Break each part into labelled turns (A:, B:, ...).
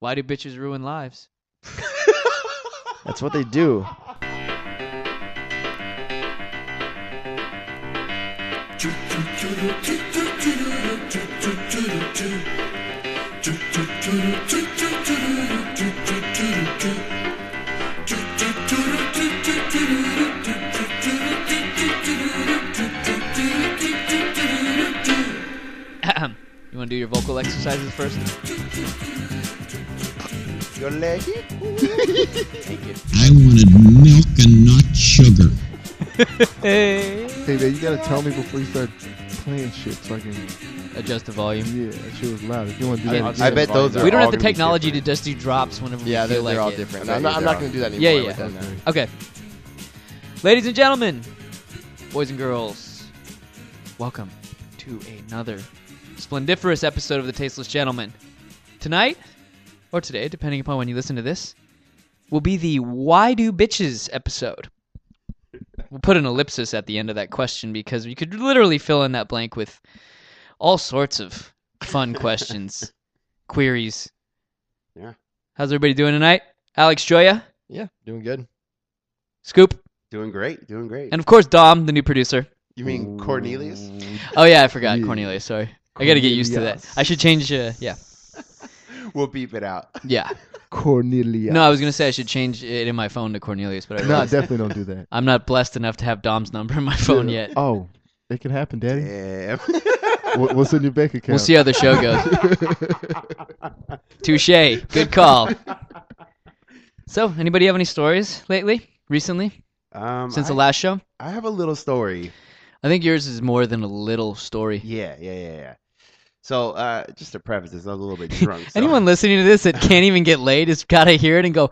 A: Why do bitches ruin lives?
B: That's what they do.
A: Ahem. you want to do your vocal exercises first?
B: Your leggy?
C: I wanted milk and not sugar.
D: Hey, man, you gotta tell me before you start playing shit so I can.
A: Adjust the volume.
D: Yeah, that shit was loud. If you want to do
A: I-
D: that,
A: I
D: again-
B: bet those are-
A: we don't
B: all
A: have the
B: gonna be
A: technology to
B: different.
A: just do drops whenever
B: Yeah,
A: we
B: they're,
A: feel like
B: they're all
A: it.
B: different.
D: Yeah,
B: I'm not,
D: yeah,
B: I'm
D: they
B: not
D: are.
B: gonna do that anymore.
A: Yeah,
B: I
A: yeah.
B: like that now.
A: Okay. Ladies and gentlemen, boys and girls, welcome to another splendiferous episode of The Tasteless Gentleman. Tonight, or today, depending upon when you listen to this, will be the Why Do Bitches episode. We'll put an ellipsis at the end of that question because you could literally fill in that blank with all sorts of fun questions, queries.
B: Yeah.
A: How's everybody doing tonight? Alex Joya?
B: Yeah, doing good.
A: Scoop,
B: Doing great. Doing great.
A: and of course Dom, the new producer.
B: you mean Cornelius?
A: Oh yeah, I forgot
D: Yeah.
A: Cornelius. Sorry, I got to get used to that.
D: Cornelius.
A: I should change. Uh, yeah,
B: We'll beep it out.
A: yeah.
D: Cornelia.
A: No, I was gonna say I should change it in my phone to Cornelius, but I
D: no,
A: realized
D: definitely don't do that.
A: I'm not blessed enough to have Dom's number in my phone yet.
D: Oh, it can happen, Daddy.
B: Damn.
D: What, what's in your bank account?
A: We'll see how the show goes. Touche. Good call. So, anybody have any stories lately, recently,
B: um,
A: since
B: I,
A: the last show?
B: I have a little story.
A: I think yours is more than a little story.
B: Yeah, yeah, yeah, yeah. So, uh, just to preface this, I was a little bit drunk. so-
A: Anyone listening to this that can't even get laid has got to hear it and go,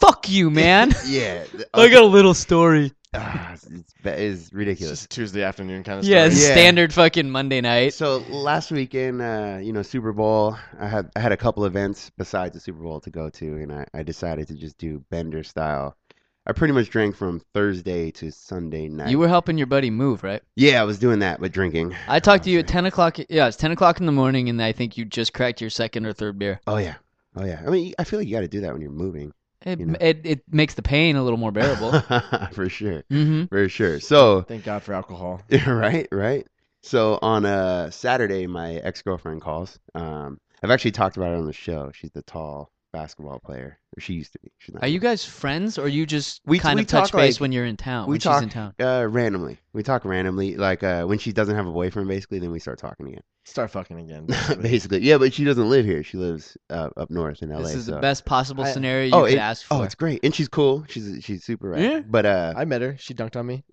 A: "Fuck you, man."
B: Yeah. th-
A: I got a little story.
B: Ah, it's, it's ba- it's
E: It's
B: ridiculous.
E: just Tuesday afternoon kind of
A: Yeah,
E: story.
B: Yeah.
A: standard fucking Monday night.
B: So last weekend, uh, you know, Super Bowl, I had I had a couple events besides the Super Bowl to go to, and I, I decided to just do Bender style. I pretty much drank from Thursday to Sunday night.
A: You were helping your buddy move, right?
B: yeah, I was doing that, but drinking.
A: I talked to you at ten o'clock. Yeah, it's ten o'clock in the morning, and I think you just cracked your second or third beer.
B: Oh yeah, oh yeah. I mean, I feel like you got to do that when you're moving,
A: It
B: You know.
A: it, it makes the pain a little more bearable.
B: for sure,
A: mm-hmm.
B: for sure. So
E: Thank God for alcohol.
B: right, right. So on a Saturday, my ex girlfriend calls. Um, I've actually talked about her on the show. She's the tall basketball player, or she used to be. She's not
A: Are you guys friends, or you just
B: We-
A: kind
B: we
A: of touch
B: talk,
A: base
B: like-
A: when you're in town?
B: we
A: when she's
B: talk-
A: in town.
B: Uh, randomly. We talk randomly. Like uh, when she doesn't have a boyfriend, basically, then we start talking again.
E: Start fucking again.
B: basically, yeah. But she doesn't live here. She lives uh, up north in LA.
A: This is the
B: so-
A: best possible
E: I-
A: scenario you
B: Oh,
A: could
B: it-
A: ask for.
B: Oh, it's great, and she's cool. She's she's super right.
A: Yeah.
B: But uh,
E: I met her. She dunked on me.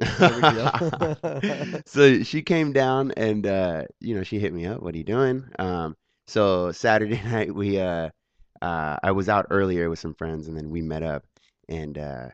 E: No big deal.
B: so she came down and uh, you know she hit me up. What are you doing? Um, so Saturday night we uh, uh, I was out earlier with some friends and then we met up and uh,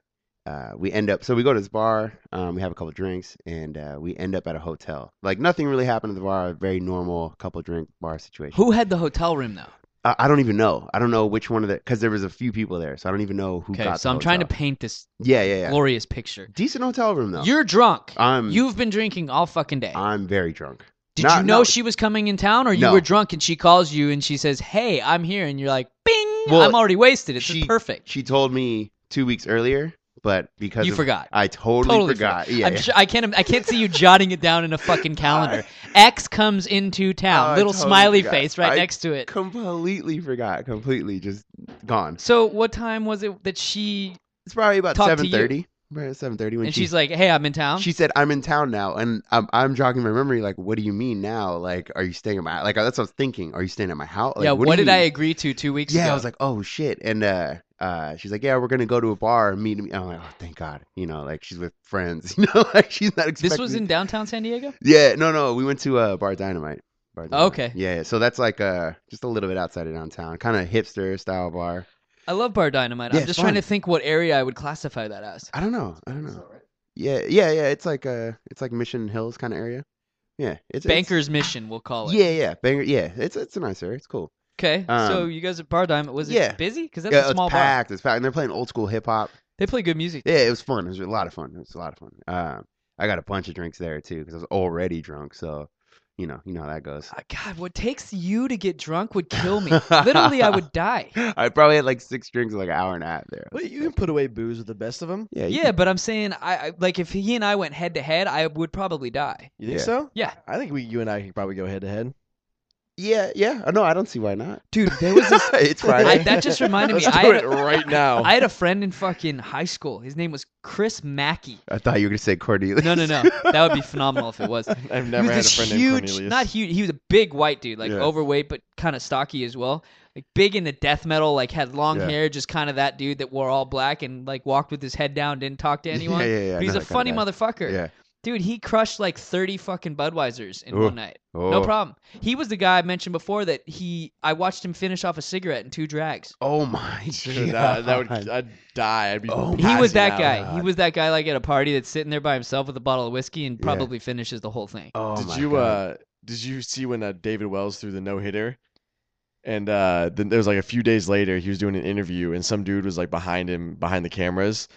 B: uh, we end up so we go to this bar. Um, we have a couple drinks and uh, we end up at a hotel. Like nothing really happened at the bar. A very normal couple drink bar situation.
A: Who had the hotel room though?
B: I, I don't even know. I don't know which one of the because there was a few people there, so I don't even know who.
A: Okay,
B: got
A: so
B: the
A: I'm trying to
B: hotel.
A: paint this
B: Yeah, yeah, Um, yeah.
A: glorious picture.
B: Decent hotel room though.
A: You're drunk.
B: I'm
A: You've been drinking all fucking day.
B: I'm very drunk.
A: Did
B: Not-
A: you know
B: no.
A: she was coming in town, or you
B: No.
A: were drunk and she calls you and she says, "Hey, I'm here," and you're like, "Bing!
B: Well,
A: I'm already wasted. It's
B: she-
A: perfect."
B: She told me two weeks earlier, but because
A: You
B: of-
A: forgot.
B: I totally,
A: Totally
B: forgot.
A: forgot.
B: Yeah,
A: I'm
B: yeah. Uh,
A: sure- I can't. I can't see you jotting it down in a fucking calendar. X comes into town.
B: I
A: little
B: totally
A: smiley
B: forgot.
A: face right
B: I-
A: next to it.
B: completely forgot. Completely just gone.
A: So what time was it that she?
B: It's probably about
A: Talk to
B: seven thirty. Seven thirty when
A: and
B: she,
A: she's like, "Hey, I'm in town."
B: she said, "I'm in town now," and I'm I'm jogging my memory. Like, what do you mean now? Like, are you staying at my like? That's what I was thinking. Are you staying at my house? Like,
A: yeah. What,
B: do you
A: did I
B: mean?
A: agree to two weeks
B: Yeah,
A: ago?
B: I was like, oh shit, and uh, uh, she's like, yeah, we're gonna go to a bar and meet. Me. I'm like, oh, thank God, you know, like she's with friends, you know, like she's not expecting.
A: "This was in downtown San Diego."
B: Yeah, no, no, we went to uh, Bar Dynamite. Bar Dynamite.
A: Okay.
B: Yeah, yeah, so that's like uh, just a little bit outside of downtown, kind of hipster style bar.
A: I love Bar Dynamite.
B: Yeah,
A: I'm
B: it's
A: just
B: fun.
A: trying to think what area I would classify that as.
B: I don't know, I don't know. Yeah, yeah, yeah. It's like uh, it's like Mission Hills kind of area. Yeah, it's it's-
A: Banker's Mission, we'll call it.
B: yeah, yeah, banker. Yeah, it's it's a nice area. It's cool.
A: Okay, so
B: Um,
A: you guys at Bar Diamond was it
B: yeah.
A: busy? Because that's
B: yeah,
A: a small
B: it's
A: bar.
B: packed. It's packed, and they're playing old school hip hop.
A: They play good music.
B: Yeah, it was fun. It was a Uh, lot of fun. It was a lot of fun. Um, I got a bunch of drinks there too because I was already drunk. So, you know, you know how that goes.
A: Uh, God, what takes you to get drunk would kill me. Literally, I would die.
B: I probably had like six drinks in like an hour and a half there.
E: Well, you can put away booze with the best of them.
B: Yeah, you
A: Yeah, but I'm saying, I, I like if he and I went head to head, I would probably die.
E: You think
B: Yeah.
E: so?
A: Yeah.
E: I think we, you and I could probably go head to head.
B: Yeah, yeah. Oh, No, I don't see why not.
A: Dude, there was this.
B: it's
A: I,
B: Friday.
A: that just reminded me.
E: Let's
A: I
E: do
A: had,
E: it right now.
A: I had a friend in fucking high school. His name was Chris Mackey.
B: I thought you were gonna say Cornelius.
A: No, no, no. That would be phenomenal if it was.
E: I've
A: He
E: never
A: was
E: had a
A: this
E: friend
A: huge,
E: named Cornelius.
A: not huge. He was a big white dude, like
B: Yeah.
A: overweight but kind of stocky as well. Like big into death metal, like had long
B: Yeah.
A: hair, just kind of that dude that wore all black and like walked with his head down, didn't talk to anyone.
B: Yeah, yeah, yeah. I
A: but he's
B: know
A: a
B: that kinda
A: funny
B: guy.
A: motherfucker.
B: Yeah.
A: Dude, he crushed like 30 fucking Budweisers in
B: Ooh.
A: one night.
B: Oh.
A: No problem. He was the guy I mentioned before that he I watched him finish off a cigarette in two drags.
B: Oh my
E: Dude,
B: god.
E: that, that would I'd die. I'd be
B: Oh my
A: He was that
E: passing out.
A: guy. He was that guy like at a party that's sitting there by himself with a bottle of whiskey and
B: Yeah.
A: probably finishes the whole thing.
B: Oh
E: Did
B: my
E: you
B: God.
E: uh did you see when uh, David Wells threw the no hitter? And uh then there was like a few days later he was doing an interview and some dude was like behind him behind the cameras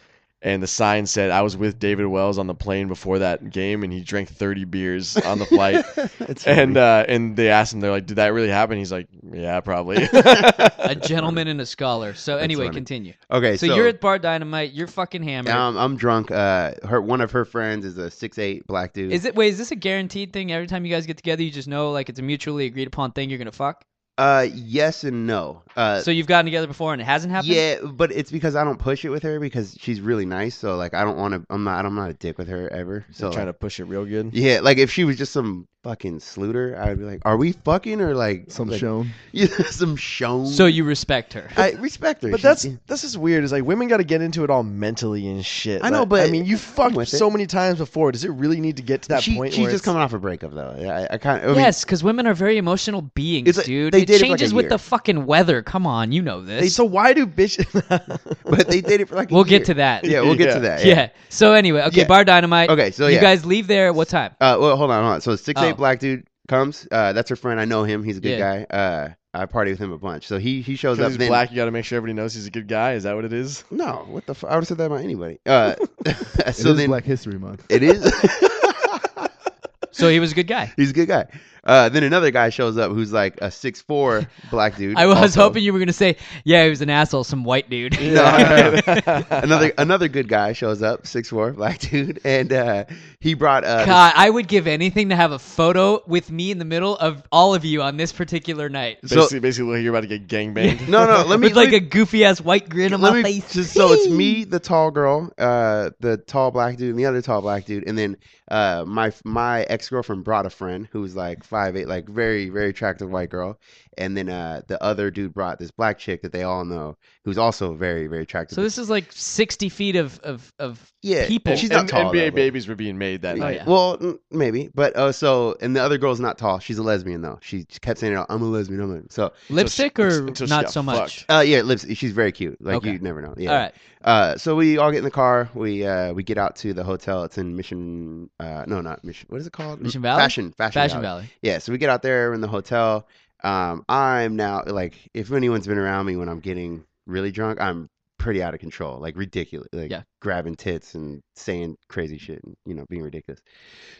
E: and the sign said I was with David Wells on the plane before that game and he drank 30 beers on the flight.
B: That's
E: and
B: funny.
E: uh and they asked him they're like did that really happen? He's like yeah, probably.
A: A gentleman and a scholar. So anyway,
B: funny.
A: continue.
B: okay,
A: So,
B: so,
A: you're at Bar Dynamite. You're fucking hammered.
B: um, I'm drunk. Uh, her one of her friends is a six eight black dude.
A: is it? Wait, is this a guaranteed thing? Every time you guys get together, you just know like it's a mutually agreed upon thing you're gonna fuck.
B: uh, yes and no. Uh,
A: so you've gotten together before and it hasn't happened.
B: yeah, but it's because I don't push it with her because she's really nice. So like, I don't want to. I'm not. I'm not a dick with her ever. So
E: so trying
B: like,
E: to push it real good.
B: yeah, like if she was just some fucking sluter, I would be like, "Are we fucking or like
D: Some
B: like,
D: shown.
B: Yeah, some shown."
A: So you respect her.
B: I respect her.
E: But
B: She-
E: that's that's just weird. Is like women got to get into it all mentally and shit.
B: I know,
E: Like,
B: but
E: I mean, you
B: with
E: fucked
B: it.
E: so many times before. Does it really need to get to that
B: she,
E: point?
B: She's
E: where
B: just
E: it's-
B: coming off a breakup though. I, I kind of. I mean,
A: yes, because women are very emotional beings,
B: It's like-
A: dude.
B: they
A: it
B: did it for, like, a
A: changes with
B: year.
A: the fucking weather. Come on, you know this.
E: so why do bitches?
B: but they did it for like. a
A: we'll get
B: year.
A: to that.
B: Yeah, we'll get to
E: Yeah.
B: that.
A: Yeah. So anyway, okay,
B: Yeah.
A: Bar Dynamite.
B: Okay, so
A: you
B: yeah.
A: guys leave there at what time?
B: Uh, well, hold on, hold on. So six
A: Oh.
B: eight black dude comes. Uh, that's her friend. I know him. He's a good
A: Yeah.
B: guy. Uh, I party with him a bunch. So he he shows
E: Because
B: up.
E: he's
B: then-
E: black, you got to make sure everybody knows he's a good guy. Is that what it is?
B: No, what the? F- I would have said that about anybody. Uh,
D: It
B: so
D: is
B: then
D: Black History Month.
B: it is.
A: So he was a good guy.
B: he's a good guy. Uh, then another guy shows up who's like a six four black dude.
A: I was
B: also.
A: hoping you were gonna say, "Yeah, he was an asshole, some white dude."
B: another another good guy shows up, six four black dude, and uh, he brought uh, this-
A: God, I would give anything to have a photo with me in the middle of all of you on this particular night.
B: So-
E: Basically, basically, you're about to get gangbanged.
B: no no let me
A: with like
B: let me-
A: a goofy ass white grin on
B: let
A: my
B: me
A: face.
B: just- so it's me, the tall girl, uh, the tall black dude, and the other tall black dude, and then uh, my my ex girlfriend brought a friend who's like five eight, like very very attractive white girl, and then uh, the other dude brought this black chick that they all know, who's also very very attractive.
A: So this is like sixty feet of of of
B: yeah,
A: people.
B: she's not
E: And
B: tall.
E: NBA
B: though, but-
E: babies were being made that
A: Oh,
E: night.
A: yeah.
B: Well, mm, maybe, but uh, so and the other girl's not tall. She's a lesbian though. She kept saying, "Oh, "I'm a lesbian." I'm a... So
A: lipstick
E: Until she-
A: or
E: until she
A: not
E: got
A: so much.
B: uh, yeah, lips. She's very cute. Like
A: Okay.
B: you never know. Yeah.
A: All right.
B: Uh, so we all get in the car. We uh, we get out to the hotel. It's in Mission. Uh, no, not Mission. What is it called?
A: Mission Valley?
B: Fashion. Fashion.
A: Fashion
B: Valley.
A: Valley.
B: Yeah. So we get out there we're in the hotel. Um, I'm now like, if anyone's been around me when I'm getting really drunk, I'm pretty out of control, like ridiculous, like
A: Yeah.
B: grabbing tits and saying crazy shit, and you know, being ridiculous.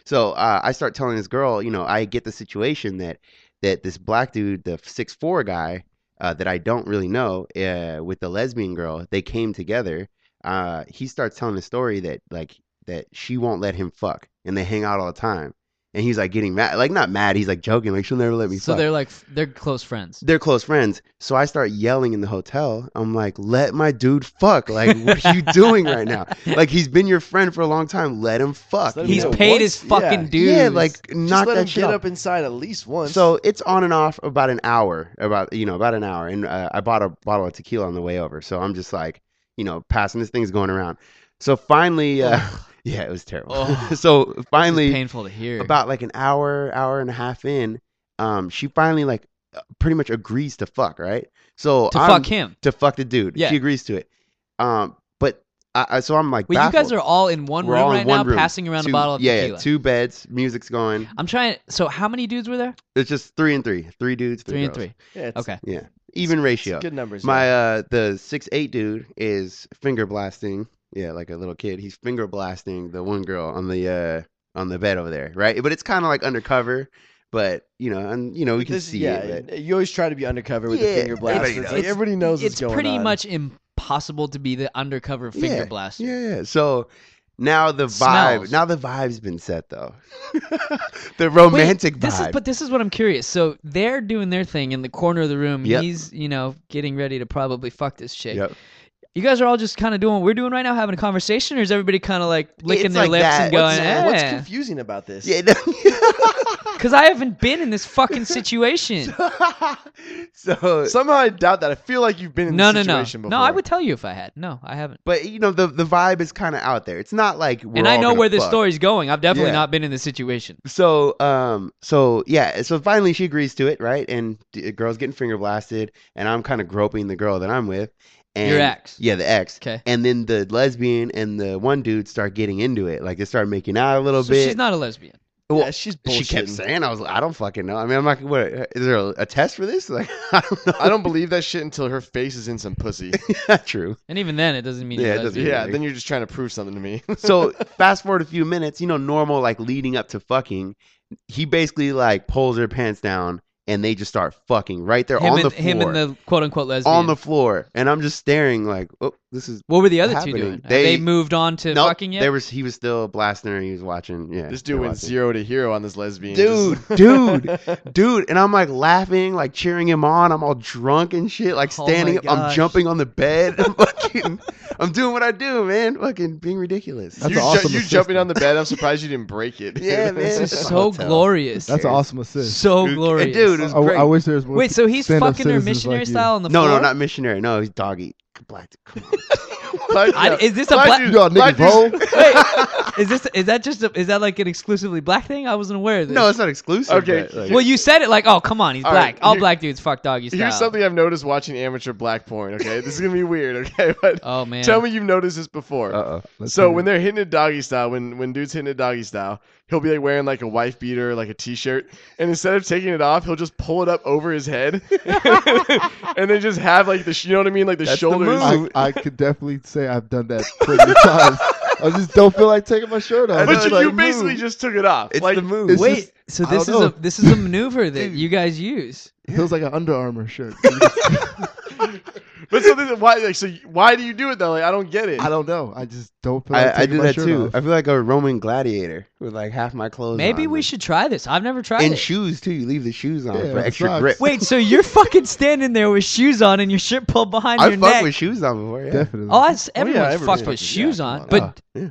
B: So uh, I start telling this girl, you know, I get the situation that that this black dude, the six four guy uh, that I don't really know, uh, with the lesbian girl, they came together. Uh, he starts telling a story that like that she won't let him fuck, and they hang out all the time. And he's like getting mad, like not mad. He's like joking, like she'll never let me.
A: So
B: fuck
A: they're like f- they're close friends.
B: they're close friends. So I start yelling in the hotel. I'm like, let my dude fuck. Like, what are you doing right now? Like, he's been your friend for a long time. Let him fuck.
E: Let him
A: He's
E: Yeah,
A: paid
E: once-
A: his fucking
E: yeah.
A: dues.
B: Yeah, like,
E: Just
B: knock
E: let
B: that
E: him
B: shit
E: get
B: off.
E: up inside at least once.
B: So it's on and off about an hour, about you know about an hour, and uh, I bought a bottle of tequila on the way over. So I'm just like, you know, passing this thing's going around. So finally, uh, yeah, it was terrible.
A: Ugh.
B: so
A: Oh. It's
B: finally,
A: painful to hear.
B: about like an hour, hour and a half in, um, she finally like uh, pretty much agrees to fuck, right? So
A: to
B: I'm-
A: fuck him.
B: to fuck the dude.
A: Yeah.
B: She agrees to it. Um, but I, I so I'm like,
A: Wait, you guys
B: baffled.
A: are all in one
B: We're
A: room
B: all in
A: right
B: one
A: now,
B: room.
A: passing around a
B: Two-
A: bottle of
B: yeah,
A: tequila.
B: Yeah, two beds, music's going.
A: I'm trying. So how many dudes were there?
B: It's just three and three, three dudes, three,
A: Three and
B: girls.
A: three.
E: yeah, it's,
A: Okay.
B: Yeah, even
E: it's
B: ratio.
E: good numbers.
B: My
E: yeah.
B: uh, the six eight dude is finger blasting. Yeah, like a little kid, he's finger blasting the one girl on the uh on the bed over there, right? But it's kind of like undercover. But you know, and you know, we can
F: This-
B: see
F: yeah,
B: it. But
F: you always try to be undercover with
B: Yeah,
F: the finger blast.
B: everybody
F: It's
B: knows.
F: like, everybody knows what's
A: it's
F: going
A: pretty
F: on.
A: much impossible to be the undercover finger
B: Yeah,
A: blaster.
B: yeah, yeah. So now the vibe,
A: Smells.
B: now the vibe's been set though. the romantic
A: Wait,
B: vibe.
A: This is, but this is what I'm curious. So they're doing their thing in the corner of the room.
B: Yep.
A: He's, you know, getting ready to probably fuck this chick.
B: Yep.
A: You guys are all just kind of doing what we're doing right now, having a conversation, or is everybody kind of like licking
B: It's
A: their
B: like
A: lips
B: that.
A: and
F: What's,
A: going,
F: what's
A: eh?
F: confusing about this?
B: Yeah. no-
A: Because I haven't been in this fucking situation.
B: so,
E: Somehow I doubt that. I feel like you've been in
A: no, no,
E: this
A: no,
E: situation before.
A: no. I would tell you if I had. No, I haven't.
B: but you know, the the vibe is kind of out there. It's not like we're
A: and I
B: all
A: know
B: gonna
A: where this
B: fuck.
A: story's going. I've definitely
B: Yeah.
A: not been in this situation.
B: So, um, so yeah, so finally she agrees to it, right? And d- the girl's getting finger blasted, and I'm kind of groping the girl that I'm with. And
A: Your ex.
B: Yeah, the ex.
A: Okay.
B: And then the lesbian and the one dude start getting into it. Like they start making out a little
A: So
B: bit.
A: she's not a lesbian.
F: Yeah,
B: Well,
F: she's bullshitting.
B: she kept saying, "I was, like, I don't fucking know. I mean, I'm like, what? Is there a, a test for this? Like, I don't know.
E: I don't believe that shit until her face is in some pussy.
B: Not true.
A: And even then, it doesn't mean
B: Yeah,
A: yeah,
B: it doesn't-
A: lesbian.
E: yeah, then you're just trying to prove something to me.
B: So fast forward a few minutes, you know, normal like leading up to fucking. He basically like pulls her pants down, and they just start fucking right there
A: him,
B: on
A: and,
B: the floor.
A: him and the quote unquote lesbian.
B: on the floor, and I'm just staring like, oh, this is
A: what were the other two
B: happening.
A: doing? Have They,
B: They-
A: moved on to
B: Nope,
A: fucking yet?
B: There was he was still blasting her. He was watching. Yeah,
E: this
B: they
E: dude
B: were
E: went
B: watching.
E: zero to hero on this lesbian.
B: Dude,
E: Just-
B: dude, dude, and I'm like laughing, like cheering him on. I'm all drunk and shit, like
F: Oh
B: standing
F: my
B: up. I'm
F: gosh.
B: jumping on the bed. I'm fucking, I'm doing what I do, man. Fucking being ridiculous.
D: That's
E: you,
D: an awesome
E: you
D: assistant.
E: jumping on the bed. I'm surprised you didn't break it.
B: Yeah, man.
A: this is
B: It's
A: so
B: a hotel.
A: glorious.
D: That's an
B: Serious.
D: awesome assist.
A: so
B: Dude,
A: glorious,
B: dude, it was
D: I,
B: great.
D: I wish there was more.
A: Wait, so he's
D: stand-up
A: fucking her
D: citizens like
A: missionary
D: you.
A: style on the
B: no,
A: floor?
B: no, not missionary. No, he's doggy. Black. Come on.
E: Black,
A: I, is this a
E: Black
A: black?
E: dude-
D: Y'all
E: black
D: niggas roll.
E: dude's-
A: Wait, is this is that just a, is that like an exclusively black thing? I wasn't aware of this.
B: no, it's not exclusive.
E: Okay,
B: but, like-
A: well, you said it like, oh come on, he's
E: All
A: black.
E: right,
A: All
E: here-
A: black dudes fuck doggy style.
E: Here's something I've noticed watching amateur black porn. Okay, this is gonna be weird. Okay, but
A: Oh man,
E: tell me you've noticed this before.
B: uh-oh.
D: Let's
E: so
D: see.
E: when they're hitting it doggy style, when when dude's hitting it doggy style, he'll be like wearing like a wife beater, like a t-shirt, and instead of taking it off, he'll just pull it up over his head, and then just have like the sh- you know what I mean, like the
B: That's the
E: shoulders.
B: move.
D: I, I could definitely say I've done that plenty of times. I just don't feel like taking my shirt off.
E: but
B: it's
E: you,
B: like
E: you
B: move.
E: basically just took it off.
B: It's
E: like,
B: the move.
D: it's
A: wait.
D: just-
A: so
D: I don't
A: this is
D: know.
A: a this is a maneuver that you guys use.
D: It feels like an Under Armour shirt.
E: But so then why like so you- why do you do it though? Like I don't get it.
D: I don't know. I just don't feel like
B: I, I
D: taking
B: do
D: my
B: that
D: shirt
B: too.
D: off.
B: I feel like a Roman gladiator with like half my clothes.
A: Maybe
B: on,
A: we
B: like-
A: should try this. I've never tried
B: and
A: it.
B: shoes too. You leave the shoes on
D: Yeah,
B: for
D: the
B: extra
D: socks.
B: grip.
A: Wait, so you're fucking standing there with shoes on and your shit pulled behind
B: I
A: your
B: fuck
A: neck.
B: with shoes on before. Yeah.
D: Definitely.
A: Oh, that's,
E: yeah,
A: everyone's
E: everybody's
A: fucked
E: fucking-
A: with shoes
E: yeah,
A: on,
E: come on.
A: but
D: Ah,
B: yeah.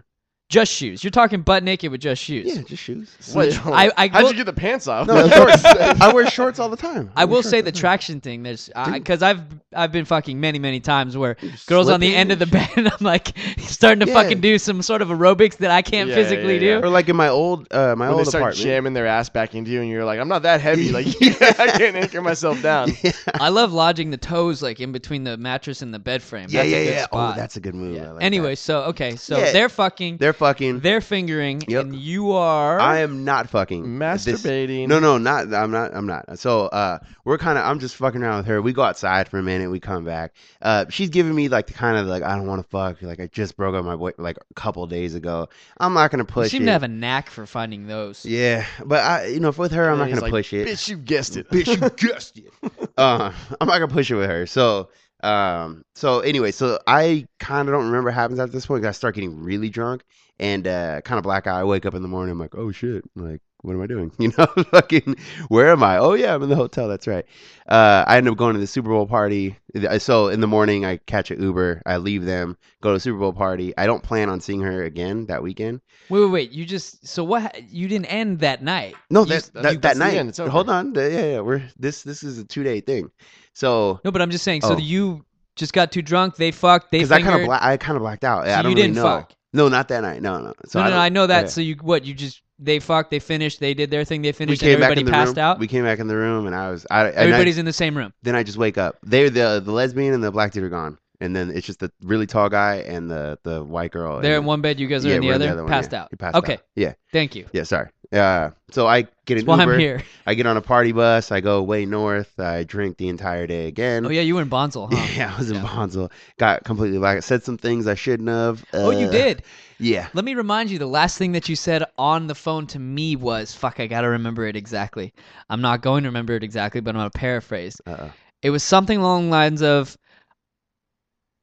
A: just shoes. You're talking butt naked with just shoes.
B: Yeah, just shoes.
E: What-
A: I- I
E: How'd
A: will-
E: you get the pants off?
B: No, shorts. I wear shorts all the time.
A: I will
B: wear
A: say
B: shorts.
A: the traction thing. There's because I've I've been fucking many many times where girls on the
B: slipping
A: end of the bed and I'm like starting to
B: Yeah.
A: fucking do some sort of aerobics that I can't
E: Yeah,
A: physically
E: yeah, yeah.
A: do.
B: Or like in my old uh, my
E: when they
B: old
E: start
B: apartment.
E: jamming their ass back into you, and you're like, I'm not that heavy. Like I can't anchor myself down.
B: yeah,
A: I love lodging the toes like in between the mattress and the bed frame.
B: yeah,
A: That's
B: yeah.
A: a good
B: yeah. Oh,
A: spot.
B: that's a good move. I like
A: anyway, so okay, so
B: Yeah.
A: they're fucking,
B: that.
A: they're,
B: they're fucking.
A: fingering,
B: Yep.
A: and you are.
B: I am not fucking This-
E: Masturbating.
B: No, no, not I'm not I'm not. So uh we're kind of I'm just fucking around with her. We go outside for a minute, we come back. Uh she's giving me like the kind of like I don't want to fuck like I just broke up my boy like a couple days ago. I'm not going to
A: you
B: push
A: seem
B: it.
A: to have a knack for finding those.
B: yeah, but I you know, if with her I'm
E: And
B: not
E: he's
B: going to
E: like,
B: push it.
E: Bitch, you guessed it.
B: Bitch, you guessed it. uh, I'm not gonna push it with her. So, um, so anyway, so I kind of don't remember what happens at this point. 'cause I start getting really drunk and uh, kind of black out. I wake up in the morning. I'm like, oh shit, like what am I doing? You know, fucking where am I? Oh yeah, I'm in the hotel. That's right. Uh, I end up going to the Super Bowl party. uh, So in the morning, I catch an Uber. I leave them, go to the Super Bowl party. I don't plan on seeing her again that weekend.
A: Wait, wait, wait. You just so what? ha- You didn't end that night.
B: No,
A: You
B: that
A: s-
B: that,
E: you-
B: that
E: that's the
B: night.
E: end, it's over.
B: Hold on. The- yeah, yeah. We're this this is a two day thing. So
A: No, but I'm just saying. So
B: Oh.
A: you just got too drunk. They fucked. They
B: because
A: fingered.
B: I kind of bla- I kind of blacked out. Yeah,
A: So
B: I don't
A: you
B: really
A: didn't
B: know.
A: fuck.
B: No, not that night. No, no. So
A: no, no, no,
B: don't-
A: I know that.
B: yeah.
A: So you what? You just they fucked. They finished. They did their thing. They
B: we
A: finished. and
B: came back
A: everybody
B: in the
A: passed
B: room.
A: out.
B: We came back in the room, and I was I. and I-
A: Everybody's in the same room.
B: then I just wake up. They the the lesbian and the black dude are gone, and then it's just the really tall guy and the the white girl.
A: They're in
B: and-
A: one bed. You guys are
B: Oh, yeah,
A: in the
B: we're
A: other.
B: one,
A: passed
B: yeah.
A: out.
B: He Passed
A: okay.
B: out. Yeah.
A: Thank you.
B: Yeah. Sorry. Uh, so I get an
A: That's why
B: Uber.
A: I'm here.
B: I get on a party bus. I go way north. I drink the entire day again.
A: Oh yeah, you were in Bonsall, huh?
B: Yeah, I was in
A: Yeah.
B: Bonzo. Got completely black. Said some things I shouldn't have.
A: Oh, you
B: Uh,
A: did.
B: Yeah.
A: Let me remind you, the last thing that you said on the phone to me was, "Fuck, I gotta remember it exactly." I'm not going to remember it exactly, but I'm gonna paraphrase.
B: Uh-oh.
A: It was something along the lines of,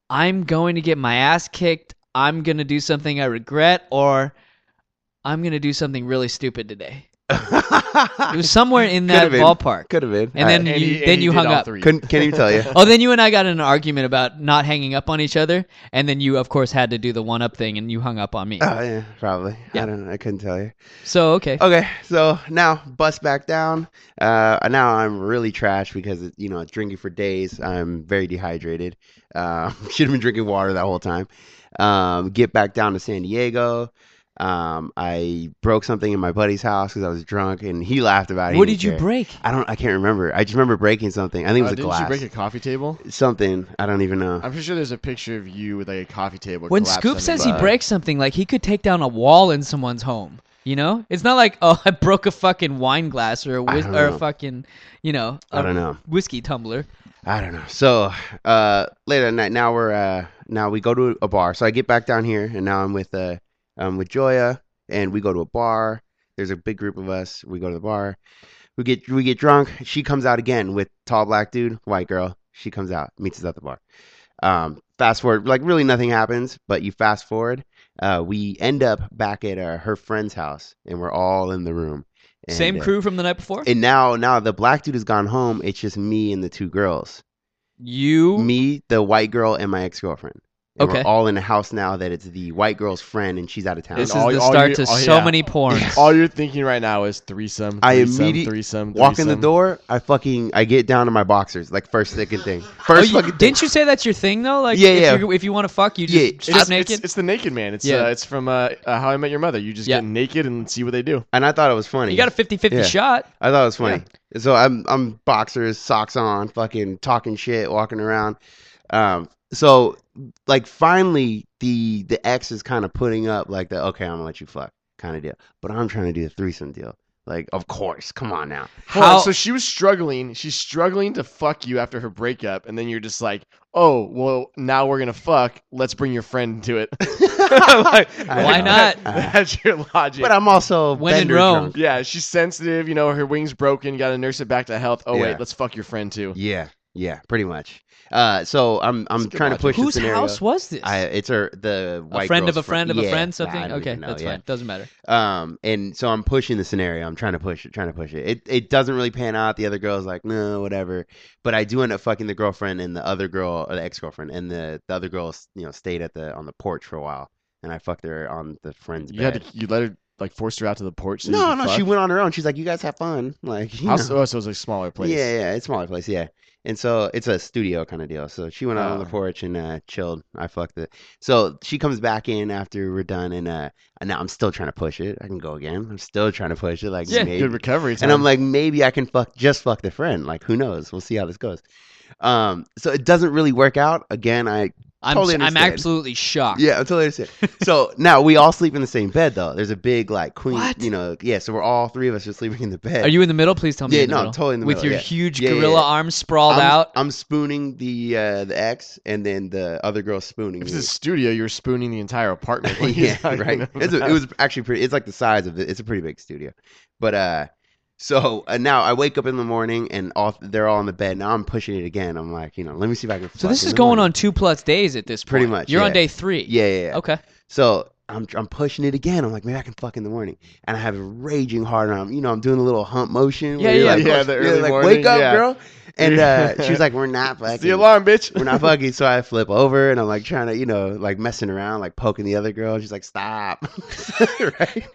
A: "I'm going to get my ass kicked. I'm gonna do something I regret, or I'm gonna do something really stupid today." It was somewhere in that
B: Could've been.
A: ballpark.
B: Could have been.
A: And
B: I-
A: then-
E: And
A: you-
E: he- and
A: then
E: he
A: you
E: did
A: hung
E: all
A: up.
E: three.
B: couldn't can't even tell you.
A: Oh, then you and I got in an argument about not hanging up on each other, and then you, of course, had to do the one up thing, and you hung up on me.
B: Oh yeah, probably.
A: Yeah.
B: I don't. I couldn't tell you.
A: So okay,
B: Okay, so now bust back down. Uh, now I'm really trash because you know drinking for days. I'm very dehydrated. Uh, should have been drinking water that whole time. Um, get back down to San Diego. Um, I broke something in my buddy's house because I was drunk, and he laughed about it.
A: what
B: He
A: did
B: didn't
A: you
B: care.
A: break?
B: I don't. I can't remember. I just remember breaking something. I think it was
E: Uh,
B: a
E: didn't
B: glass.
E: you break a coffee table?
B: Something. I don't even know.
E: I'm pretty sure there's a picture of you with like a coffee table.
A: When
E: collapsed
A: Scoop
E: on
A: says
E: your
A: he
E: butt.
A: breaks something, like he could take down a wall in someone's home. You know, it's not like oh, I broke a fucking wine glass or a
B: I
A: whis-
B: don't
A: or a
B: know.
A: fucking you know
B: I
A: a
B: don't know.
A: whiskey tumbler.
B: I don't know. So uh, later at night, now we're uh, now we go to a bar. So I get back down here, and now I'm with uh, um, with Joya, and we go to a bar. There's a big group of us. We go to the bar. We get we get drunk. She comes out again with tall black dude, white girl. She comes out, meets us at the bar. Um, fast forward, like really nothing happens, but you fast forward. Uh, we end up back at uh, her friend's house, and we're all in the room. And,
A: Same
B: uh,
A: crew from the night before.
B: and now, now the black dude has gone home. It's just me and the two girls
A: you
B: me, the white girl, and my ex girlfriend.
A: Mm-hmm. Okay.
B: We're all in a house now that it's the white girl's friend and she's out of town.
A: This is
E: And all-
A: the
E: all
A: start
E: you-
A: to
E: all-
A: so
E: yeah.
A: many porns.
E: All you're thinking right now is threesome.
B: I
E: threesome,
B: immediate-
E: threesome.
B: Walk in the
E: threesome.
B: door, I fucking I get down to my boxers, like first second thing.
A: Oh,
B: First
A: you-
B: fucking thing.
A: didn't you say that's your thing though? Like
B: Yeah,
A: if,
B: yeah.
A: You, if you want to fuck, you just
B: Yeah,
A: strip
E: It's, just-
A: naked.
E: It's, it's the naked man. It's
A: Yeah.
E: uh, it's from uh, uh, How I Met Your Mother. You just
A: Yeah.
E: get naked and see what they do.
B: And I thought it was funny.
A: you got a 50-50
B: Yeah.
A: shot.
B: I thought it was funny. So I'm I'm boxers, socks on, fucking talking shit, walking around. Um, so like finally the the ex is kind of putting up like the okay, I'm gonna let you fuck kind of deal. But I'm trying to do the threesome deal. Like, of course, come on now.
E: Hold on,
A: How-
E: so she was struggling. She's struggling to fuck you after her breakup, and then you're just like, "Oh, well, now we're gonna fuck. Let's bring your friend to it." Like,
A: Why not?
E: That's your logic.
B: But I'm also
A: When in
B: bender
A: Rome.
B: drunk.
E: yeah, she's sensitive. You know, her wings broken. Got to nurse it back to health. Oh
B: Yeah.
E: wait, let's fuck your friend too.
B: Yeah, yeah, pretty much. Uh, so I'm I'm
E: It's good
B: trying to
E: logic.
B: push the
A: Whose
B: scenario.
A: house was this?
B: I it's her the
A: a
B: white
A: friend of
B: girl's
A: a friend of a
B: Yeah,
A: friend,
B: I
A: something.
B: don't
A: Okay,
B: even know,
A: that's
B: yeah.
A: fine. Doesn't matter.
B: Um, and so I'm pushing the scenario. I'm trying to push it, trying to push it. It it doesn't really pan out. The other girl's like, no, whatever. But I do end up fucking the girlfriend and the other girl, or the ex girlfriend, and the the other girl, you know, stayed at the on the porch for a while, and I fucked her on the friend's
E: You
B: bed.
E: had to. You let her like forced her out to the porch. So you
B: no,
E: could
B: no,
E: fuck?
B: she went on her own. She's like, you guys have fun, like you
E: How,
B: know.
E: so, oh, so it was a smaller place.
B: Yeah, yeah, it's a smaller place, yeah. And so it's a studio kind of deal. So she went out on the
E: Oh.
B: porch and uh, chilled. I fucked it. So she comes back in after we're done, and uh, now I'm still trying to push it. I can go again. I'm still trying to push it, like
A: Yeah,
B: maybe.
E: Good recovery time.
B: and I'm like, maybe I can fuck just fuck the friend. Like, who knows? We'll see how this goes. Um, so it doesn't really work out. Again, I
A: I'm
B: Totally
A: I'm
B: understand.
A: absolutely
E: Ah.
A: shocked.
B: yeah, I totally understand. so now we all sleep in the same bed though. There's a big like queen,
A: What?
B: you know, yeah. So we're all three of us are sleeping in the bed.
A: Are you in the middle? Please tell me.
B: Yeah,
A: you're in the
B: no, I'm
A: middle.
B: totally in the
A: With
B: middle,
A: your
B: yeah.
A: huge
B: Yeah, yeah,
A: gorilla
B: yeah.
A: arms sprawled
B: I'm,
A: out.
B: I'm spooning the uh, the ex, and then the other girl spooning
E: If
B: me.
E: it's a studio, you're spooning the entire apartment. What are you
B: yeah,
E: talking
B: right.
E: about?
B: It's a, it was actually pretty. It's like the size of it. It's a pretty big studio, but uh, so uh, now I wake up in the morning and all they're all in the bed. Now I'm pushing it again. I'm like, you know, let me see if I can.
A: so this is going on two plus days at this point.
B: Pretty much,
A: You're on
B: yeah.
A: day three.
B: Yeah, yeah, yeah.
A: Okay.
B: So I'm I'm pushing it again. I'm like, maybe I can fuck in the morning. And I have a raging hard on. You know, I'm doing a little hump motion. where
A: Yeah,
B: you're
A: yeah,
B: like,
E: yeah, the early
B: like
E: morning,
B: wake up,
E: yeah.
B: girl. And uh, she was like, we're not fucking.
E: It's the alarm, bitch.
B: we're not fucking. So I flip over and I'm like trying to, you know, like messing around, like poking the other girl. She's like, stop. right?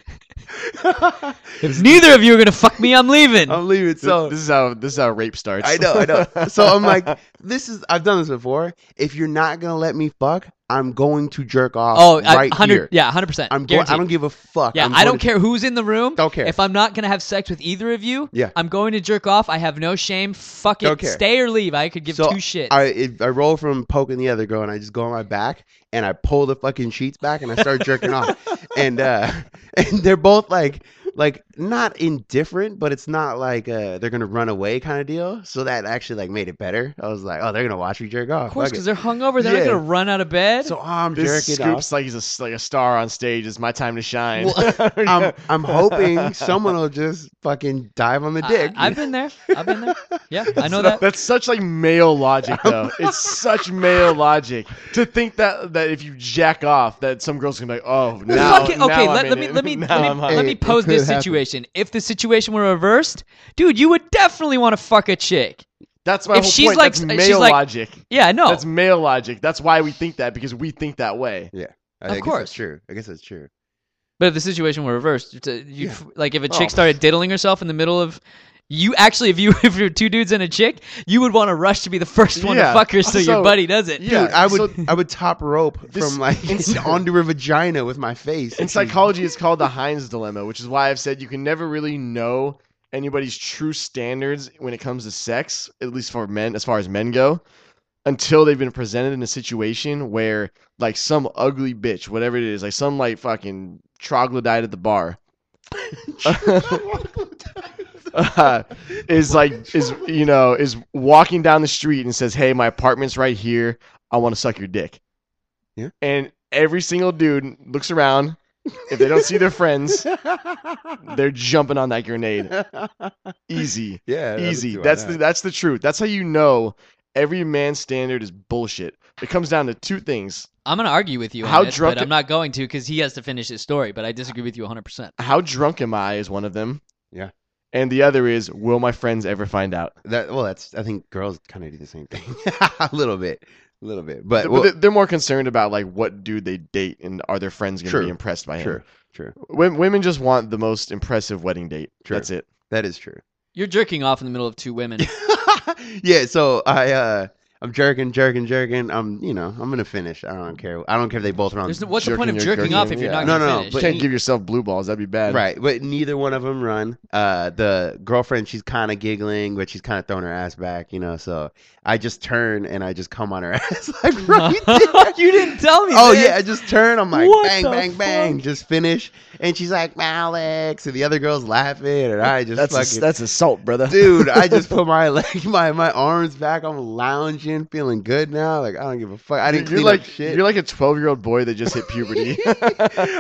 A: If neither of you are gonna fuck me, I'm leaving.
B: I'm leaving.
E: Th-
B: So
E: this is how this is how rape starts.
B: I know, I know. So I'm like, this is, I've done this before. If you're not going to let me fuck, I'm going to jerk off
A: oh, I-
B: right
A: 100
B: here.
A: Yeah, hundred percent.
B: I'm going, I don't give a fuck.
A: Yeah,
B: I'm
A: I
B: going
A: don't
B: to-
A: care who's in the room.
B: Don't care.
A: If I'm not gonna have sex with either of you,
B: Yeah.
A: I'm going to jerk off. I have no shame. Fuck it.
B: Don't care.
A: Stay or leave. I could give
B: So
A: two shits.
B: I it, I roll from poking the other girl, and I just go on my back, and I pull the fucking sheets back, and I start jerking off, and uh, and they're both like, like not indifferent, but it's not like uh, they're gonna run away kind of deal. So that actually like made it better. I was like, oh, they're gonna watch me jerk off.
A: Of course,
B: Fuck
A: because
B: it.
A: they're hungover. They're
B: Yeah.
A: not gonna run out of bed.
B: so I'm
E: This
B: jerking off.
E: Scoop's like he's a, s- like a star on stage. It's my time to shine.
B: I'm I'm hoping someone will just fucking dive on the dick.
A: I, have been there. I've been there. Yeah, I know that.
E: That's such like male logic, though. it's such male logic to think that that if you jack off, that some girls can be like, oh, now,
A: Fuck it.
E: now
A: okay,
E: I'm
A: let,
E: in
A: let me
E: it.
A: let me
E: Now
A: let
E: I'm
A: me,
E: hot.
A: let me
D: It- it
A: pose
D: could
A: this
D: happen.
A: situation. If the situation were reversed, dude, you would definitely want to fuck a chick.
E: That's my
A: if
E: whole
A: she's
E: point.
A: like-
E: That's
A: she's
E: male
A: like-
E: logic.
A: Yeah, no.
E: That's male logic. That's why we think that because we think that way.
B: I
A: of
B: guess
A: course.
B: that's true. I guess that's true.
A: But if the situation were reversed, it's a- you
B: Yeah.
A: like if a
E: Oh.
A: chick started diddling herself in the middle of you actually if you if you're two dudes and a chick, you would want to rush to be the first one to
E: Yeah.
A: fuck her so your
E: Also-
A: buddy does it.
E: Yeah,
B: Dude, I would
E: so-
B: I would top rope
E: This-
B: from like onto her vagina with my face.
E: In psychology, it's called the Heinz dilemma, which is why I've said you can never really know anybody's true standards when it comes to sex, at least for men, as far as men go, until they've been presented in a situation where, like, some ugly bitch, whatever it is, like some like fucking troglodyte at the bar, uh, is like is you know is walking down the street and says, "Hey, my apartment's right here. I want to suck your dick."
B: Yeah.
E: And every single dude looks around. If they don't see their friends, they're jumping on that grenade. Easy,
B: yeah,
E: easy. That's the that's the truth. That's how you know every man's standard is bullshit. It comes down to two things:
A: I'm gonna argue with you on
E: How
A: this,
E: drunk
A: but
E: it-
A: I'm not going to because he has to finish his story. But I disagree with you 100. percent
E: how drunk am I is one of them.
B: Yeah.
E: And the other is, will my friends ever find out?
B: that. Well, that's I think girls kind of do the same thing a little bit, a little bit. But,
E: But
B: Uh, well,
E: they- they're more concerned about like what dude they date and are their friends going to
B: True.
E: be impressed by him.
B: true, true.
E: Wom- women just want the most impressive wedding date.
B: True.
E: That's it.
B: That is true.
A: You're jerking off in the middle of two women.
B: yeah. So I uh, I'm jerking, jerking, jerking. I'm you know I'm gonna finish. I don't care. I don't care if they both are on.
A: There's no- what's the
E: jerking
A: point of
E: your-
A: jerking,
E: jerking,
A: off if you're
E: yeah.
A: not
B: No,
A: gonna
B: no, no,
A: finish?
B: but-
E: Can't give yourself blue balls. That'd be bad.
B: Uh, Right, but neither one of them run. Uh, the girlfriend, she's kind of giggling, but she's kind of throwing her ass back, you know. So I just turn and I just come on her ass like right there.
A: you didn't tell me.
B: Oh
A: this.
B: yeah, I just turn. I'm like
A: What
B: bang,
A: the
B: bang, bang, just finish. And she's like Alex, and the other girls laughing, and I just
E: That's
B: fucking
E: ass- that's assault, brother.
B: dude. I just put my leg, my my arms back. I'm lounging, feeling good now. Like I don't give a fuck. I didn't
E: you're
B: clean
E: like
B: up shit.
E: you're like a 12 year old boy that just hit puberty.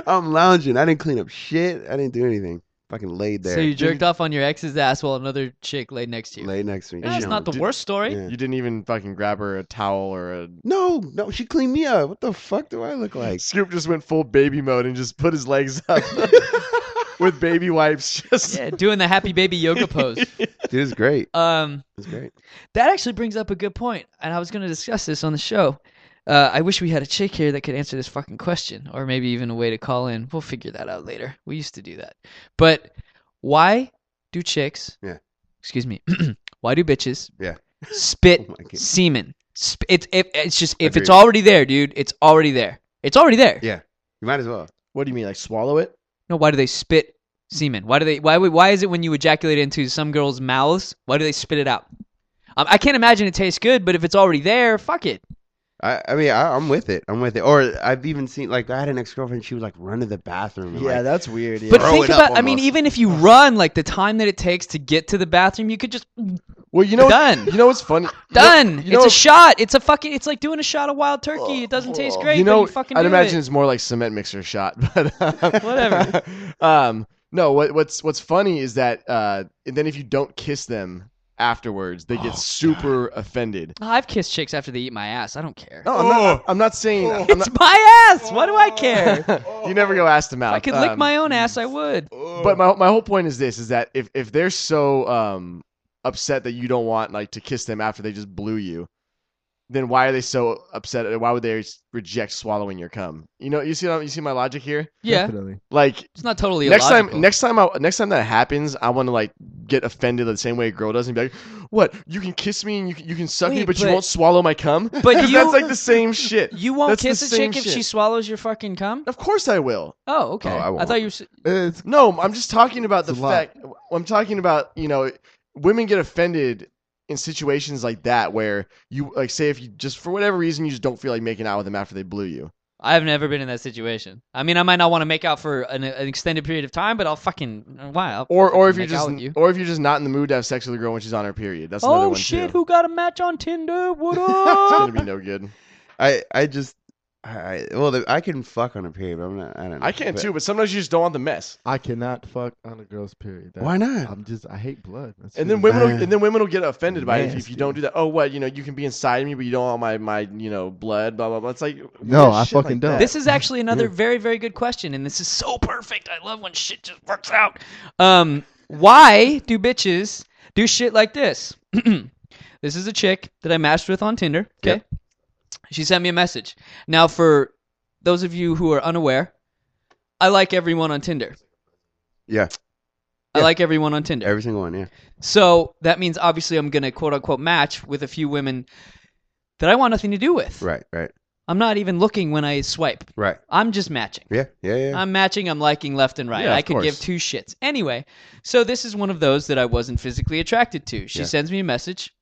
B: I'm lounging. I didn't clean up shit. I didn't do anything. Fucking laid there.
A: So you jerked off on your ex's ass while another chick lay next to you.
B: Lay next to me.
A: That's
B: chilling.
A: not the
E: Did-
A: worst story.
B: Yeah.
E: you didn't even fucking grab her a towel or a
B: No, no, she cleaned me up. What the fuck do I look like?
E: Scoop just went full baby mode and just put his legs up with baby wipes. Just
A: Yeah, doing the happy baby yoga pose.
B: Dude, it's great.
A: Um,
B: It's great.
A: That actually brings up a good point, and I was going to discuss this on the show. Uh, I wish we had a chick here that could answer this fucking question, or maybe even a way to call in. We'll figure that out later. We used to do that, but why do chicks?
B: Yeah.
A: Excuse me. why do bitches?
B: Yeah.
A: Spit
B: Oh my God.
A: semen. Sp- it's if it's just if it's
B: Agreed.
A: already there, dude. It's already there. It's already there.
B: Yeah. You might as well.
E: what do you mean, like swallow it?
A: No, why do they spit semen? Why do they? Why would? Why is it when you ejaculate into some girls' mouths? Why do they spit it out? Um, I can't imagine it tastes good, but if it's already there, fuck it.
B: I, I mean, I, I'm with it. I'm with it. Or I've even seen, like, I had an ex girlfriend. She would, like, run to the bathroom. And,
F: Yeah,
B: like,
F: that's weird. Yeah.
A: But
B: Throw
A: think
B: it up
A: about. I mean,
B: almost.
A: even if you run, like the time that it takes to get to the bathroom, you could just
E: Well, you know,
A: Done.
E: You know what's funny?
A: done.
E: you know- Oh,
A: it's a shot. It's a fucking. It's like doing a shot of wild turkey. It doesn't taste great.
E: you know,
A: but you fucking.
E: I'd
A: do
E: imagine
A: It.
E: it's more like cement mixer shot, but um,
A: Whatever.
E: um, no, what, what's what's funny is that uh, and then if you don't kiss them afterwards, they get super offended.
A: Oh, I've kissed chicks after they eat my ass. I don't care.
E: No, I'm not. I'm not saying. I'm
A: it's my ass. Why do I care? if
E: not, you never go ask them out.
A: I could lick
E: Um,
A: my own ass. I would.
B: Oh.
E: But my my whole point is this: is that if if they're so um upset that you don't want like to kiss them after they just blew you, then why are they so upset? Why would they reject swallowing your cum? You know, you see you see my logic here.
A: Yeah,
D: Definitely.
E: Like
A: it's not totally.
E: next time,
A: illogical.
E: next time, I, next time that happens, I want to like get offended the same way a girl does and be like, "What? You can kiss me and you can, you can suck me,
A: Wait,
E: but,
A: but-
E: you won't swallow my cum."
A: But
E: 'Cause
A: you-
E: that's like the same shit.
A: You won't
E: That's the
A: kiss a
E: same
A: chick if
E: shit.
A: she swallows your fucking cum?
E: Of course, I will.
A: Oh, okay.
B: Oh, I
A: I,
B: won't.
A: thought you were. s-
D: It's
E: No, I'm just talking about the
D: It's a lot.
E: fact. I'm talking about you know, women get offended in situations like that where you like say if you just for whatever reason you just don't feel like making out with them after they blew you.
A: I've never been in that situation. I mean, I might not want to make out for an, an extended period of time, but I'll fucking why? I'll
E: Or or if
A: fucking
E: you're
A: make out
E: just
A: with you.
E: or if you're just not in the mood to have sex with a girl when she's on her period. That's another
A: oh
E: one
A: shit,
E: too.
A: who got a match on Tinder? What
E: It's
A: up?
E: gonna be no good.
B: I I just I I- well the, I can fuck on a period, but I'm not. I don't. Know,
E: I can
B: But-
E: too, but sometimes you just don't want the mess.
D: I cannot fuck on a girl's period. That-
B: Why not?
D: I'm just I hate blood. That's
E: And then
D: it.
E: women, will, and then women will get offended by it if, if
D: Nasty.
E: you don't do that. Oh, what you know, you can be inside of me, but you don't want my my you know blood. Blah blah blah. It's like
D: No,
E: weird
D: I
E: shit like
D: fucking
E: that.
D: don't.
A: This is actually another very, very good question, and this is so perfect. I love when shit just works out. Um, why do bitches do shit like this? this is a chick that I matched with on Tinder. Okay, she sent me a message. Now, for those of you who are unaware, I like everyone on Tinder.
B: Yeah,
A: I like everyone on Tinder.
B: every single one. Yeah.
A: So that means obviously I'm gonna quote unquote match with a few women that I want nothing to do with.
B: Right. Right.
A: I'm not even looking when I swipe.
B: Right.
A: I'm just matching.
B: Yeah. Yeah. Yeah.
A: I'm matching, I'm liking left and right.
E: Yeah, of
A: I could give
E: course.
A: two shits. Anyway, so this is one of those that I wasn't physically attracted to. She
B: Yeah.
A: sends me a message.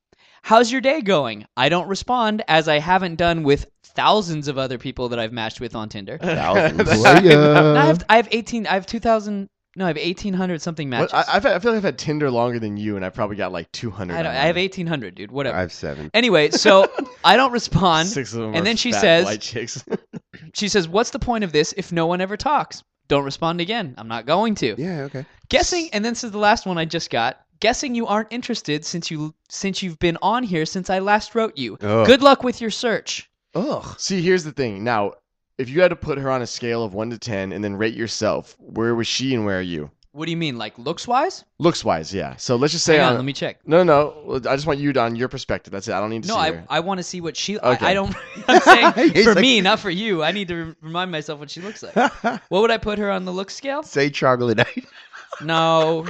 A: How's your day going? I don't respond as I haven't done with thousands of other people that I've matched with on Tinder.
B: Thousands.
D: Well,
A: And I
E: Uh,
D: yeah.
A: have I have 18 I have 2000 no, I have 1800 something matches.
E: What- I, I've had- I feel like I've had Tinder longer than you, and I probably got like two hundred.
A: I don't I have 1800, dude. Whatever.
B: I have seven.
A: Anyway, so I don't respond.
E: Six of them,
A: and
E: are
A: then she
E: fat
A: says-
E: white chicks.
A: She says, "What's the point of this if no one ever talks?" Don't respond again. I'm not going to.
B: Yeah. Okay.
A: Guessing, and then this is the last one I just got. Guessing you aren't interested since you since you've been on here since I last wrote you.
E: Oh.
B: Ugh.
A: Good luck with your search.
E: Ugh. See, here's the thing. Now, if you had to put her on a scale of one to ten and then rate yourself, where was she and where are you?
A: What do you mean, like looks wise?
E: Looks wise, yeah. So let's just say
A: Hang on,
E: on-
A: let me check.
E: No, no. well, I just want you to- on your perspective. That's it. I don't need to
A: No,
E: see
A: I
E: her.
A: I want to see what she.
E: Okay.
A: I, I don't. I'm saying
B: He's
A: for
B: like-
A: me, not for you. I need to re- remind myself what she looks like. What would I put her on the look scale?
B: Oh. Say troglodyte.
A: No,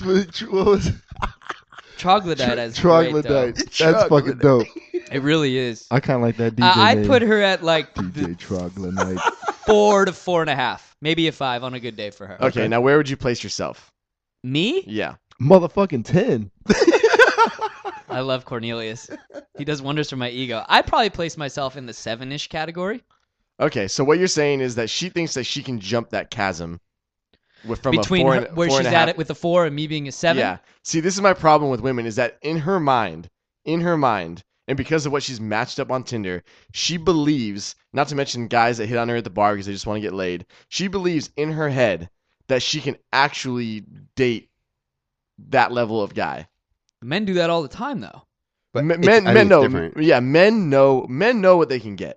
D: what was
A: troglodyte is
D: troglodyte?
A: Great,
D: That's fucking
A: though.
D: dope.
A: it really is.
D: I kind of like that DJ.
A: Uh, I'd
D: name.
A: put her at like the
D: DJ Troglodyte.
A: four to four and a half, maybe a five on a good day for her.
E: Okay, now where would you place yourself?
A: Me?
E: Yeah.
D: Motherfucking ten.
A: I love Cornelius. He does wonders for my ego. I'd probably place myself in the seven ish category.
E: Okay, so what you're saying is that she thinks that she can jump that chasm with from
A: between
E: a four
A: her-
E: and,
A: where
E: four
A: she's
E: and
A: at
E: a half-
A: it with a four and me being a seven.
E: Yeah. See, this is my problem with women is that in her mind, in her mind, and because of what she's matched up on Tinder, she believes, not to mention guys that hit on her at the bar because they just want to get laid, she believes in her head that she can actually date that level of guy.
A: Men do that all the time, though.
B: But
E: men,
B: it's-
E: men,
B: I
E: men
B: think
E: know,
B: it's different.
E: yeah, men know, men know what they can get.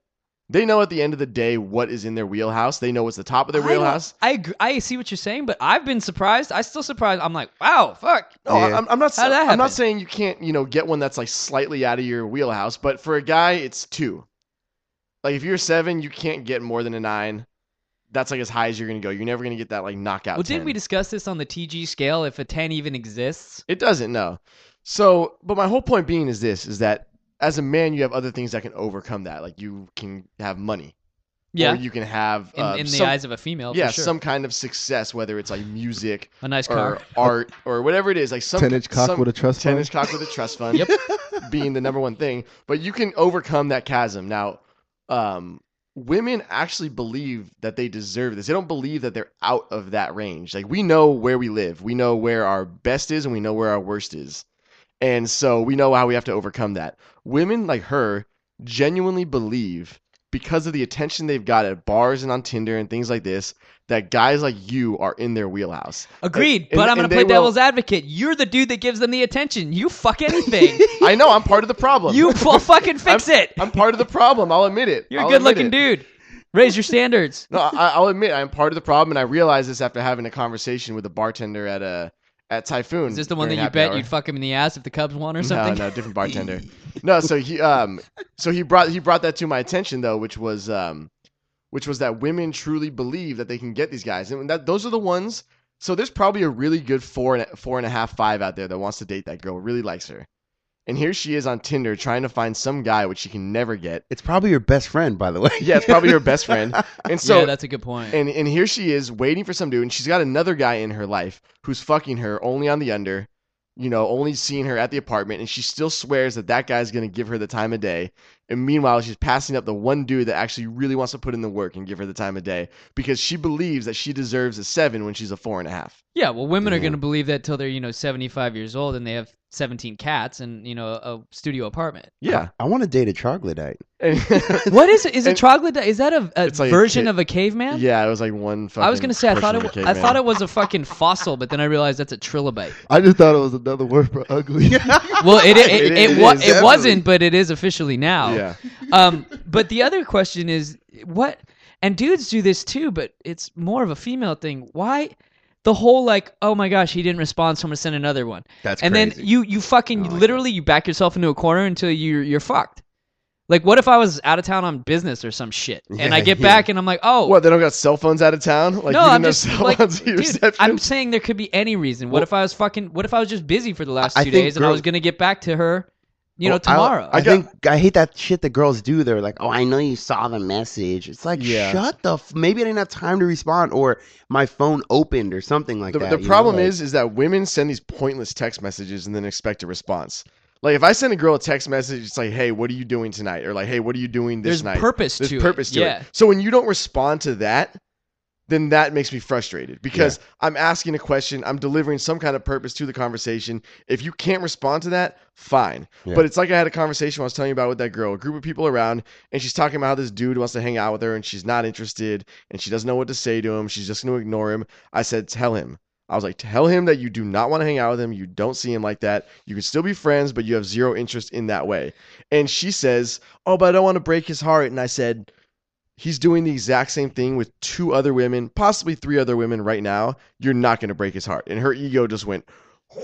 E: They know at the end of the day what is in their wheelhouse. They know what's the top of their
A: I don't-
E: wheelhouse.
A: I, agree, I see what you're saying, but I've been surprised. I still surprised. I'm like, wow, fuck.
E: No,
B: Yeah.
E: I- Oh, I'm, I'm not.
A: How did that
E: I'm
A: happen?
E: not saying you can't, you know, get one that's like slightly out of your wheelhouse. But for a guy, it's two. Like if you're seven, you can't get more than a nine. That's like as high as you're gonna go. You're never gonna get that like knockout.
A: Well, didn't
E: 10.
A: we discuss this on the TG scale? If a ten even exists,
E: It doesn't, no. So, but my whole point being is this is that as a man, you have other things that can overcome that. Like you can have money.
A: yeah,
E: Or you can have
A: in,
E: uh,
A: in the
E: some-
A: eyes of a female,
E: yeah,
A: for sure.
E: some uh, kind of success, whether it's like music
A: a nice car.
E: or art or whatever it is, like some
D: Ten inch cock
E: some-
D: with a trust
E: ten
D: fund.
E: inch cock with a trust fund.
A: Yep.
E: being the number one thing, but you can overcome that chasm. Now, um, women actually believe that they deserve this. They don't believe that they're out of that range. Like we know where we live, we know where our best is, and we know where our worst is, and so we know how we have to overcome that. Women like her genuinely believe because of the attention they've got at bars and on Tinder and things like this that guys like you are in their wheelhouse.
A: Agreed,
E: and-
A: but I'm
E: and
A: gonna
E: they
A: play
E: will-
A: devil's advocate. You're the dude that gives them the attention. You fuck anything.
E: I know I'm part of the problem.
A: you fu- fucking fix
E: I'm-
A: it.
E: I'm part of the problem. I'll admit it.
A: You're a
E: I'll
A: good
E: admit
A: looking
E: it.
A: dude. Raise your standards.
E: No, I, I'll admit I'm part of the problem, and I realized this after having a conversation with a bartender at a at Typhoon.
A: Is this the one that
E: during
A: you
E: happy
A: bet
E: hour.
A: you'd fuck him in the ass if the Cubs won or something?
E: No, no, different bartender. no, so he um, so he brought he brought that to my attention though, which was um, which was that women truly believe that they can get these guys, and that those are the ones. So there's probably a really good four and four and a half five out there that wants to date that girl, really likes her, and here she is on Tinder trying to find some guy which she can never get.
B: It's probably your best friend, by the way.
E: Yeah, it's probably her best friend, and so
A: yeah, that's a good point.
E: and and here she is waiting for some dude, and she's got another guy in her life who's fucking her only on the under, you know, only seeing her at the apartment, and she still swears that that guy's gonna give her the time of day. And meanwhile, she's passing up the one dude that actually really wants to put in the work and give her the time of day because she believes that she deserves a seven when she's a four and a half.
A: Yeah, well, women are
B: Yeah.
A: going to believe that till they're you know seventy five years old and they have seventeen cats and you know a studio apartment.
E: Yeah.
B: I want to date a troglodyte.
E: And-
A: What is it? Is it
E: And-
A: troglodyte? Is that a, a
E: It's like a
A: version
E: ca-
A: of a caveman?
E: yeah, it was like one fucking.
A: I was gonna say I thought it. w-
E: version of
A: I
E: a
A: thought
E: caveman.
A: it was a fucking fossil, but then I realized that's a trilobite.
D: I just thought it was another word for ugly.
A: Well, it it it,
E: It
A: it,
E: is,
A: wa- it
E: definitely.
A: wasn't, but it is officially now.
E: Yeah.
A: Um, but the other question is what? And dudes do this too, but it's more of a female thing. Why? The whole like, oh my gosh, he didn't respond, so I'm gonna send another one.
B: That's
A: and
B: crazy.
A: then you you fucking
B: I like
A: literally you back yourself into a corner until you're you're fucked. Like, what if I was out of town on business or some shit, and I
B: Yeah,
A: get
B: yeah.
A: back and I'm like, oh,
E: What? They don't got cell phones out of town? Like,
A: no,
E: you didn't
A: I'm
E: have
A: just
E: cell
A: like,
E: phones at your
A: dude,
E: reception?
A: I'm saying there could be any reason. What
B: Well-
A: if I was fucking? What if I was just busy for the last two
B: I think
A: days and I was
B: girl-
A: gonna get back to her, you know,
B: Well, I-
A: tomorrow?
B: I,
E: Oh, I got-
B: think I hate that shit that girls do. They're like, "Oh, I know you saw the message." It's like,
E: Yeah.
B: shut the. F- maybe I didn't have time to respond, or my phone opened, or something like
E: the,
B: that.
E: the
B: you know,
E: problem
B: like-
E: is is that women send these pointless text messages and then expect a response like if i send a girl a text message it's like hey what are you doing tonight or like hey what are you doing this
A: There's
E: night
A: purpose
E: there's
A: to
E: purpose
A: it.
E: to
A: yeah.
E: it so when you don't respond to that then that makes me frustrated because i'm asking a question i'm delivering some kind of purpose to the conversation if you can't respond to that fine
B: Yeah.
E: but it's like i had a conversation i was telling you about with that girl a group of people around and she's talking about how this dude wants to hang out with her and she's not interested and she doesn't know what to say to him she's just going to ignore him i said tell him I was like, tell him that you do not want to hang out with him. You don't see him like that. You can still be friends, but you have zero interest in that way. And she says, Oh, but I don't want to break his heart. And I said, He's doing the exact same thing with two other women, possibly three other women right now. You're not going to break his heart. And her ego just went,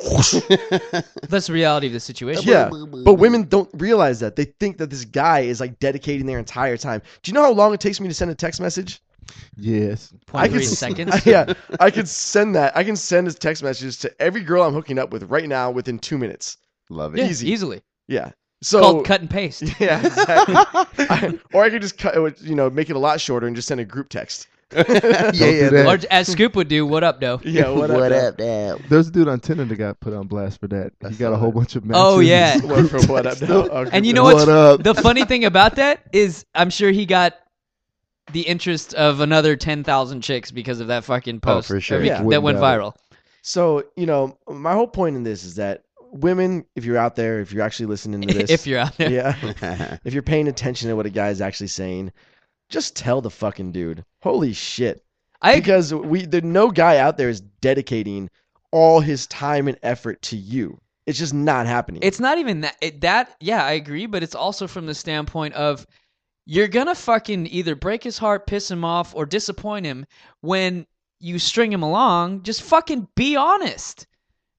A: That's the reality of the situation.
E: Yeah. But women don't realize that. They think that this guy is like dedicating their entire time. Do you know how long it takes me to send a text message?
D: yes.
E: I
A: Point
E: can
A: three
E: s-
A: seconds.
E: yeah, I can send that. I can send his text messages to every girl I'm hooking up with right now within two minutes.
B: love
A: Yeah,
B: it.
E: easy.
A: easily.
E: Yeah.
A: So,
E: So
A: Called cut and paste.
E: Yeah, exactly. I- or I could just cut, it would, you know, make it a lot shorter and just send a group text.
B: yeah,
D: do
B: yeah.
D: that.
A: Or as Scoop would do, what up, though?
E: Yeah,
B: what,
E: what, up,
B: up, dad?
D: There's a dude on Tinder that got put on blast for that.
B: I
D: He got a
B: saw
D: whole
B: that.
D: bunch of matches.
A: Oh, yeah.
E: though? What, for what up, though? Oh,
A: And
E: group
A: you know what's
E: text.
D: What up?
A: the funny thing about that is I'm sure he got the interest of another 10,000 chicks because of that fucking
B: Oh,
A: post
B: for sure.
A: every-
E: Yeah.
A: that went
D: Wouldn't
A: viral.
E: So you know, my whole point in this is that women, if you're out there, if you're actually listening to this,
A: if you're out there.
E: yeah, if you're paying attention to what a guy's actually saying, just tell the fucking dude. Holy shit!
A: I
E: because we there no guy out there is dedicating all his time and effort to you. It's just not happening.
A: It's not even that. It, that yeah, I agree, but it's also from the standpoint of you're gonna fucking either break his heart, piss him off, or disappoint him when you string him along. Just fucking be honest.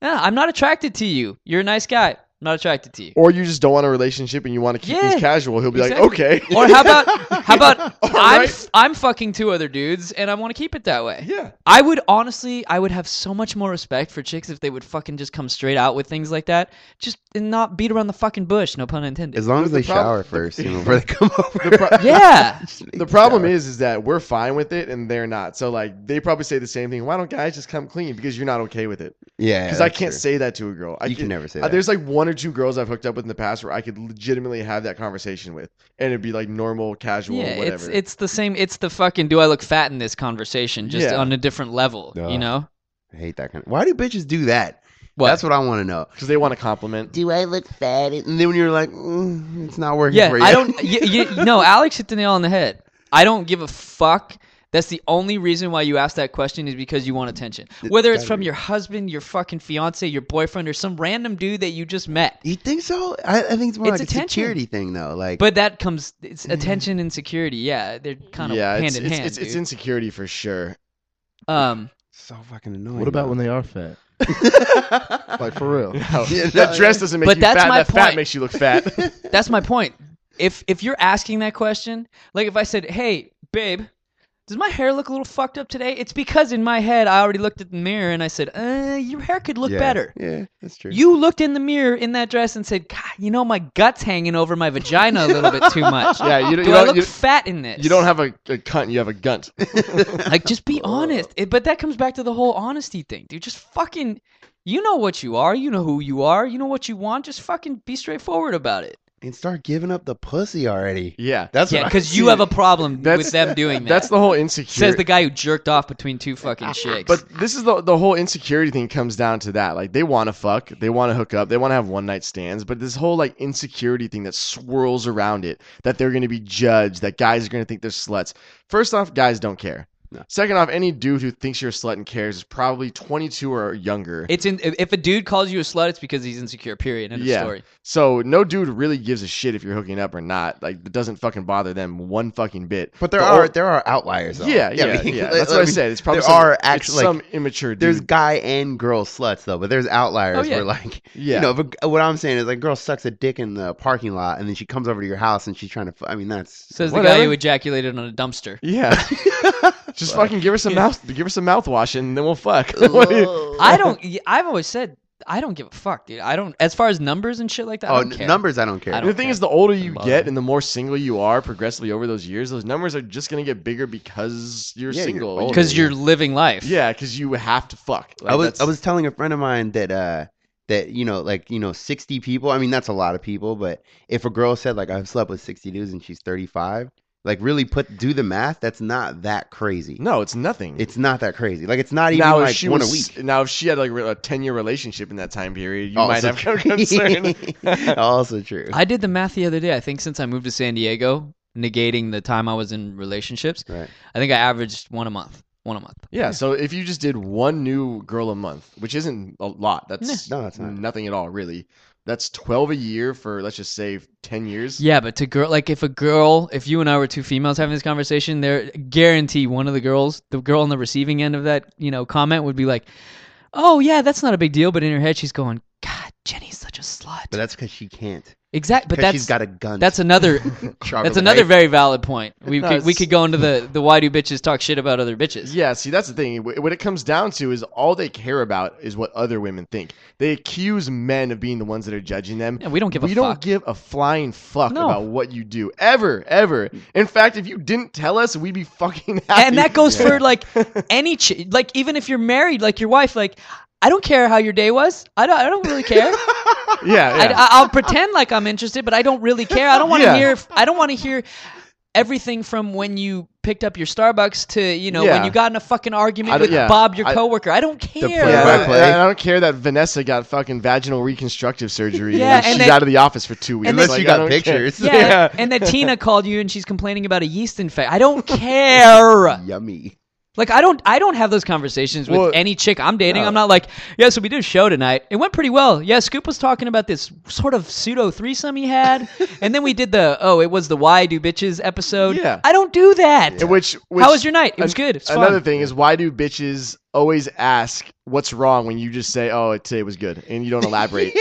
A: Yeah, I'm not attracted to you. You're a nice guy. I'm not attracted to you.
E: or you just don't want a relationship and you want to keep
A: Yeah,
E: things casual. He'll be
A: exactly.
E: like, okay.
A: Or how about how about
E: All
A: I'm
E: right.
A: f- I'm fucking two other dudes and I want to keep it that way.
E: yeah.
A: I would honestly, I would have so much more respect for chicks if they would fucking just come straight out with things like that, just and not beat around the fucking bush. No pun intended.
B: As long as
E: The
B: they
E: problem-
B: shower first you know, before they come over.
A: yeah.
E: The problem
B: Shower.
E: is, is that we're fine with it and they're not. So like, they probably say the same thing. Why don't guys just come clean? Because you're not okay with it.
B: yeah,
E: Because I
B: that's
E: can't
B: true.
E: say that to a girl. I
B: you can
E: can't-
B: never say
E: Uh,
B: that.
E: There's like one or two girls I've hooked up with in the past where I could legitimately have that conversation with, and it'd be like normal, casual,
A: Yeah,
E: whatever.
A: it's it's the same. It's the fucking do I look fat in this conversation, just
E: Yeah.
A: on a different level.
B: Duh.
A: You know
B: I hate that kind of. Why do bitches do that?
A: what?
B: That's what I want to know.
E: because they want to compliment.
B: Do I look fat? And then when you're like, mm, it's not working
A: yeah,
B: for you.
A: I don't. y y no, Alex hit the nail on the head. I don't give a fuck. That's the only reason why you ask that question is because you want attention. Whether it's
B: gotta
A: from
B: be.
A: your husband, your fucking fiance, your boyfriend, or some random dude that you just met.
B: You think so? I, I think it's more
A: It's
B: like
A: attention.
B: a security thing, though. Like,
A: But that comes it's attention and security. Yeah, they're kind of
E: Mm-hmm. yeah,
A: hand
E: it's,
A: in
E: it's,
A: hand.
E: It's, it's
A: dude.
E: insecurity for sure.
A: um,
B: so fucking annoying.
D: What about when they are fat? Like for real.
E: No,
B: Yeah,
E: that
B: no,
E: dress doesn't make
A: But
E: you
A: that's
E: fat.
A: my
E: that fat
A: point.
E: makes you look fat.
A: That's my point. If if you're asking that question, like if I said, "Hey, babe, does my hair look a little fucked up today?" It's because in my head I already looked at the mirror and I said, "Uh, your hair could look
B: Yeah.
A: better."
B: Yeah, that's true.
A: You looked in the mirror in that dress and said, "God, you know my guts hanging over my vagina a little bit too much.
E: yeah,
A: Do
E: you, don't- you
A: I
E: don't,
A: look
E: you,
A: fat in this?"
E: you don't have Oh. a, a cunt. You have a gunt.
A: like just be honest. It, but that comes back to the whole honesty thing, dude. Just fucking, you know what you are. You know who you are. You know what you want. Just fucking be straightforward about it.
B: and start giving up the pussy already.
E: Yeah.
B: That's
A: yeah,
B: what I
A: because you
B: see.
A: have a problem
E: That's-
A: with them doing that.
E: That's the whole insecurity.
A: says the guy who jerked off between two fucking chicks.
E: But this is the the whole insecurity thing comes down to that. Like they want to fuck, they want to hook up, they want to have one night stands, but this whole like insecurity thing that swirls around it, that they're going to be judged, that guys are going to think they're sluts. First off, guys don't care.
B: No.
E: Second off, any dude who thinks you're a slut and cares is probably 22 or younger.
A: it's in if if a dude calls you a slut, it's because he's insecure. Period. End of
E: Yeah.
A: story.
E: so no dude really gives a shit if you're hooking up or not. Like it doesn't fucking bother them one fucking bit.
B: But there
E: The
B: are
E: old-
B: there are outliers. Though.
E: yeah,
B: I
E: yeah, yeah.
B: mean,
E: That's
B: I
E: what I
B: mean,
E: said. It's probably
B: there
E: some,
B: are
E: it's
B: actually-
E: some immature dude.
B: There's guy and girl sluts though, but there's outliers
A: Oh, yeah.
B: where like
E: yeah.
B: you know. But what I'm saying is like, girl sucks a dick in the parking lot, and then she comes over to your house and she's trying to. fu- I mean, that's
A: Says the guy
E: Whatever.
A: who ejaculated on a dumpster.
E: Yeah. Just fucking give her some mouth give her some mouthwash and then we'll fuck. What do you-
A: I don't. y- I've always said I don't give a fuck, dude. I don't. As far as numbers and shit like that, I
B: oh,
A: don't
B: n-
A: care.
B: numbers, I don't care.
A: I
E: the
A: don't
E: thing
A: care.
E: is the older you
A: Doesn't bother
E: get
A: me.
E: and the more single you are progressively over those years, those numbers are just gonna get bigger because you're
B: Yeah, you're-
E: single.
B: well,
A: because you're living life.
E: Yeah, because you have to fuck. Like,
B: I was
E: that's-
B: I was telling a friend of mine that uh that you know like you know 60 people I mean that's a lot of people but if a girl said like I've slept with 60 dudes and she's 35 like really put do the math that's not that crazy
E: No, it's nothing.
B: it's not that crazy like it's not even
E: now
B: like
E: if she
B: one
E: was,
B: a week Oh,
E: Now if she had like a ten year relationship in that time period, you might
B: Also
E: have no concern.
B: true. also true
A: I did the math the other day. I think since I moved to San Diego, negating the time I was in relationships,
B: right
A: I think I averaged one a month. One a month.
E: yeah, so if you just did one new girl a month, which isn't a lot, that's,
B: No, that's not.
E: nothing at all, really. That's twelve a year for let's just say ten years.
A: Yeah, but to girl, like if a girl, if you and I were two females having this conversation, there guarantee one of the girls, the girl on the receiving end of that, you know, comment would be like, "Oh yeah, that's not a big deal," but in her head she's going, "God, Jenny's such a slut."
B: but that's because she can't
A: exactly. But
B: 'Cause
A: that's
B: she's got a gun
A: that's another that's another very valid point. We
E: No,
A: could, we
E: it's-
A: could go into the the why do bitches talk shit about other bitches?
E: Yeah, see, that's the thing. Wh- What it comes down to is all they care about is what other women think. They accuse men of being the ones that are judging them.
A: Yeah, we don't give a
E: we don't
A: fuck.
E: give a flying fuck
A: No.
E: about what you do ever, ever. In fact, if you didn't tell us, we'd be fucking happy.
A: and that goes for like any ch- like even if you're married, like your wife, like I don't care how your day was. I don't I don't really care. I,
E: yeah, yeah.
A: I- I'll pretend like I'm interested, but I don't really care. I don't want to
E: Yeah.
A: hear. I don't want to hear everything from when you picked up your Starbucks to you know when
E: Yeah.
A: you got in a fucking
E: I
A: argument
E: don't-
A: with
E: yeah.
A: Bob, your
E: I-
A: coworker. I, don't care.
B: play
E: Yeah,
B: by
E: and I-
B: play.
E: and I don't care that Vanessa got fucking vaginal reconstructive surgery.
A: Yeah,
E: and
A: and
E: she's
A: that-
E: out of the office for two weeks.
B: unless
E: Like,
B: you
E: I
B: got
E: don't care.
B: pictures
A: Yeah,
E: Yeah.
A: and then Tina called you and she's complaining about a yeast infection. I don't care.
B: yummy
A: Like I don't I don't have those conversations with
E: Well,
A: any chick I'm dating.
E: no.
A: I'm not like, yeah, so we did a show tonight. It went pretty well. Yeah, Scoop was talking about this sort of pseudo threesome he had. and then we did the oh, it was the why do bitches episode.
E: Yeah.
A: I don't do that.
E: And Which, which
A: How was your night? It was
E: an-
A: good. It was fun.
E: Another thing is why do bitches always ask what's wrong when you just say, "Oh, today was good," and you don't elaborate.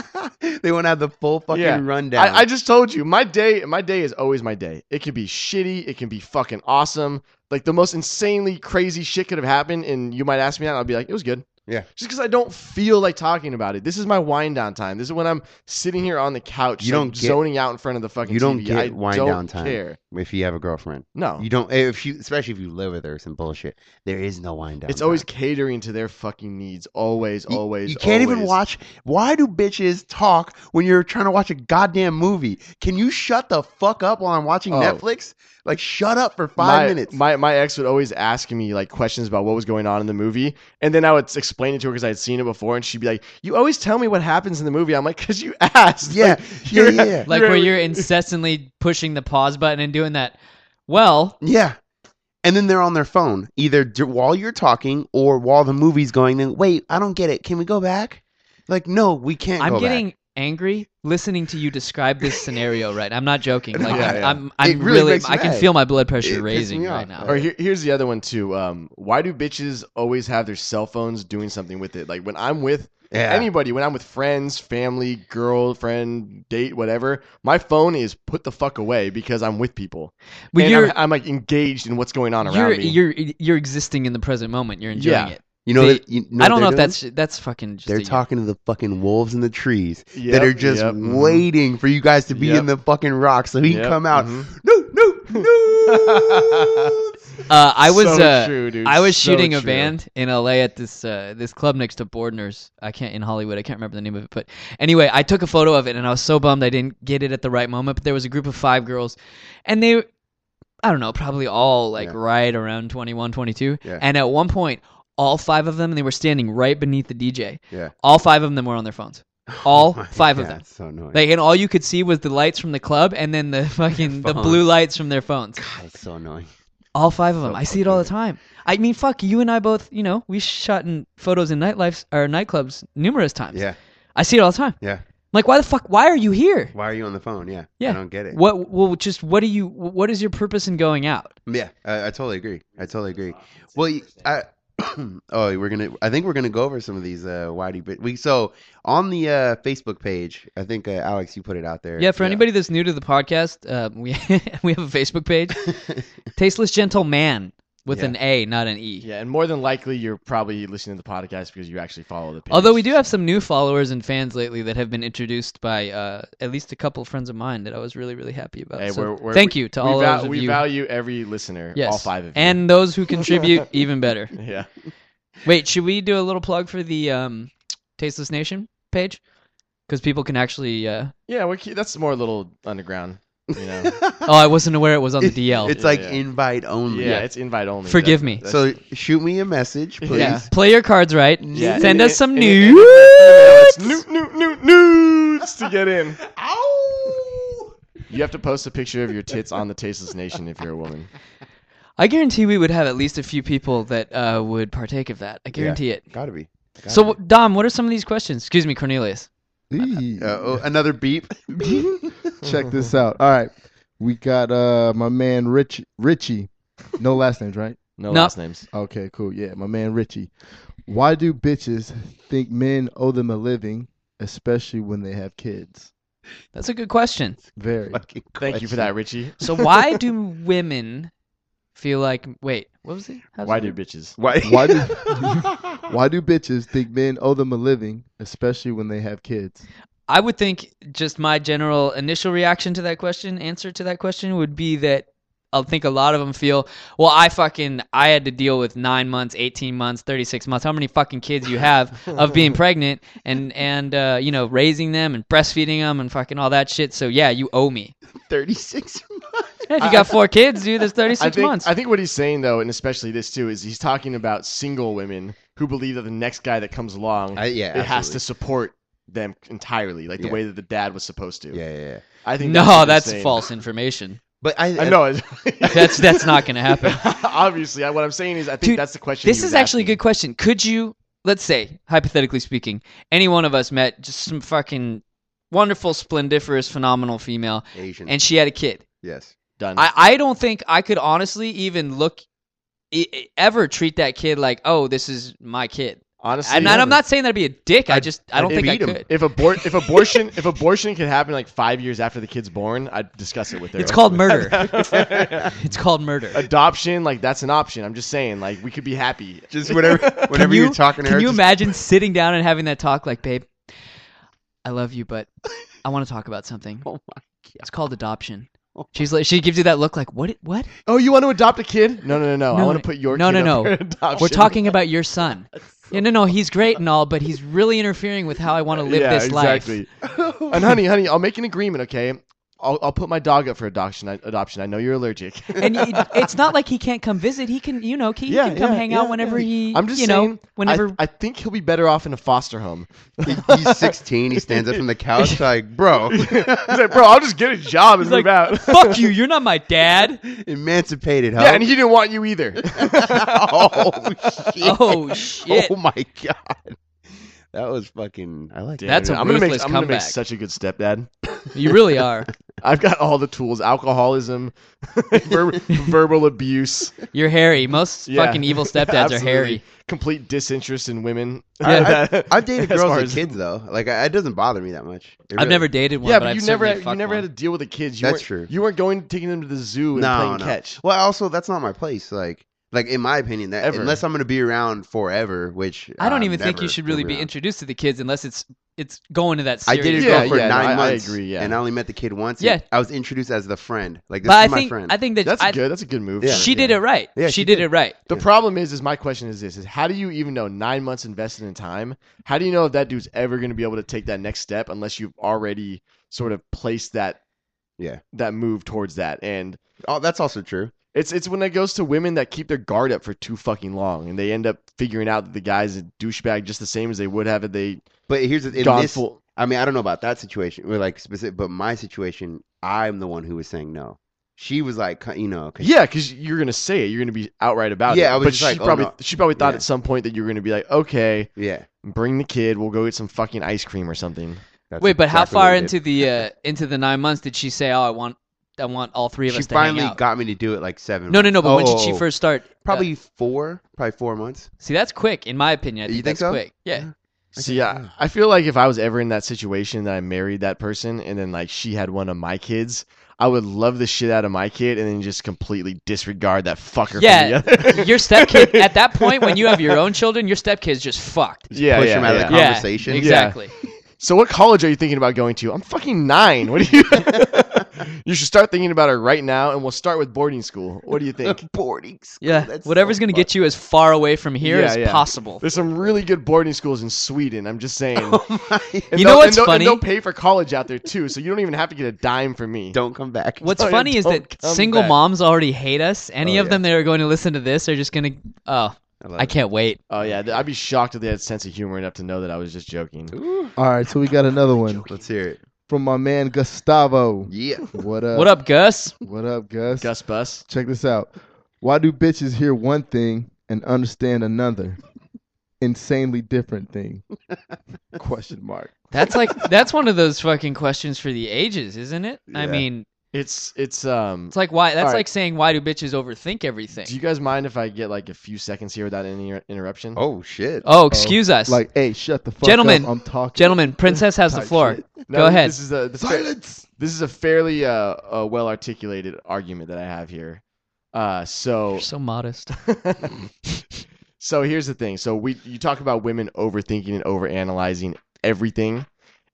B: they want to have the full fucking
E: Yeah.
B: rundown
E: I, I just told you my day. My day is always my day. It can be shitty. It can be fucking awesome. Like the most insanely crazy shit could have happened, and you might ask me that. and I'll be like, "It was good."
B: Yeah.
E: Just because I don't feel like talking about it. This is my wind down time. This is when I'm sitting here on the couch.
B: You
E: like,
B: don't get-
E: zoning out in front of the fucking.
B: you don't
E: TV.
B: get
E: I
B: wind
E: don't
B: down time.
E: Care.
B: if you have a girlfriend
E: No.
B: You don't eh, if you especially if you live with her or some bullshit. There is no wind down.
E: it's always
B: time.
E: catering to their fucking needs. Always,
B: You-
E: always.
B: You can't even
E: always.
B: watch. Why do bitches talk when you're trying to watch a goddamn movie? Can you shut the fuck up while I'm watching
E: Oh.
B: Netflix? Like shut up for five
E: my,
B: minutes.
E: My my ex would always ask me like questions about what was going on in the movie, and then I would explain it to her because I had seen it before, and she'd be like, "You always tell me what happens in the movie." I'm like, "Cause you asked."
B: yeah,
E: Like,
B: yeah,
E: you're-
B: yeah, yeah.
A: like where you're incessantly pushing the pause button and doing that. Well,
B: Yeah. And then they're on their phone either d- while you're talking or while the movie's going. Then wait, I don't get it. Can we go back? Like no, we can't.
A: I'm
B: go back.
A: getting angry listening to you describe this scenario right. I'm not joking. Like
E: Yeah,
A: I'm,
E: yeah.
A: I'm, I'm
B: It really
A: really,
B: makes you
A: I can
B: mad.
A: feel my blood
B: It
A: pressure
B: pissed
A: raising
B: me
A: right
B: off.
A: now.
E: Or here, here's the other one too. Um, why do bitches always have their cell phones doing something with it? Like when I'm with
B: Yeah.
E: anybody, when I'm with friends, family, girlfriend, date, whatever, my phone is put the fuck away because I'm with people.
A: Well,
E: and
A: you're-
E: I'm, I'm like engaged in what's going on around
A: you're
E: me.
A: you're you're existing in the present moment. You're enjoying
E: Yeah.
A: it.
B: you know,
A: they-
B: that- you know
A: I don't know
B: what
A: if
B: they're doing?
A: that's that's fucking. Just
B: They're
A: a-
B: talking to the fucking wolves in the trees
E: Yep,
B: that are just
E: yep, mhm.
B: waiting for you guys to be
E: Yep.
B: in the fucking rock so he
E: Yep,
B: can come out.
E: mhm.
B: No, no, no.
A: Uh, I was
E: So
A: uh,
E: true, dude.
A: I was
E: So
A: shooting a
E: true.
A: band in LA at this uh, this club next to Bordner's. I can't in Hollywood. I can't remember the name of it, but anyway, I took a photo of it, and I was so bummed I didn't get it at the right moment. But there was a group of five girls, and they, I don't know, probably all like
B: Yeah.
A: right around 21, 22.
B: Yeah.
A: And at one point, all five of them, they were standing right beneath the DJ.
B: Yeah. Oh
A: All five of them were on their phones. All
B: five
A: Oh, five of them.
B: That's so annoying.
A: Like, and all you could see was the lights from the club, and then the fucking the
B: Phones.
A: blue lights from their phones.
B: that's so annoying.
A: All five of
B: So
A: them. I see it all the
B: fucking
A: time. I mean, fuck, you and I both, you know, we shot in photos in nightlifes or nightclubs numerous times.
B: Yeah.
A: I see it all the time.
B: Yeah.
A: Like, why the fuck? Why are you here?
B: Why are you on the phone? Yeah.
A: Yeah.
B: I don't get it.
A: What? Well, just what do you? What is your purpose in going out?
B: Yeah, I, I totally agree. I totally agree. Well, you- I oh, we're gonna. I think we're gonna go over some of these uh, whitey. But we so on the uh, Facebook page. I think uh, Alex, you put it out there.
A: Yeah, for anybody that's new to the podcast, uh, we we have a Facebook page, Tasteless Gentle Man with
B: Yeah.
A: an A, not an E.
E: Yeah, and more than likely, you're probably listening to the podcast because you actually follow the page.
A: Although we do have some new followers and fans lately that have been introduced by uh, at least a couple friends of mine that I was really really happy about.
E: Hey,
A: So
E: we're- we're-
A: thank you to
E: we
A: all
E: val-
A: those of
E: we
A: you.
E: value every listener,
A: yes,
E: all five of you.
A: and those who contribute even better.
E: yeah,
A: Wait, should we do a little plug for the um, Tasteless Nation page? Because people can actually. Uh...
E: yeah, we're, keep- that's more a little underground. You know, yeah,
A: Oh, I wasn't aware it was on the DL.
B: It's like
E: Yeah.
B: invite only.
E: it's invite only.
A: Forgive
E: That-
A: me.
E: that's-
B: So shoot me a message, please.
E: Yeah.
A: Play your cards right.
E: Yeah.
A: Send
E: And-
A: us some
E: and- and- and- it's
A: news.
E: Newt, newt, newt, nudes to get in. You have to post a picture of your tits on the Tasteless Nation if you're a woman.
A: I guarantee we would have at least a few people that uh, would partake of that. I guarantee it.
B: Gotta be. Gotta
A: So,
B: be.
A: w- Dom, what are some of these questions? Excuse me, Cornelius.
D: Eee.
B: Uh, oh, another beep.
D: Check this out. All right, we got uh my man Rich Richie. No last names, right?
E: No
A: No.
E: last names.
D: Okay, cool. Yeah, my man Richie. Why do bitches think men owe them a living, especially when they have kids?
A: That's a good question.
D: Very.
B: Fucking
E: Thank you for that, Richie.
A: So, why do women feel like? Wait, what was it? How's
E: Why
A: it?
E: do bitches?
B: Why?
D: Why do Why do bitches think men owe them a living, especially when they have kids?
A: I would think just my general initial reaction to that question, answer to that question would be that I think a lot of them feel, well, I fucking I had to deal with nine months, eighteen months, thirty six months, how many fucking kids you have of being pregnant and and uh, you know raising them and breastfeeding them and fucking all that shit. So yeah, you owe me.
B: thirty-six?
A: If you got four kids, dude, that's thirty
E: I
A: six
E: think,
A: months.
E: I think what he's saying though, and especially this too, is he's talking about single women who believe that the next guy that comes along,
B: I, yeah,
E: it has to
B: absolutely.
E: support them entirely, like the
B: Yeah.
E: way that the dad was supposed to.
B: Yeah, yeah, yeah.
E: I think that's what
A: no,
E: he's
A: that's
E: saying.
A: false information.
B: But I,
E: I know it-
A: That's that's not gonna happen.
E: Obviously, I, what I'm saying is, I think
A: Dude,
E: that's the question.
A: This
E: he was
A: is actually a
E: asking.
A: good question. Could you, let's say, hypothetically speaking, any one of us met just some fucking wonderful, splendiferous, phenomenal female,
B: Asian.
A: and she had a kid.
B: yes.
E: Done.
A: I, I don't think I could honestly even look e- e- ever treat that kid like, oh, this is my kid.
E: Honestly,
A: And I'm not saying that'd be a dick. I
B: I'd-
A: just I don't
B: I'd
A: think I
B: beat 'em.
A: could.
E: If abort, if abortion, if abortion could happen like five years after the kid's born, I'd discuss it with her.
A: It's called murder. It's called murder.
E: Adoption, like that's an option. I'm just saying, like we could be happy.
B: Just whenever, whenever
A: you-
B: are talking to
A: Can
B: her,
A: you
B: just-
A: imagine sitting down and having that talk like, babe, I love you, but I want to talk about something.
B: Oh my
A: It's called adoption.
B: Oh my-
A: She's like, she gives you that look like, what? What?
E: Oh, you want to adopt a kid? No, no, no, no. I
A: No,
E: want
A: no,
E: to put your
A: no,
E: kid
A: no, no.
E: up for adoption.
A: We're talking about your son. yeah, no, no, he's great and all, but he's really interfering with how I want to live
E: yeah,
A: this life.
E: exactly. and honey, honey, I'll make an agreement, okay? I'll, I'll put my dog up for adoption. I, adoption. I know you're allergic.
A: And it, it's not like he can't come visit. He can, you know, he
E: Yeah,
A: can come
E: yeah,
A: hang
E: yeah,
A: out whenever
E: yeah.
A: he,
E: I'm just
A: you
E: saying.
A: know, whenever.
E: I, I think he'll be better off in a foster home.
B: He- he's 16. He stands up from the couch like, bro,
E: He's like, bro, I'll just get a job and
A: He's
E: move out.
A: Fuck you! You're not my dad.
B: emancipated, huh?
E: yeah, and he didn't want you either.
B: oh shit!
A: Oh shit!
B: Oh, my god, that was fucking. I like
A: That's
E: Damn,
A: a
E: I'm gonna make-
A: ruthless
E: I'm gonna make
A: comeback.
E: such a good stepdad.
A: You really are.
E: I've got all the tools: alcoholism, ver- verbal abuse.
A: You're hairy. Most
E: Yeah.
A: fucking evil stepdads are
E: Absolutely.
A: hairy.
E: Complete disinterest in women.
A: Yeah.
E: I,
B: I've dated girls with kids though. Like, I, it doesn't bother me that much. It
A: I've
B: really-
A: never dated one,
E: yeah,
A: but,
E: but
A: I've
E: you never
A: certainly
E: you
A: fucked
E: never
A: one.
E: had to deal with the kids. You
B: That's
E: weren't-
B: true.
E: You weren't going taking them to the zoo and
B: no,
E: playing
B: no.
E: catch.
B: Well, also that's not my place. Like, Like in my opinion, that
E: Ever.
B: unless I'm gonna be around forever, which
A: I don't
B: I'm
A: even think you
B: uh, never
A: should really
B: gonna
A: be
B: around.
A: introduced to the kids unless it's it's going to that.
B: I
A: Serious
B: did it
E: Yeah,
B: go for
E: yeah, no, I- I
B: nine months,
E: agree, yeah.
B: and I only met the kid once.
A: Yeah.
B: and I was introduced as the friend. Like this
A: but I
B: is my
A: think
B: friend.
A: I think that
E: That's
A: I-
E: good. That's a good move.
B: Yeah.
A: she did it right.
B: Yeah,
A: she,
B: she
A: did,
B: did.
A: it right.
E: The
B: Yeah.
E: problem is, is my question is this: is how do you even know nine months invested in time? How do you know if that dude's ever going to be able to take that next step unless you've already sort of placed that,
B: Yeah.
E: that move towards that? And
B: oh, that's also true.
E: it's it's when it goes to women that keep their guard up for too fucking long, and they end up figuring out that the guy's a douchebag just the same as they would have if they
B: But here's the- in
E: gone
B: this.
E: full.
B: I mean, I don't know about that situation, or like specific, but my situation, I'm the one who was saying no. She was like, cu- you know, 'cause-
E: Yeah, because you're gonna say it, you're gonna be outright about it.
B: Yeah, I was
E: but
B: just
E: she
B: like, oh,
E: probably
B: no.
E: she probably thought
B: Yeah.
E: at some point that you were gonna be like, okay,
B: yeah.
E: bring the kid, we'll go get some fucking ice cream or something.
B: That's
A: Wait, but
B: exactly
A: how
B: what
A: far
B: I did.
A: into the uh, into the nine months did she say, "Oh, I want I want all three of
B: She
A: us to
B: finally
A: hang out"?
B: got me to do it like seven.
A: no, no, no. But when did
B: Oh,
A: she
B: oh, oh.
A: first uh, start?
B: Probably four, probably four months.
A: See, that's quick, in my opinion. I
B: You
A: think
B: think
A: that's
B: so?
A: quick. Yeah.
B: Yeah. I
E: See,
B: think-
E: I,
B: yeah.
E: I feel like if I was ever in that situation that I married that person and then like she had one of my kids, I would love the shit out of my kid and then just completely disregard that fucker.
A: Yeah,
E: from the other.
A: your stepkid at that point when you have your own children, your stepkid's just fucked.
E: yeah,
B: Push
E: yeah,
B: him out
E: yeah.
B: of the conversation.
A: Yeah, exactly.
E: So what college are you thinking about going to? I'm fucking nine. What do you? you should start thinking about it right now, and we'll start with boarding school. What do you think?
B: Boarding school.
A: Yeah,
B: that's
A: whatever's
B: so
A: gonna
B: fun.
A: get you as far away from here
E: Yeah,
A: as
E: yeah.
A: possible.
E: There's some really good boarding schools in Sweden. I'm just saying. And
A: You
E: they'll-
A: know
E: and
A: what's
E: they'll-
A: funny?
E: And they'll pay for college out there too, so you don't even have to get a dime from me.
B: Don't come back.
A: What's
E: Sorry,
A: funny is
E: don't
A: that
E: Oh, come
A: single
E: back.
A: moms already hate us. Any
B: Oh,
A: of them that are going to listen to this are just gonna. Oh,
B: love
A: I
B: it.
A: can't wait.
E: Oh yeah, th- I'd be shocked if they had a sense of humor enough to know that I was just joking.
D: All right, so we got another one
B: Let's hear it.
D: from my man Gustavo.
B: Yeah.
D: What
E: Uh,
D: up?
A: What up, Gus?
D: What up, Gus?
E: Gus Bus.
D: Check this out. Why do bitches hear one thing and understand another? Insanely different thing. Question mark.
A: That's like that's one of those fucking questions for the ages, isn't it? I
B: Yeah.
A: mean,
E: It's it's um.
A: it's like why. That's
E: All right.
A: like saying why do bitches overthink everything?
E: Do you guys mind if I get like a few seconds here without any inter- interruption?
B: Oh shit.
A: oh, excuse us,
D: Like, hey, shut the fuck
A: Gentlemen.
D: up. I'm talking.
A: gentlemen. Princess has the
D: Type
A: floor.
D: shit.
E: No,
A: Go ahead.
E: This is a this, is a- this is a fairly uh, uh well articulated argument that I have here. Uh, so
A: You're so modest.
E: so here's the thing. So we you talk about women overthinking and overanalyzing everything.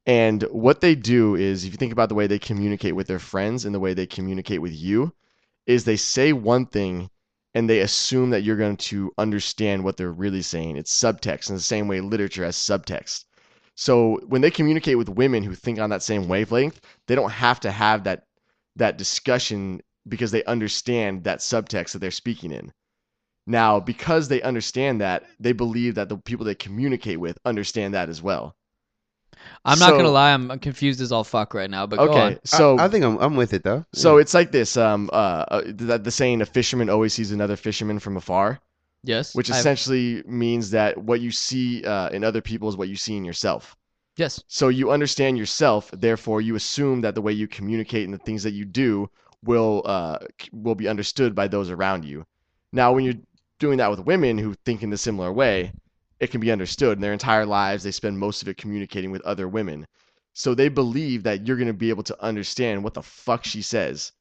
E: And what they do is if you think about the way they communicate with their friends and the way they communicate with you is they say one thing and they assume that you're going to understand what they're really saying. It's subtext in the same way literature has subtext. So when they communicate with women who think on that same wavelength, they don't have to have that that discussion because they understand that subtext that they're speaking in. Now, because they understand that, they believe that the people they communicate with understand that as well.
A: I'm not
E: So-
A: gonna lie. I'm I'm confused as all fuck right now. But go on.
E: Okay, so
B: I, I think I'm, I'm with it though.
E: so it's like this. Um, uh, uh, th- that the saying "a fisherman always sees another fisherman from afar,"
A: Yes.
E: which
A: I-
E: essentially means that what you see uh, in other people is what you see in yourself.
A: Yes.
E: So you understand yourself, therefore you assume that the way you communicate and the things that you do will uh, c- will be understood by those around you. Now, when you're doing that with women who think in the similar way, it can be understood. In their entire lives, they spend most of it communicating with other women, so they believe that you're going to be able to understand what the fuck she says,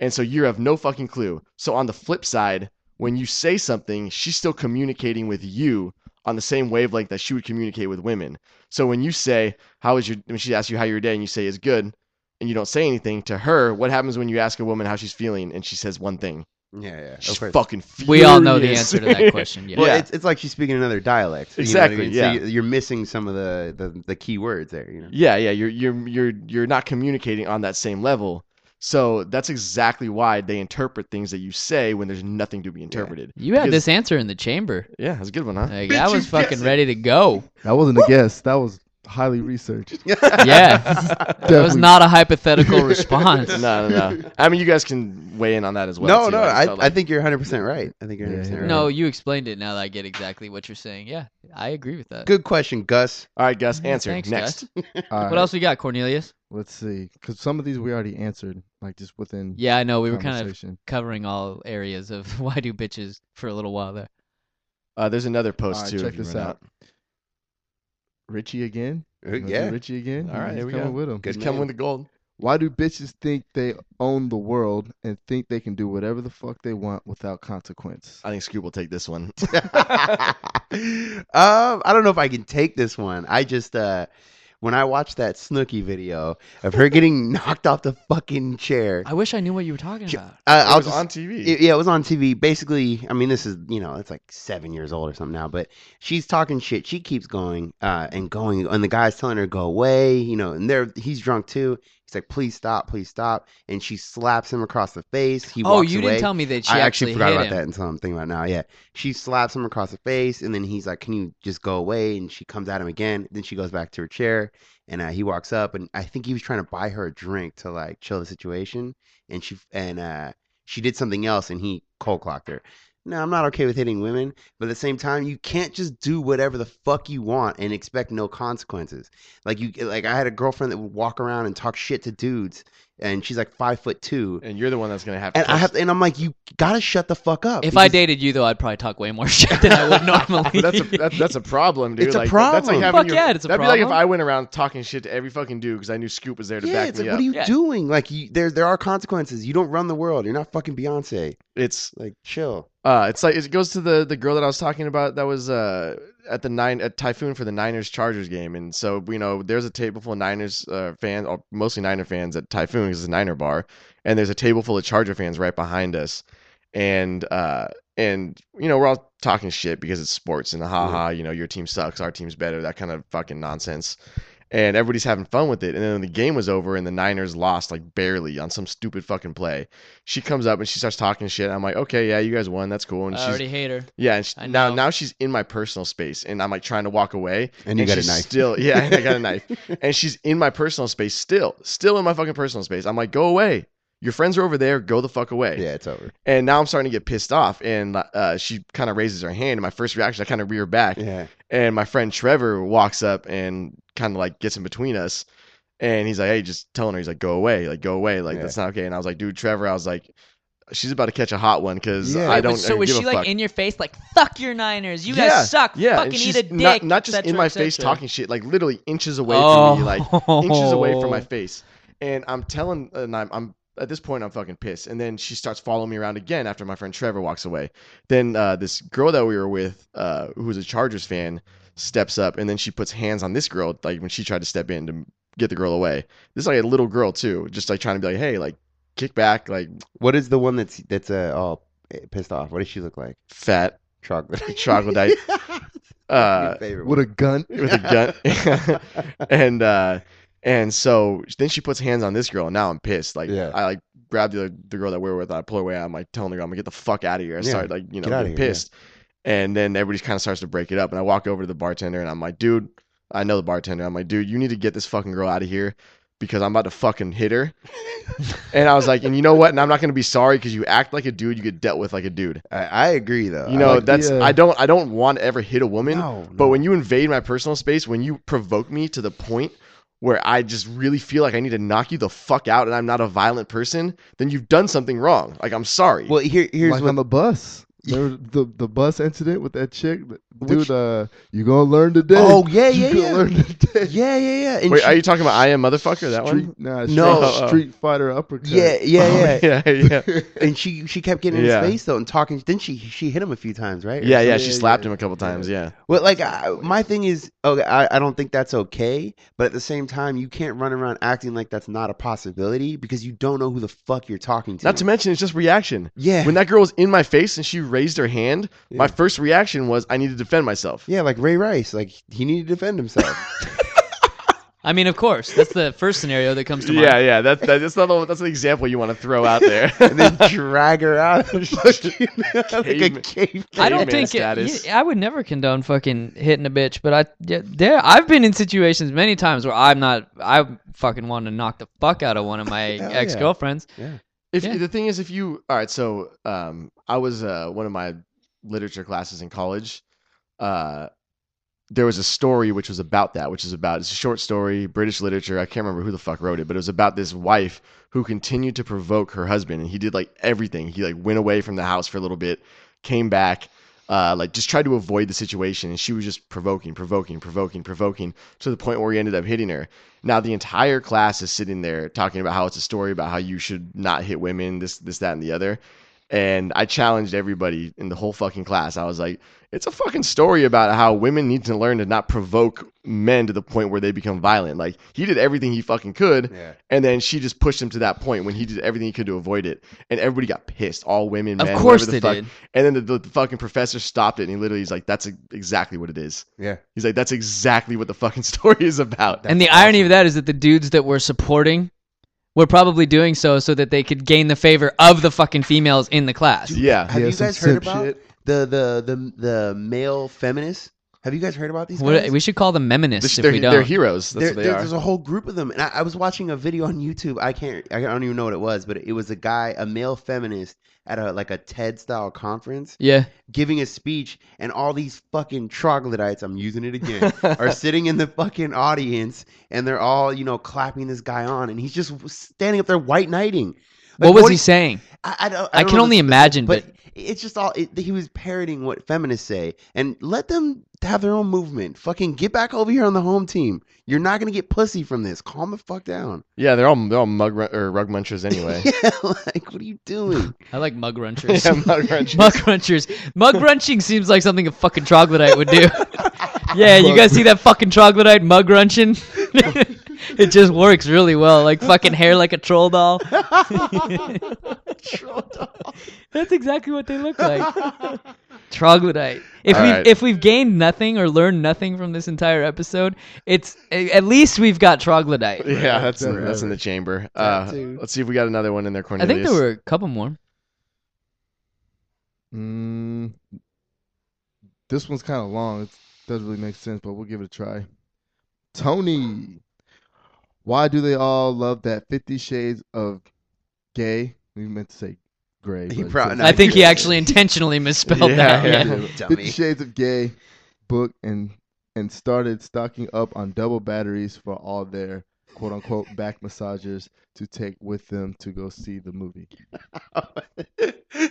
E: and so you have no fucking clue. So on the flip side, when you say something, she's still communicating with you on the same wavelength that she would communicate with women. So when you say, "How is your?" when she asks you how your day, and you say it's good, and you don't say anything to her, what happens when you ask a woman how she's feeling and she says one thing?
B: yeah, yeah.
E: She's
B: of course.
E: fucking furious.
A: We all know the answer to that question. Yeah.
B: Well,
E: yeah.
B: it's, it's like she's speaking another dialect. you know what
E: Exactly,
B: I mean?
E: yeah.
B: So you- you're missing some of the, the, the key words there. You know.
E: Yeah, yeah, you're you're you're you're not communicating on that same level. So that's exactly why they interpret things that you say when there's nothing to be interpreted.
A: You had
E: Because-
A: this answer in the chamber.
E: Yeah, that's a good one, huh?
A: Like, I was fucking ready to go.
D: That wasn't a guess. That was highly researched.
A: Yeah. that was
D: Definitely.
A: not a hypothetical response.
E: no, no, no. I mean, you guys can weigh in on that as well.
B: no,
E: too.
B: no,
E: just
B: I,
E: felt
B: I
E: like-
B: think you're 100 percent right. I think you're
D: Yeah,
B: 100 percent
D: yeah.
B: right.
A: No, you explained it. Now that I get exactly what you're saying. Yeah, I agree with that.
B: good question, Gus.
E: All right, Gus,
A: Yeah,
E: answer
A: Mm-hmm. thanks,
E: next.
D: All
A: What
D: right,
A: else we got, Cornelius?
D: Let's see, because some of these we already answered, like just within
A: Yeah, I know we were kind of
D: conversation.
A: covering all areas of why do bitches for a little while there.
E: Uh, there's another post
D: All right,
E: too.
D: check
E: if you
D: this
E: run
D: out. Richie again.
B: Uh,
D: Wanna do
B: yeah.
D: Richie again.
E: All right,
D: He's
E: here we
D: coming
E: go.
D: With him.
E: He's
B: Good
E: coming
B: man.
E: with the gold.
D: Why do bitches think they own the world and think they can do whatever the fuck they want without consequence?
E: I think Scoop will take this one.
B: um, I don't know if I can take this one. I just uh, when I watched that Snooki video of her getting knocked off the fucking chair,
A: I wish I knew what you were talking
B: Yeah.
A: about.
B: I,
E: it
B: I'll
E: was
B: just
E: on TV.
B: It- yeah, it was on TV. Basically, I mean, this is you know, it's like seven years old or something now, but she's talking shit. She keeps going uh, and going, and the guy's telling her go away, you know, and they're he's drunk too. He's like, please stop, please stop, and she slaps him across the face. He
A: Oh,
B: walks
A: you
B: away.
A: didn't tell me that she
B: I actually, forgot
A: hit
B: about
A: him.
B: that until I'm thinking about it now. Yeah, she slaps him across the face, and then he's like, "Can you just go away?" And she comes at him again. Then she goes back to her chair, and uh, he walks up, and I think he was trying to buy her a drink to like chill the situation. And she and uh, she did something else, and he cold clocked her. No, I'm not okay with hitting women, but at the same time, you can't just do whatever the fuck you want and expect no consequences. Like you, like I had a girlfriend that would walk around and talk shit to dudes, and she's like five foot two,
E: and you're the one that's gonna have. To
B: and I
E: push-
B: have, and I'm like, you gotta shut the fuck up.
A: If I
B: because
A: dated you, though, I'd probably talk way more shit than I would normally.
E: But that's a that's, that's a problem, dude.
B: It's a
E: like, That's
B: problem.
E: like having
A: Fuck
E: your,
A: yeah, it's a
E: that'd be like if
A: problem.
E: I went around talking shit to every fucking dude because I knew Scoop was there to
B: yeah,
E: back
B: it's
E: me
B: like,
E: up.
B: what are you
A: Yeah.
B: doing? Like, you, there there are consequences. You don't run the world. You're not fucking Beyonce.
E: it's
B: Like, chill.
E: Uh, it's like it goes to the the girl that I was talking about that was uh at the nine at Typhoon for the Niners Chargers game, and so you know there's a table full of Niners uh, fans, or mostly Niner fans at Typhoon because it's a Niner bar, and there's a table full of Charger fans right behind us, and uh and you know we're all talking shit because it's sports and ha ha you know your team sucks, our team's better, that kind of fucking nonsense. And everybody's having fun with it. And then when the game was over and the Niners lost like barely on some stupid fucking play. She comes up and she starts talking shit. I'm like, okay, yeah, you guys won. That's cool. And
A: I
E: she's
A: already hate her.
E: yeah, and she,
A: I
E: now
A: know.
E: now she's in my personal space, and I'm like trying to walk away.
B: And you got a
E: she's
B: knife.
E: Still, yeah, and I got a knife, and she's in my personal space. Still, still in my fucking personal space. I'm like, go away. Your friends are over there. Go the fuck away.
B: Yeah, it's over.
E: And now I'm starting to get pissed off, and uh, she kind of raises her hand. And my first reaction, I kind of rear back,
B: Yeah,
E: and my friend Trevor walks up and kind of like gets in between us. And he's like, hey, just telling her, he's like, go away, like, go away, like,
B: Yeah.
E: that's not okay. And I was like, dude, Trevor, I was like, she's about to catch a hot one because
B: Yeah.
E: I
B: Wait,
E: don't.
A: so was
E: give
A: she
E: a
A: like
E: fuck.
A: in your face, like "fuck your Niners, you guys
E: Yeah,
A: suck,
E: Yeah, and
A: fucking
E: she's
A: eat a dick"?
E: Not, not just
A: et
E: in
A: cetera,
E: my
A: et
E: face
A: cetera.
E: talking shit, like literally inches away from
A: Oh.
E: me, like inches away from my face. And I'm telling, and I'm, I'm at this point, I'm fucking pissed. And then she starts following me around again after my friend Trevor walks away. Then uh, this girl that we were with, uh, who was a Chargers fan, steps up and then she puts hands on this girl, like when she tried to step in to get the girl away. This is like a little girl too, just like trying to be like, hey, like kick back, like
B: what is the one that's that's uh, all pissed off? What does she look like?
E: fat
B: Chocolate.
E: troglodyte. uh,
B: Your favorite
D: With
B: one.
D: a gun?
E: with a gun. and uh and so then she puts hands on this girl and now I'm pissed. Like
B: Yeah.
E: I like grab the the girl that we were with, I pull her away, I'm like telling her, I'm gonna get the fuck out of here. I
B: Yeah.
E: started like, you know,
B: Get outta
E: getting
B: here, yeah.
E: pissed. And then everybody kind of starts to break it up. And I walk over to the bartender and I'm like, dude, I know the bartender. I'm like, dude, you need to get this fucking girl out of here because I'm about to fucking hit her. and I was like, and you know what? And I'm not gonna be sorry because you act like a dude, you get dealt with like a dude.
B: I, I agree though.
E: You know,
D: like the,
E: that's
D: uh,
E: I don't I don't want to ever hit a woman.
B: no,
E: But when you invade my personal space, when you provoke me to the point where I just really feel like I need to knock you the fuck out and I'm not a violent person, then you've done something wrong. Like, I'm sorry.
B: well, here here's
D: like
B: what
D: on the bus. There was the the bus incident with that chick.
B: Which-
D: Dude, uh, you gonna learn today.
B: Oh yeah, yeah, yeah,
D: you gonna learn today.
B: yeah, yeah, yeah. And
E: Wait,
B: she-
E: are you talking about I Am Motherfucker, that
D: street,
E: one?
D: Nah, straight,
B: No. Uh-uh.
E: Oh, oh.
D: Street Fighter uppercut.
B: yeah, yeah, yeah.
E: yeah, yeah.
B: And she she kept getting in
E: Yeah.
B: his face though and talking. Then she she hit him a few times, right? Or
E: Yeah, yeah,
B: something?
E: she slapped him a couple times, yeah.
B: Well, like I, my thing is, okay, I, I don't think that's okay, but at the same time, you can't run around acting like that's not a possibility because you don't know who the fuck you're talking to.
E: Not to mention, it's just reaction.
B: yeah,
E: When that girl was in my face and she raised her hand, my
B: Yeah.
E: first reaction was I need to defend myself.
B: yeah, like Ray Rice, like he needed to defend himself.
A: I mean, of course, that's the first scenario that comes to mind.
E: Yeah, yeah, that, that, that's not the, that's an example you want to throw out there.
B: and then drag her out of the fucking like a
E: Caveman.
B: cave.
A: I don't
E: Caveman
A: think
E: status.
A: It, yeah, I would never condone fucking hitting a bitch, but I yeah, there I've been in situations many times where I'm not I fucking want to knock the fuck out of one of my
B: Hell yeah.
A: ex girlfriends.
E: If
A: Yeah.
E: the thing is, if you all right, so um, I was uh, one of my literature classes in college. Uh, there was a story which was about that, which is about it's a short story, British literature. I can't remember who the fuck wrote it, but it was about this wife who continued to provoke her husband, and he did like everything. He like went away from the house for a little bit, came back. uh, like just tried to avoid the situation, and she was just provoking, provoking, provoking, provoking to the point where he ended up hitting her. Now the entire class is sitting there talking about how it's a story about how you should not hit women, this, this, that, and the other. And I challenged everybody in the whole fucking class. I was like, it's a fucking story about how women need to learn to not provoke men to the point where they become violent. Like he did everything he fucking could,
B: Yeah.
E: and then she just pushed him to that point when he did everything he could to avoid it, and everybody got pissed. All women,
A: Of
E: men,
A: course
E: whoever
A: they
E: the fuck.
A: did.
E: And then the, the, the fucking professor stopped it, and he literally is like, "That's e-, exactly what it is."
B: Yeah.
E: He's like, "That's exactly what the fucking story is about."
A: and the irony of that is that the dudes that were supporting were probably doing so so that they could gain the favor of the fucking females in the class.
E: yeah,
B: Have
D: Yeah,
B: you
D: some
B: guys heard
D: simp
B: about
D: shit.
B: the the the the male feminists? Have you guys heard about these?
A: What,
B: guys?
A: we should call them
E: This-
A: feminists if
E: they're,
A: we
E: they're
A: don't.
E: heroes. That's
B: There-
E: what they
B: there-
E: are.
B: There's a whole group of them, and I, I was watching a video on YouTube. I can't, I don't even know what it was, but it was a guy, a male feminist, at a like a TED style conference,
A: Yeah.
B: giving a speech, and all these fucking troglodytes. I'm using it again. are sitting in the fucking audience, and they're all you know clapping this guy on, and he's just standing up there white knighting.
A: what
B: Like,
A: was he
B: is-
A: saying?
B: I, I, don't,
A: I,
B: don't
A: can
B: know
A: only
B: the
A: imagine, but,
B: but it's just all it, he was parroting what feminists say and let them have their own movement fucking get back over here on the home team you're not gonna get pussy from this calm the fuck down
E: yeah, they're all they're all mug run- or rug munchers anyway.
B: yeah like what are you doing
A: I like mug runchers.
E: yeah, mug runchers.
A: mug runchers. Mug runching seems like something a fucking troglodyte would do. yeah, you guys see that fucking troglodyte mug runching? it just works really well. Like fucking hair like a troll doll. That's exactly what they look like. Troglodyte. If
E: All
A: we have
E: right.
A: if we've gained nothing or learned nothing from this entire episode, it's at least we've got troglodyte.
E: Yeah, that's in,
D: Tattoo.
E: that's in the chamber. Uh,
D: Tattoo.
E: let's see if we got another one in there,
A: I
E: Cornelius.
A: think there were a couple more.
D: Mm, this one's kind of long. It doesn't really make sense, but we'll give it a try. Tony, why do they all love that Fifty Shades of Gay? We meant to say gray.
B: He
D: but
B: pro-
D: it's-
B: no,
A: I think he
B: yeah.
A: actually intentionally misspelled
E: Yeah,
A: that.
E: yeah.
A: yeah.
D: Fifty Shades of Gay book and and started stocking up on double batteries for all their quote unquote back massagers to take with them to go see the movie.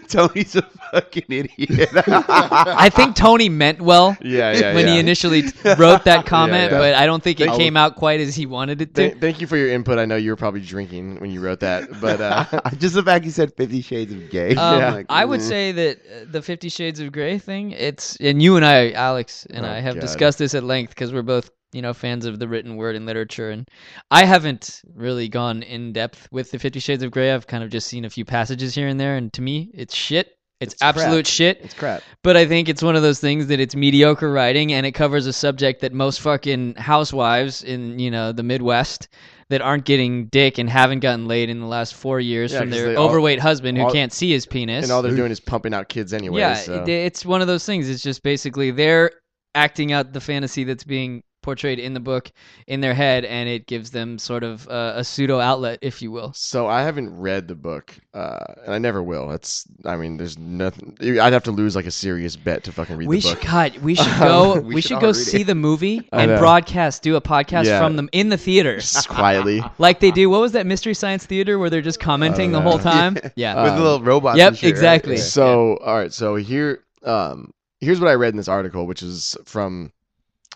B: tony's a fucking idiot
A: I think Tony meant well.
E: Yeah, yeah,
A: when
E: yeah.
A: he initially t- wrote that comment,
E: yeah.
A: but I don't think it
D: I
A: came out quite as he wanted it to.
E: Th- thank you for your input. I know you were probably drinking when you wrote that, but uh,
B: just the fact he said 50 shades of gay
A: Um,
B: I'm like,
A: I would
B: mm.
A: say that uh, the Fifty Shades of Grey thing, it's, and you and I, Alex, and
E: Oh,
A: I have
E: God.
A: discussed this at length because we're both, you know, fans of the written word and literature. And I haven't really gone in depth with the Fifty Shades of Grey. I've kind of just seen a few passages here and there. And to me, it's shit. It's, absolute shit.
E: it's crap.
A: But I think it's one of those things that it's mediocre writing and it covers a subject that most fucking housewives in, you know, the Midwest that aren't getting dick and haven't gotten laid in the last four years
E: Yeah,
A: from
E: 'cause
A: their
E: they all-
A: overweight husband who
E: all-
A: can't see his penis.
E: And all they're doing is pumping out kids anyway.
A: yeah,
E: so.
A: it- it's one of those things. It's just basically they're acting out the fantasy that's being portrayed in the book in their head and it gives them sort of uh, a pseudo outlet, if you will.
E: So I haven't read the book, uh, and I never will. That's, I mean, there's nothing. I'd have to lose like a serious bet to fucking read
A: we
E: the book.
A: should God, we should go we,
B: We should
A: should
B: all
A: go
B: read it.
A: see the movie
E: I
A: and
E: know.
A: broadcast do a podcast
E: Yeah.
A: from them in the theater.
E: Just quietly.
A: like they do. What was that Mystery Science Theater where they're just commenting
E: Oh,
A: the
E: yeah.
A: whole time? Yeah.
E: Uh,
B: with little robots
A: yep,
B: and shit, right?
A: exactly.
B: Yeah.
E: So, all right. So here, um, here's what I read in this article, which is from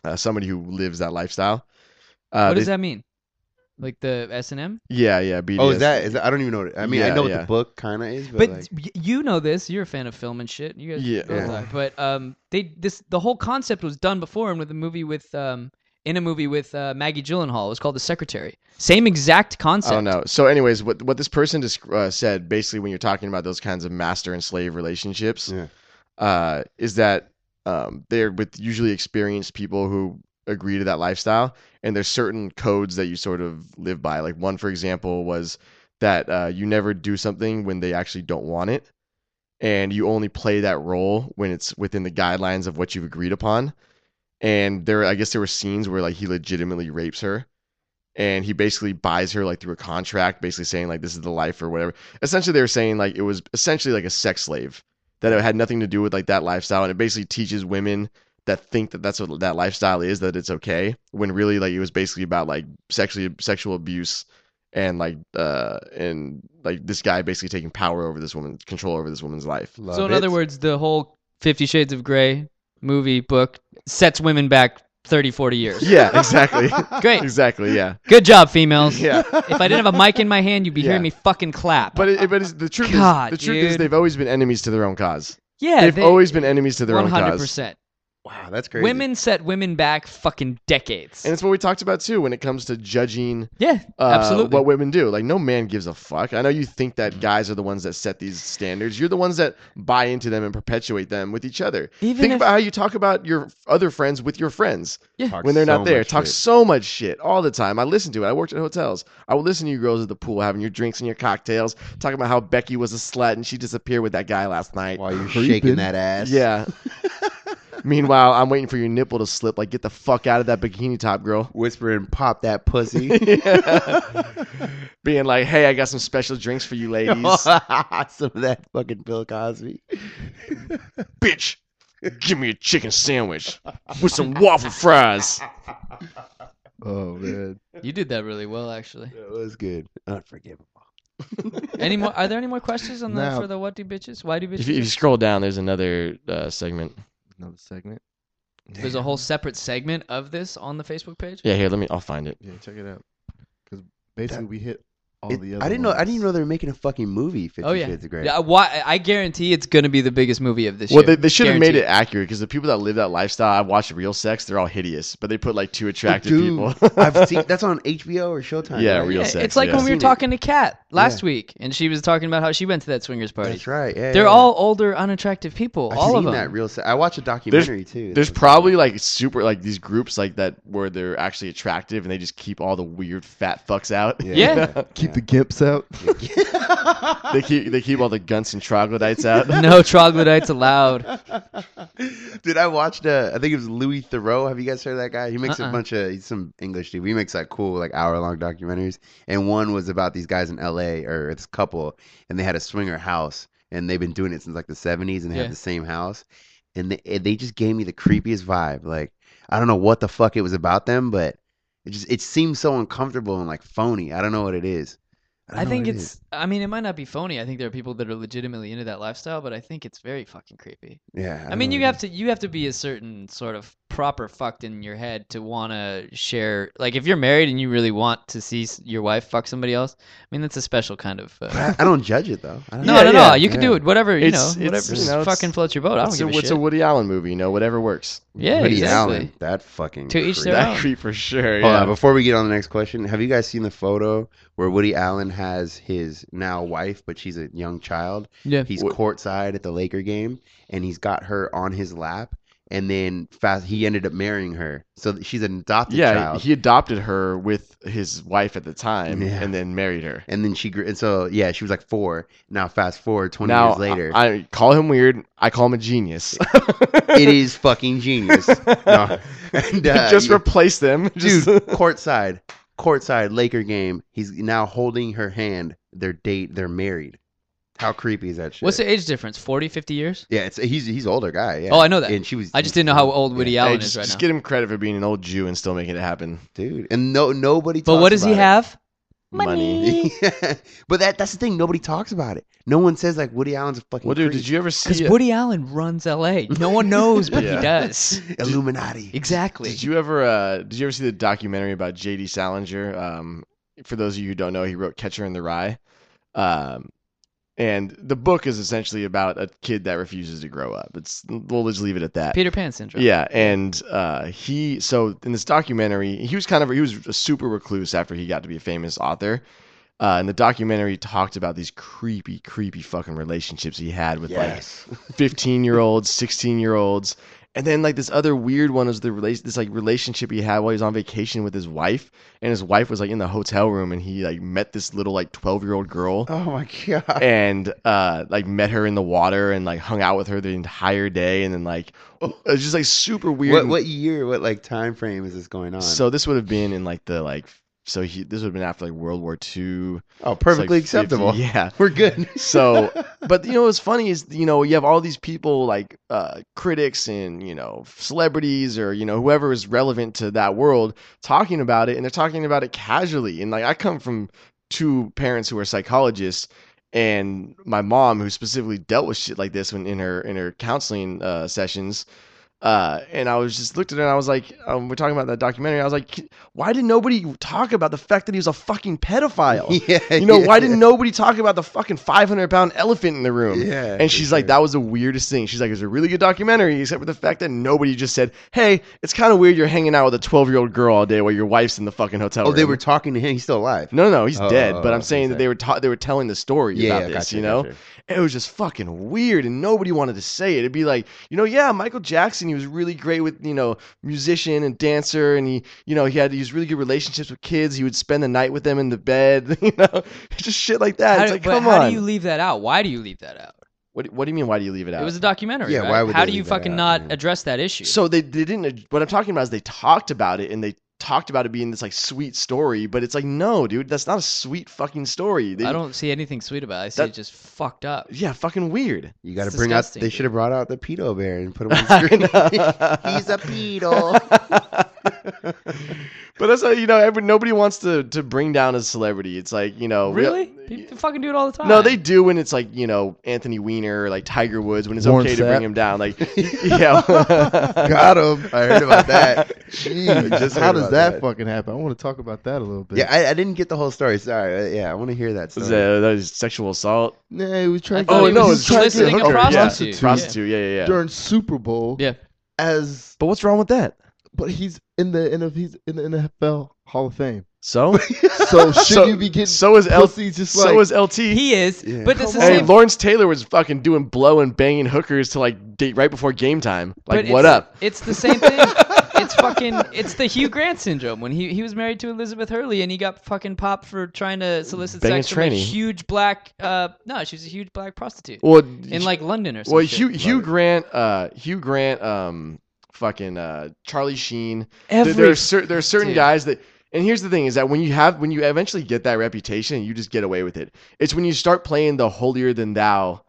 E: uh, somebody who lives that lifestyle. Uh,
A: what does
E: they-
A: that mean? Like the S and M?
E: Yeah, yeah. BDS.
B: oh is that is that, i don't even know what it, i mean i
E: Yeah,
B: know what
E: yeah.
B: the book kind of is but,
A: But
B: like,
A: y- you know this. You're a fan of film and shit. You guys
E: Yeah.
A: both
B: Yeah.
A: are. But um, they this the whole concept was done before and with a movie with um in a movie with uh, Maggie Gyllenhaal. It was called The Secretary. Same exact concept.
E: I don't know. Oh, So, anyways, what what this person just uh, said basically when you're talking about those kinds of master and slave relationships,
B: Yeah.
E: uh, is that um, they're with usually experienced people who agree to that lifestyle, and there's certain codes that you sort of live by. Like one, for example, was that uh, you never do something when they actually don't want it, and you only play that role when it's within the guidelines of what you've agreed upon. And there, I guess there were scenes where like he legitimately rapes her and he basically buys her like through a contract, basically saying like this is the life or whatever. Essentially, they were saying like it was essentially like a sex slave that it had nothing to do with like that lifestyle, and it basically teaches women that think that that's what that lifestyle is that it's okay when really like it was basically about like sexually sexual abuse and like uh and like this guy basically taking power over this woman, control over this woman's life.
B: love
A: so in
B: it.
A: other words, the whole Fifty Shades of Grey movie book sets women back 30, 40 years.
E: Yeah, exactly.
A: Great.
E: exactly. Yeah.
A: Good job, females.
E: Yeah.
A: If I didn't have a mic in my hand, you'd be
E: Yeah.
A: hearing me fucking clap.
E: But it, but it's, the truth
A: God,
E: is the truth is
A: dude.
E: they've always been enemies to their own cause.
A: yeah,
E: they've
A: they-
E: always been enemies to their own cause.
A: 100%.
B: Wow, that's crazy.
A: Women set women back fucking decades.
E: And it's what we talked about too when it comes to judging
A: yeah,
E: uh,
A: absolutely.
E: what women do. Like no man gives a fuck. I know you think that guys are the ones that set these standards. You're the ones that buy into them and perpetuate them with each other.
A: Even
E: think
A: if-
E: about how you talk about your other friends with your friends
B: Talk
E: when they're
B: so
E: not there.
B: much
E: Talk
B: shit.
E: so much shit all the time. I listen to it. I worked at hotels. I would listen to you girls at the pool having your drinks and your cocktails, talking about how Becky was a slut and she disappeared with that guy last night.
B: while you're
D: Creeping.
B: shaking that ass.
E: Yeah. Meanwhile, I'm waiting for your nipple to slip. Like, get the fuck out of that bikini top, girl.
B: Whispering, pop that pussy.
E: Being like, hey, I got some special drinks for you ladies.
B: Some of that fucking Bill Cosby.
E: Bitch, give me a chicken sandwich with some waffle fries.
D: Oh man,
A: you did that really well, actually.
B: That was good. Unforgivable.
A: Any more? Are there any more questions on that
D: No.
A: for the what do bitches? Why do bitches?
E: If you, if you scroll down, there's another uh, segment.
D: another segment.
A: There's a whole separate segment of this on the Facebook page.
E: Yeah, here, let me, I'll find it.
D: Yeah, check it out. Because basically,
B: That-
D: we hit all
B: It-
D: the other.
B: I didn't know. I
D: ones.
B: didn't know they were making a fucking movie. Fifty
A: Oh yeah,
B: Shades of Grey.
A: Yeah, why, I guarantee it's gonna be the biggest movie of this
E: Well,
A: year.
E: they, they should have made
A: Guaranteed.
E: it accurate because the people that live that lifestyle, I've watched real sex, they're all hideous, but they put like two attractive
B: Dude,
E: people.
B: I've seen that's on HBO or Showtime.
E: Yeah,
B: right?
E: real
A: Yeah,
E: sex,
A: it's like
E: yeah.
A: when we
B: Seen
A: were
B: it.
A: talking to Kat last
B: Yeah.
A: week, and she was talking about how she went to that swingers party.
B: That's right. Yeah,
A: They're
B: yeah.
A: all older, unattractive people.
B: I've
A: all
B: seen
A: of them.
B: that real. Se- I watched a documentary too.
E: There's
B: that was-
E: probably like super like these groups like that where they're actually attractive and they just keep all the weird fat fucks out.
A: Yeah.
D: Keep the gimps out.
E: they keep they keep all the gunts and troglodytes out.
A: no troglodytes allowed.
B: Dude, I watched. Uh, I think it was Louis Thoreau. Have you guys heard of that guy? He makes
A: Uh-uh.
B: a bunch of. He's some English dude. He makes like cool, like hour long documentaries. And one was about these guys in L.A. or this couple, and they had a swinger house, and they've been doing it since like the '70s, and they
A: Yeah.
B: have the same house, and they and they just gave me the creepiest vibe. Like I don't know what the fuck it was about them, but it just it seems so uncomfortable and like phony. I don't know what it is. don't
A: I
B: know
A: think
B: what it
A: it's.
B: is.
A: I mean, it might not be phony. I think there are people that are legitimately into that lifestyle, but I think it's very fucking creepy.
B: yeah.
A: I, mean, you have to you have to be a certain sort of proper fucked in your head to want to share. Like, if you're married and you really want to see s- your wife fuck somebody else, I mean, that's a special kind of. Uh,
B: I don't judge it though. I don't
A: no,
E: Yeah,
A: no, no.
E: yeah,
A: You can
B: yeah.
A: do it. Whatever you
E: It's-
A: know.
E: it's,
A: Whatever.
E: you
A: just
E: know, it's-
A: fucking floats your boat. I don't
E: It's a,
A: give a
E: it's
A: shit.
E: a Woody Allen movie, you know, whatever works.
A: yeah,
B: Woody
A: exactly.
B: Allen. That fucking
A: To each
B: creep.
A: their
E: that
A: own.
E: creep for sure.
B: Hold
E: yeah.
B: on, before we get on to the next question, have you guys seen the photo where Woody Allen has his now wife, but she's a young child?
A: Yeah.
B: He's
E: What-
B: courtside at the Laker game, and he's got her on his lap, and then fast he ended up marrying her, so th- she's an adopted
E: yeah,
B: child,
E: he adopted her with his wife at the time
B: Yeah.
E: and then married her.
B: and then she grew, and so yeah, she was like four. Now fast forward twenty
E: now,
B: years later,
E: I, I call him weird. I call him a genius.
B: it is fucking genius. no. and, uh,
E: just
B: yeah.
E: replace them.
B: dude,
E: Just-
B: courtside, courtside Laker game. He's now holding her hand. Their date. They're married. How creepy is that shit?
A: What's the age difference? 40, 50 years?
B: Yeah, it's he's he's an older guy. Yeah.
A: Oh, I know that.
B: And she was.
A: I just didn't know how old Woody
B: Yeah.
A: Allen
E: Hey, just
A: is right
E: just
A: now.
E: get him credit for being an old Jew and still making it happen.
B: dude. And no, nobody.
A: But
B: talks
A: what does he
B: about it.
A: have?
B: but that that's the thing. Nobody talks about it. No one says like Woody Allen's a fucking.
E: Well, dude,
B: creep.
E: did you ever
A: Because
E: see? it?
A: Woody Allen runs LA. No one knows, but
E: Yeah.
A: he does.
B: Illuminati?
A: Exactly.
E: Did you ever? Uh, did you ever see the documentary about J.D. Salinger? Um, for those of you who don't know, he wrote Catcher in the Rye, um, and the book is essentially about a kid that refuses to grow up. It's we'll just leave it at that.
A: Peter Pan syndrome.
E: Yeah, and uh, he so in this documentary, he was kind of he was a super recluse after he got to be a famous author. Uh, and the documentary talked about these creepy, creepy fucking relationships he had with like
B: Yes.
E: 15 year olds, 16 year olds. And then like this other weird one is the rela- this like relationship he had while he was on vacation with his wife, and his wife was like in the hotel room, and he like met this little like 12 year old girl,
B: oh my god.
E: and uh like met her in the water and like hung out with her the entire day, and then like it was just like super weird.
B: What what year? What like time frame is this going on?
E: So this would have been in like the like so he this would have been after like World War II.
B: oh,
E: It's, like,
B: perfectly
E: 50
B: acceptable.
E: yeah.
B: We're good.
E: So, but you know what's funny is you know you have all these people like uh, critics and you know celebrities or you know whoever is relevant to that world talking about it, and they're talking about it casually. And like I come from two parents who are psychologists, And my mom, who specifically dealt with shit like this when in her in her counseling uh, sessions, uh, and I was just looked at her and I was like, um, we're talking about that documentary. I was like, why did nobody talk about the fact that he was a fucking pedophile?
B: Yeah,
E: You know,
B: yeah.
E: why didn't nobody talk about the fucking 500 pound elephant in the room?
B: Yeah, for
E: And she's like,
B: sure.
E: that was the weirdest thing. She's like, it's a really good documentary, except for the fact that nobody just said, hey, it's kind of weird you're hanging out with a 12 year old girl all day while your wife's in the fucking hotel
B: Oh, they
E: room."
B: were talking to him. He's still alive.
E: No, no, he's
B: Oh,
E: dead.
B: oh,
E: But I'm
B: okay,
E: saying that
B: sorry.
E: they were ta- they were telling the story
B: Yeah,
E: about
B: yeah,
E: this.
B: gotcha,
E: you know,
B: gotcha.
E: it was just fucking weird, and nobody wanted to say it. It'd be like, you know, yeah, Michael Jackson, he was really great with you know musician and dancer, and he you know he had these really good relationships with kids. He would spend the night with them in the bed, you know, just shit like that.
A: How
E: it's
A: do-
E: like,
A: but
E: come
A: how
E: on.
A: do you leave that out? Why do you leave that out?
E: what, do- what do you mean? Why do you leave it out?
A: It was a documentary.
B: Yeah,
A: right?
B: why would
A: How
B: they
A: do you
B: leave that
A: fucking
B: out,
A: not
B: man?
A: address that issue?
E: So they, they didn't. What I'm talking about is they talked about it and they talked about it being this like sweet story, but it's like no, dude, that's not a sweet fucking story. They,
A: I don't see anything sweet about it. I see
E: That-
A: it just fucked up.
E: Yeah, fucking weird.
B: You got to
A: It's
B: bring out.
A: disgusting,
B: They
A: dude.
B: should have brought out the pedo bear and put him on screen. He's a pedo.
E: but that's how you know every, nobody wants to to bring down a celebrity. It's like you know we-
A: really? People fucking do it all the time.
E: No, they do when it's like you know Anthony Weiner, or like Tiger Woods, when it's
D: Warren
E: okay to
D: Sapp.
E: bring him down. Like, yeah,
B: Got him. I heard about that.
D: Jeez,
B: Just
D: how
B: heard
D: does
B: about
D: that,
B: that.
D: fucking happen? I want to talk about that a little bit.
B: Yeah, I, I didn't get the whole story. Sorry. Uh, Yeah, I want to hear that
E: Was
B: story.
E: that, that was sexual assault.
D: Nah, he was
A: I
D: trying.
A: thought
E: Oh,
A: he
E: no,
A: was
E: it's
D: trying to get
A: soliciting a
D: hooker.
E: yeah.
A: prostitute. Yeah.
E: Prostitute, yeah, yeah, yeah.
D: during Super Bowl
A: Yeah.
D: as
E: But what's wrong with that?
D: but he's in the NF, he's in the NFL Hall of Fame.
E: So,
D: So should
E: So-
D: you be getting
E: so is L-
D: pussy just
E: so
D: like
E: is LT.
A: He is,
B: Yeah.
A: but it's the
D: Come on.
E: Hey,
A: same.
E: Lawrence Taylor was fucking doing blow and banging hookers to like date right before game time.
A: but
E: Like,
A: it's-
E: what up?
A: It's the same thing. it's fucking. It's the Hugh Grant syndrome when he he was married to Elizabeth Hurley and he got fucking popped for trying to solicit
E: Bang a
A: sex from a
E: tranny.
A: huge black. Uh, no, she was a huge black prostitute
E: Well,
A: in like London or something.
E: Well, Hugh Hugh Grant, uh, Hugh Grant, um, fucking uh, Charlie Sheen. There- there, are cer- there are certain
A: Dude.
E: guys that. And here's the thing: is that when you have when you eventually get that reputation, you just get away with it. It's when you start playing the holier than thou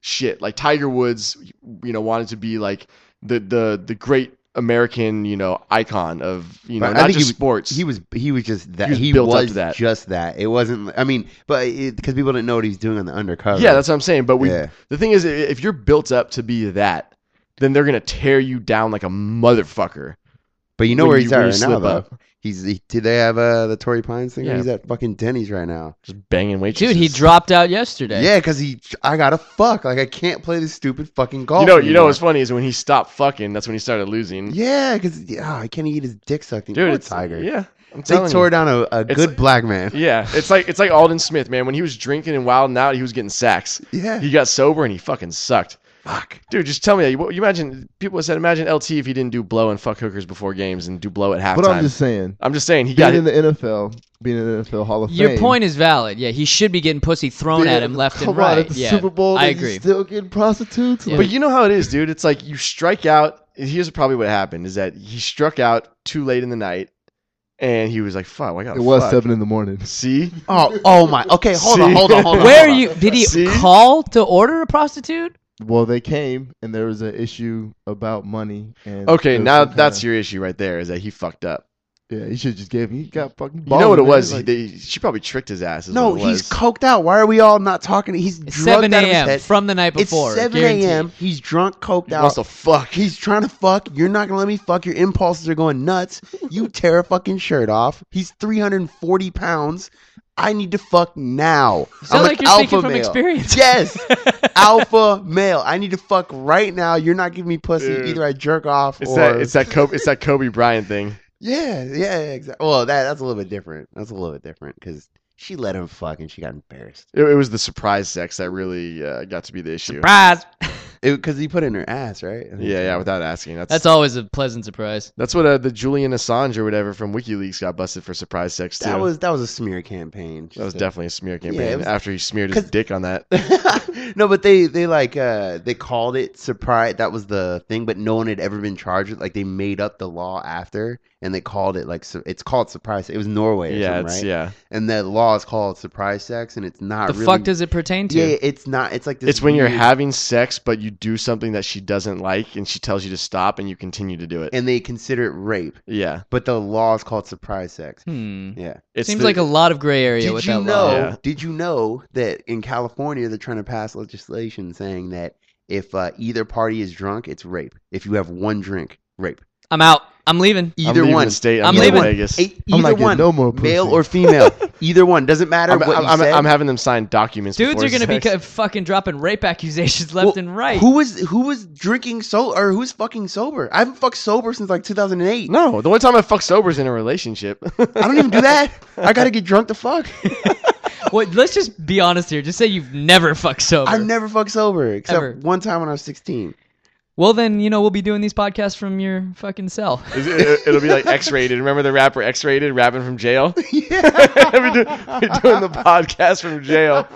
E: shit. Like Tiger Woods, you know, wanted to be like the the the great American, you know, icon of you know
B: But I
E: not
B: think
E: just
B: he was-
E: sports.
B: He was he was just that
E: He was
B: he
E: built up
B: was
E: to that.
B: just that it wasn't I mean but because people didn't know what he was doing on the undercover
E: Yeah, that's what I'm saying. But we
B: Yeah.
E: the thing is, i- if you're built up to be that, then they're gonna tear you down like a motherfucker.
B: but you know
E: when
B: where
E: you-
B: he's
E: when
B: at
E: you
B: right now
E: slip
B: though
E: up.
B: he's he, did they have uh, the Tory Pines thing
E: Yeah.
B: he's at fucking Denny's right now
E: Just banging waitresses.
A: Dude, he dropped out yesterday.
B: yeah because he I gotta fuck like I can't play this stupid fucking golf
E: You know, you know
B: anymore.
E: what's funny is when he stopped fucking, that's when he started losing.
B: yeah because yeah, I can't eat his dick sucked
E: Dude,
B: Poor
E: it's
B: tiger
E: Yeah, I'm
B: they
E: telling
B: tore
E: you.
B: down a, a
E: It's
B: good
E: like-
B: black man
E: Yeah, it's like it's like Alden Smith, man. When he was drinking and wilding out, he was getting sacks.
B: yeah
E: He got sober and he fucking sucked.
B: fuck
E: Dude, just tell me that. You, you imagine people said, imagine LT if he didn't do blow and fuck hookers before games and do blow at halftime.
D: But I'm just saying,
E: saying he got
D: being
E: hit-
D: in the NFL, being in the NFL Hall of
A: Your
D: Fame.
A: point is valid. Yeah, he should be getting pussy thrown
D: Yeah,
A: at him left and
D: come on,
A: right.
D: at the
A: yeah,
D: Super Bowl,
A: I
D: they
A: agree.
D: Still getting prostitutes.
A: Yeah.
E: But you know how it is, dude. It's like you strike out. Here's probably what happened: is that he struck out too late in the night, and he was like, "Fuck, I got."
D: it was
E: fuck.
D: seven in the morning.
E: See,
B: oh oh my okay hold on
E: See?
B: hold on hold on
A: Where
B: hold on.
A: you did he
E: See?
A: call to order a prostitute?
D: Well, they came and there was an issue about money. And
E: okay,
D: there was
E: now
D: some kinda-
E: that's your issue right there: is that he fucked up.
D: Yeah, he should just gave him. He got fucking.
E: you know what it
D: balled,
E: was?
D: man,
E: He
D: like-
E: they, she probably tricked his ass. is
B: No,
E: what it
B: he's
E: was.
B: coked out. Why are we all not talking? He's
A: It's
B: drugged
A: Seven
B: out of his
A: a.m.
B: head.
A: from the night before.
B: it's seven
A: guaranteed.
B: a.m. He's drunk, coked
E: He wants
B: out.
E: to fuck.
B: He's trying to fuck. You're not gonna let me fuck. Your impulses are going nuts. You tear a fucking shirt off. He's 340 pounds. I need to fuck now.
A: You sound
B: I'm
A: like
B: an
A: you're
B: alpha
A: speaking from
B: male.
A: experience.
B: Yes, alpha male. I need to fuck right now. You're not giving me pussy.
E: Dude.
B: Either I jerk off
E: It's
B: or
E: that. It's that. Kobe, it's that Kobe Bryant thing.
B: yeah, yeah, exactly. Well, that that's a little bit different. That's a little bit different because she let him fuck and she got embarrassed.
E: It, it was the surprise sex that really uh, got to be the issue.
A: Surprise!
B: because he put it in her ass, right? I think
E: Yeah,
B: so.
E: yeah. Without asking, that's
A: That's always a pleasant surprise.
E: that's what uh, the Julian Assange or whatever from WikiLeaks got busted for surprise sex too.
B: that was that was a smear campaign.
E: That was
B: Just a-
E: definitely a smear campaign.
B: was-
E: after he smeared his
B: 'cause-
E: dick on that,
B: no, but they they like uh they called it surprise. That was the thing, but no one had ever been charged with. Like they made up the law after, and they called it like su- it's called surprise. It was Norway, or
E: yeah,
B: something,
E: it's,
B: right?
E: yeah.
B: And the law is called surprise sex, and it's not
A: The
B: really.
A: fuck does it pertain to?
B: yeah, yeah, it's not. It's like this
E: It's when you're
B: weird-
E: having sex, but you you do something that she doesn't like and she tells you to stop and you continue to do it.
B: and they consider it rape,
E: yeah.
B: but the law is called surprise sex.
A: Hmm.
B: Yeah.
E: It's
A: Seems
E: the-
A: like a lot of gray area
B: Did
A: with
B: you
A: that
B: know?
A: law.
E: Yeah.
B: Did you know that in California they're trying to pass legislation saying that if uh, either party is drunk, it's rape. If you have one drink, rape.
A: I'm out. I'm leaving.
E: I'm
B: Either
E: leaving
B: one.
E: The state. I'm,
A: I'm
E: going to
A: leaving.
E: Vegas.
B: E-
D: I'm
B: either
D: not
B: one,
D: getting no more pussy.
B: male or female. either one doesn't matter
E: I'm,
B: what
E: I'm,
B: you
E: I'm,
B: said.
E: I'm having them sign documents.
A: Dudes
E: before
A: are gonna be
E: sex.
A: ca- fucking dropping rape accusations left
B: Well,
A: and right.
B: Who was who was drinking so or who's fucking sober? I haven't fucked sober since like 2008.
E: No, the only time I fuck sober is in a relationship.
B: I don't even do that. I gotta get drunk to fuck.
A: Wait, let's just be honest here. Just say you've never fucked sober.
B: I've never fucked sober except
A: Ever.
B: one time when I was 16.
A: well, then you know we'll be doing these podcasts from your fucking cell.
E: Is it, it'll be like X-rated. Remember the rapper X-rated rapping from jail?
B: yeah,
E: we're, do- we're doing the podcast from jail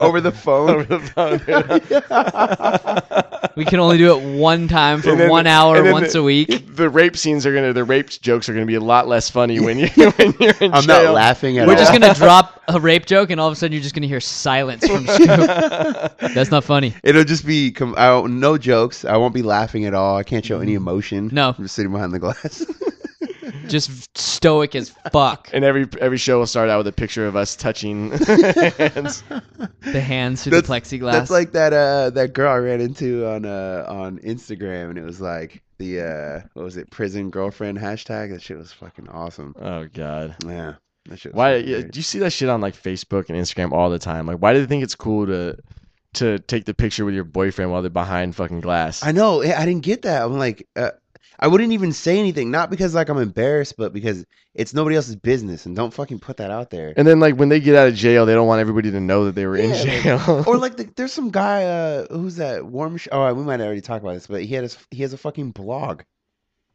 B: over the phone.
E: over the phone. dude.
A: We can only do it one time for
E: And then-
A: one hour
E: and then
A: once
E: the-
A: a week.
E: The rape scenes are gonna, the rape jokes are gonna be a lot less funny when you when you're in
B: I'm
E: jail.
B: not laughing at
A: We're
B: all.
A: just gonna drop a rape joke, and all of a sudden you're just gonna hear silence from Scoop. That's not funny.
B: It'll just be com- I won't- no jokes. I won't be laughing at all. I can't show any emotion.
A: No.
B: I'm just sitting behind the glass.
A: Just stoic as fuck.
E: And every every show will start out with a picture of us touching hands.
A: The hands through the plexiglass.
B: That's like that uh that girl I ran into on uh on Instagram, and it was like the uh what was it prison girlfriend hashtag. That shit was fucking awesome.
E: Oh God.
B: Yeah, that shit. Was
E: Why
B: fucking
E: yeah,
B: great.
E: do you see that shit on like Facebook and Instagram all the time? Like, why do they think it's cool to to take the picture with your boyfriend while they're behind fucking glass?
B: I know. yeah, I didn't get that. I'm like, uh, I wouldn't even say anything, not because like I'm embarrassed, but because it's nobody else's business, and don't fucking put that out there.
E: and then like when they get out of jail, they don't want everybody to know that they were
B: Yeah,
E: in
B: like-
E: jail.
B: or like the, there's some guy uh who's that warm sh- oh we might already talk about this but he had his he has a fucking blog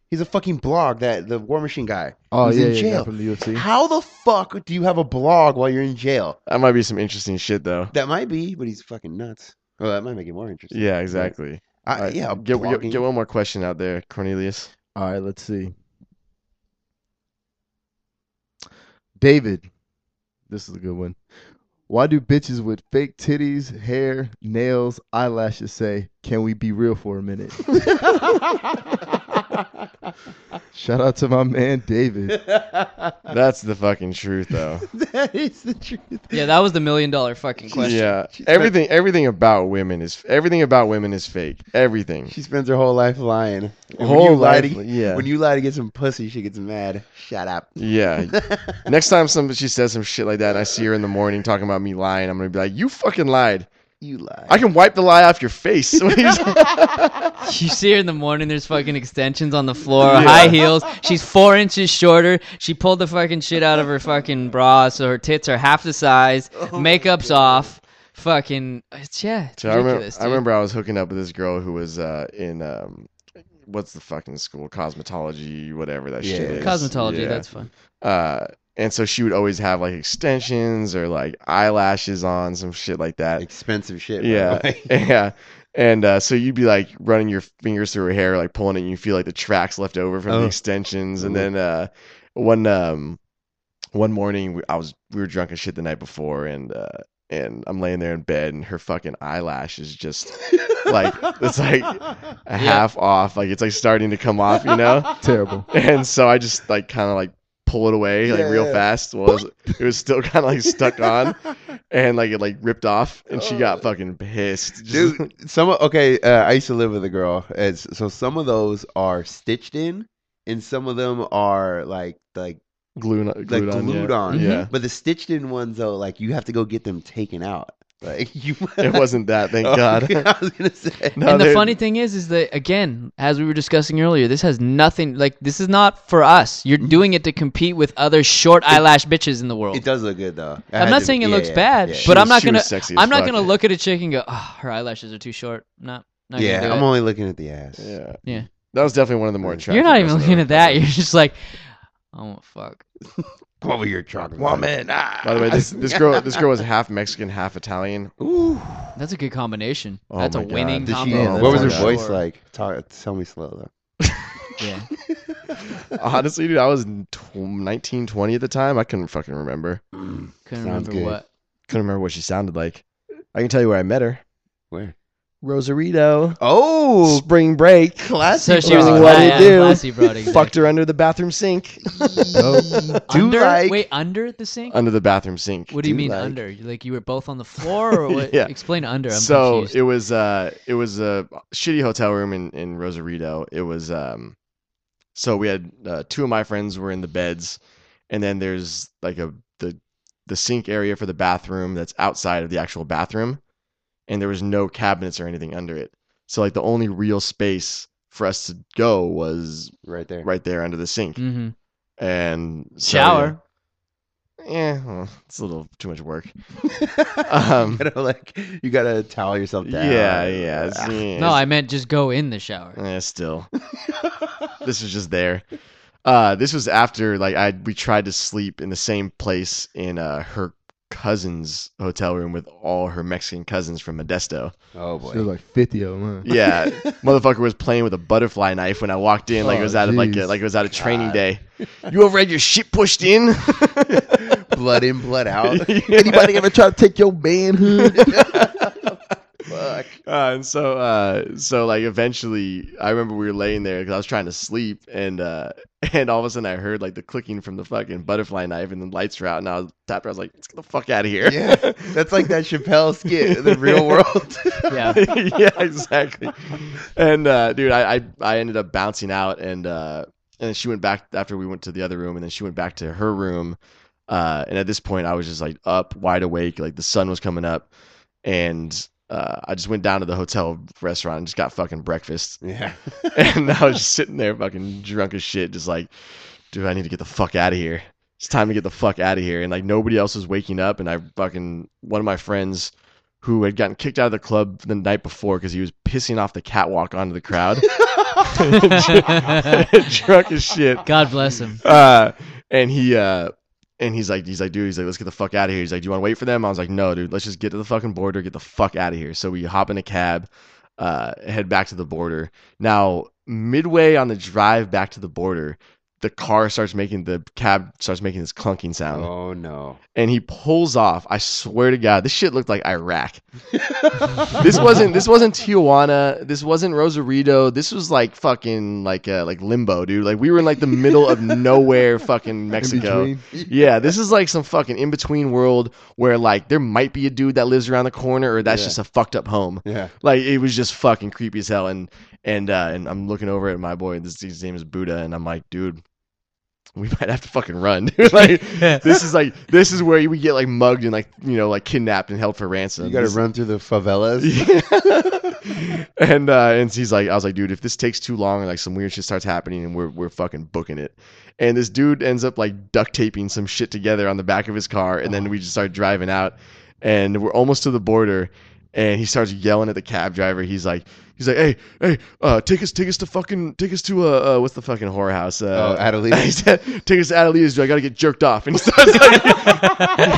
B: he's a fucking blog that the war machine guy
D: Oh
B: He's
D: yeah,
B: in
D: yeah,
B: jail.
D: yeah, from the UFC.
B: how the fuck do you have a blog while you're in jail
E: that might be some interesting shit though.
B: that might be but he's fucking nuts well that might make it more interesting
E: Yeah, exactly.
B: I,
E: All right,
B: yeah
E: get, get
B: blogging.
E: get one more question out there, Cornelius.
D: All right, let's see. David, this is a good one. Why do bitches with fake titties, hair, nails, eyelashes say, "Can we be real for a minute?" Shout out to my man David.
B: Uh,
E: That's the fucking truth though.
B: that is the truth
A: yeah, that was the million dollar fucking question.
E: yeah, everything everything about women is everything about women is fake. Everything.
B: she spends her whole life lying And when
E: Whole
B: you lie
E: life-
B: to-
E: yeah.
B: when you lie to get some pussy she gets mad shut up
E: Yeah. Next time somebody she says some shit like that, and I see her in the morning talking about me lying, I'm gonna be like, "You fucking lied.
B: you lie
E: I can wipe the lie off your face." What are you-
A: You see her in the morning. There's fucking extensions on the floor, high heels. She's four inches shorter. She pulled the fucking shit out of her fucking bra, so her tits are half the size.
B: Oh
A: makeup's off. Fucking it's yeah. It's
E: So I, remember,
A: ridiculous,
E: I
A: dude.
E: remember I was hooking up with this girl who was uh, in um, what's the fucking school cosmetology, whatever that shit
B: Yeah.
E: is.
A: cosmetology.
E: Yeah.
A: That's fun.
E: uh, and so she would always have like extensions or like eyelashes on, some shit like that.
B: expensive shit by
E: Yeah,
B: the way.
E: yeah. And uh, so you'd be like running your fingers through her hair, like pulling it, and you feel like the tracks left over from
B: Oh.
E: the extensions. And
B: Ooh.
E: then uh, one um, one morning, we, I was we were drunk as shit the night before, and uh, and I'm laying there in bed, and her fucking eyelash is just like it's like half off, like it's like starting to come off, you know
D: Terrible.
E: and so I just like kind of like pull it away like
B: Yeah,
E: real
B: yeah.
E: fast. Well, it was, it was still kind of like stuck on, and like it like ripped off, and she got fucking pissed. Just-
B: Oh. dude. Some of- okay. Uh, I used to live with a girl, and s- so some of those are stitched in, and some of them are like like
E: glued, on-
B: like
E: glued on.
B: glued
E: yeah. Mm-hmm.
B: on.
E: Yeah.
B: But the stitched in ones though, like you have to go get them taken out. Like you.
E: It wasn't that, thank
B: Oh,
E: God.
B: I was gonna say.
E: No,
A: and the
E: they-
A: funny thing is, is that again, as we were discussing earlier, this has nothing. Like this is not for us. You're doing it to compete with other short eyelash bitches in the world.
B: It does look good though. I
A: I'm
B: had
A: not
B: to-
A: saying it
B: yeah,
A: looks
B: yeah,
A: bad,
B: yeah,
A: but
E: She
A: I'm
E: was-
A: not
E: she
A: gonna.
E: was sexy as
A: I'm not
E: fuck.
A: gonna look at a chick and go, oh, her eyelashes are too short. Not. not gonna
B: yeah,
A: do
B: I'm
A: it."
B: only looking at the ass.
E: Yeah,
A: Yeah.
E: That was definitely one of the more attractive.
A: You're not even
E: ones I've
A: looking
E: ever
A: at that.
E: fucked.
A: You're just like, oh fuck.
B: Come over here, chocolate woman. Ah.
E: By the way, this, this girl this girl was half Mexican, half Italian.
B: Ooh.
A: That's a good combination.
E: Oh
A: That's a
E: my God.
A: winning
E: Did she-
A: combo.
E: Yeah,
B: what was her
E: that's hard.
B: voice like? Talk, tell me slow though.
A: Yeah.
E: Honestly, dude, I was tw- 19, 20 at the time. I couldn't fucking remember.
A: Couldn't
B: Sounds
A: remember
B: good.
A: what.
E: Couldn't remember what she sounded like. I can tell you where I met her.
B: Where?
F: Rosarito.
B: Oh,
F: Spring break.
A: So
F: Classic.
A: she was a
D: broad.
F: what
A: cla-
F: it
A: yeah,
F: do?
A: classy broad. Exactly.
F: Fucked her under the bathroom sink.
B: do
A: under,
B: like-
A: wait under the sink.
E: under the bathroom sink.
A: what do you
F: do
A: mean
F: like-
A: under? You- Like you were both on the floor, or what?
E: Yeah.
A: Explain under. I'm
E: so
A: confused.
E: it was uh it was a shitty hotel room in in Rosarito. It was um so we had uh, two of my friends were in the beds, and then there's like a the the sink area for the bathroom that's outside of the actual bathroom, and there was no cabinets or anything under it. So like the only real space for us to go was
B: right there.
E: right there under the sink
A: hmm
E: and so,
A: Shower.
E: Yeah, yeah, well, it's a little too much work. um,
B: you know, like you gotta towel yourself down. Ah.
E: yeah, yeah, it's- yeah,
A: No, I meant just go in the shower.
E: Yeah, Eh, still. this was just there. Uh, this was after like I we tried to sleep in the same place in uh, her cousin's hotel room with all her Mexican cousins from Modesto.
B: Oh boy.
D: There's like 50 of them. Huh?
E: Yeah, motherfucker was playing with a butterfly knife when I walked in, like it
D: Oh,
E: was out of like a,
D: jeez.
E: like it was out of training day. You ever had your shit pushed in?
B: blood in, blood out.
D: Anybody ever try to take your manhood?
B: Fuck.
E: Uh, and so, uh, so like eventually, I remember we were laying there because I was trying to sleep, and uh, and all of a sudden I heard like the clicking from the fucking butterfly knife, and the lights were out, and I was tapped. her, I was like, "Let's get the fuck out of here!"
B: Yeah, that's like that Chappelle skit, the real world.
A: Yeah.
E: yeah, exactly. And uh, dude, I, I I ended up bouncing out, and uh, and then she went back after we went to the other room, and then she went back to her room. Uh, and at this point, I was just like up, wide awake, like the sun was coming up, and uh, I just went down to the hotel restaurant and just got fucking breakfast.
B: yeah.
E: and I was just sitting there fucking drunk as shit, just like, dude, I need to get the fuck out of here. It's time to get the fuck out of here. And like nobody else was waking up. And I fucking, one of my friends who had gotten kicked out of the club the night before because he was pissing off the catwalk onto the crowd, drunk as shit.
A: God bless him.
E: Uh, and he, uh, and he's like, he's like, dude, he's like, let's get the fuck out of here. He's like, do you want to wait for them? I was like, no, dude, let's just get to the fucking border, get the fuck out of here. So we hop in a cab, uh, head back to the border. Now, midway on the drive back to the border, the car starts making the cab starts making this clunking sound,
B: Oh no.
E: and he pulls off. I swear to God, this shit looked like Iraq. this wasn't this wasn't Tijuana. This wasn't Rosarito. This was like fucking like uh, like limbo, dude. Like we were in like the middle of nowhere, fucking Mexico.
D: In between.
E: Yeah, this is like some fucking in between world where like there might be a dude that lives around the corner, or that's
B: Yeah.
E: just a fucked up home.
B: Yeah.
E: Like it was just fucking creepy as hell. And and uh, and I'm looking over at my boy. This his name is Buddha, and I'm like, dude, we might have to fucking run. dude. like this is like this is where we get like mugged and like you know like kidnapped and held for ransom.
B: You gotta
E: This-
B: run through the favelas.
E: and uh, and he's like, I was like, dude, if this takes too long and like some weird shit starts happening and we're we're fucking booking it. And this dude ends up like duct taping some shit together on the back of his car, and then we just start driving out, and we're almost to the border, and he starts yelling at the cab driver. He's like, he's like, hey, hey, uh, take us, take us to fucking, take us to uh, uh what's the fucking whore house?
B: Oh,
E: Uh, he
B: Adelita.
E: said, take us to Adelita's. I gotta get jerked off. And he starts like,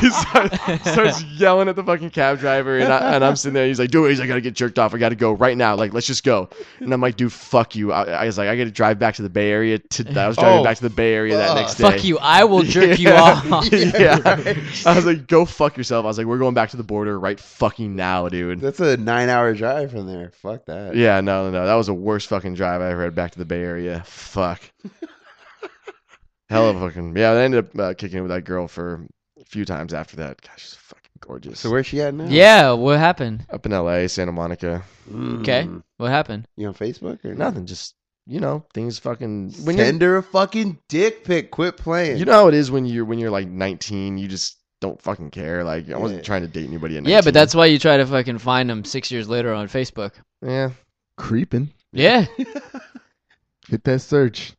E: he start- starts yelling at the fucking cab driver, and, I, and I'm sitting there. He's like, dude, he's like, I gotta get jerked off. I gotta go right now. Like, let's just go. And I'm like, dude, fuck you. I, I was like, I gotta drive back to the Bay Area. To, I was driving
B: Oh,
E: back to the Bay Area that
B: fuck.
E: next day.
A: Fuck you. I will jerk you off.
E: yeah. I was like, go fuck yourself. I was like, we're going back to the border right fucking now, dude.
B: That's a nine-hour drive from there. Fuck that.
E: Yeah, no, no, no. That was the worst fucking drive I ever had back to the Bay Area. Fuck. Hell of a fucking. Yeah, I ended up uh, kicking it with that girl for a few times after that. Gosh, she's fucking gorgeous.
B: So where's she at now?
A: yeah. What happened?
E: up in LA, Santa Monica.
A: Okay.
B: Mm.
A: What happened?
B: You on Facebook or
E: Nothing, just, you know, things fucking. When
B: Send her a fucking dick pic. Quit
E: you're,
B: playing.
E: you know how it is when you're when you're like 19, you just don't fucking care. Like, I wasn't
B: Yeah.
E: trying to date anybody at 19.
A: Yeah, but that's why you try to fucking find them six years later on Facebook.
E: Yeah.
D: Creeping.
A: Yeah.
D: Hit that search.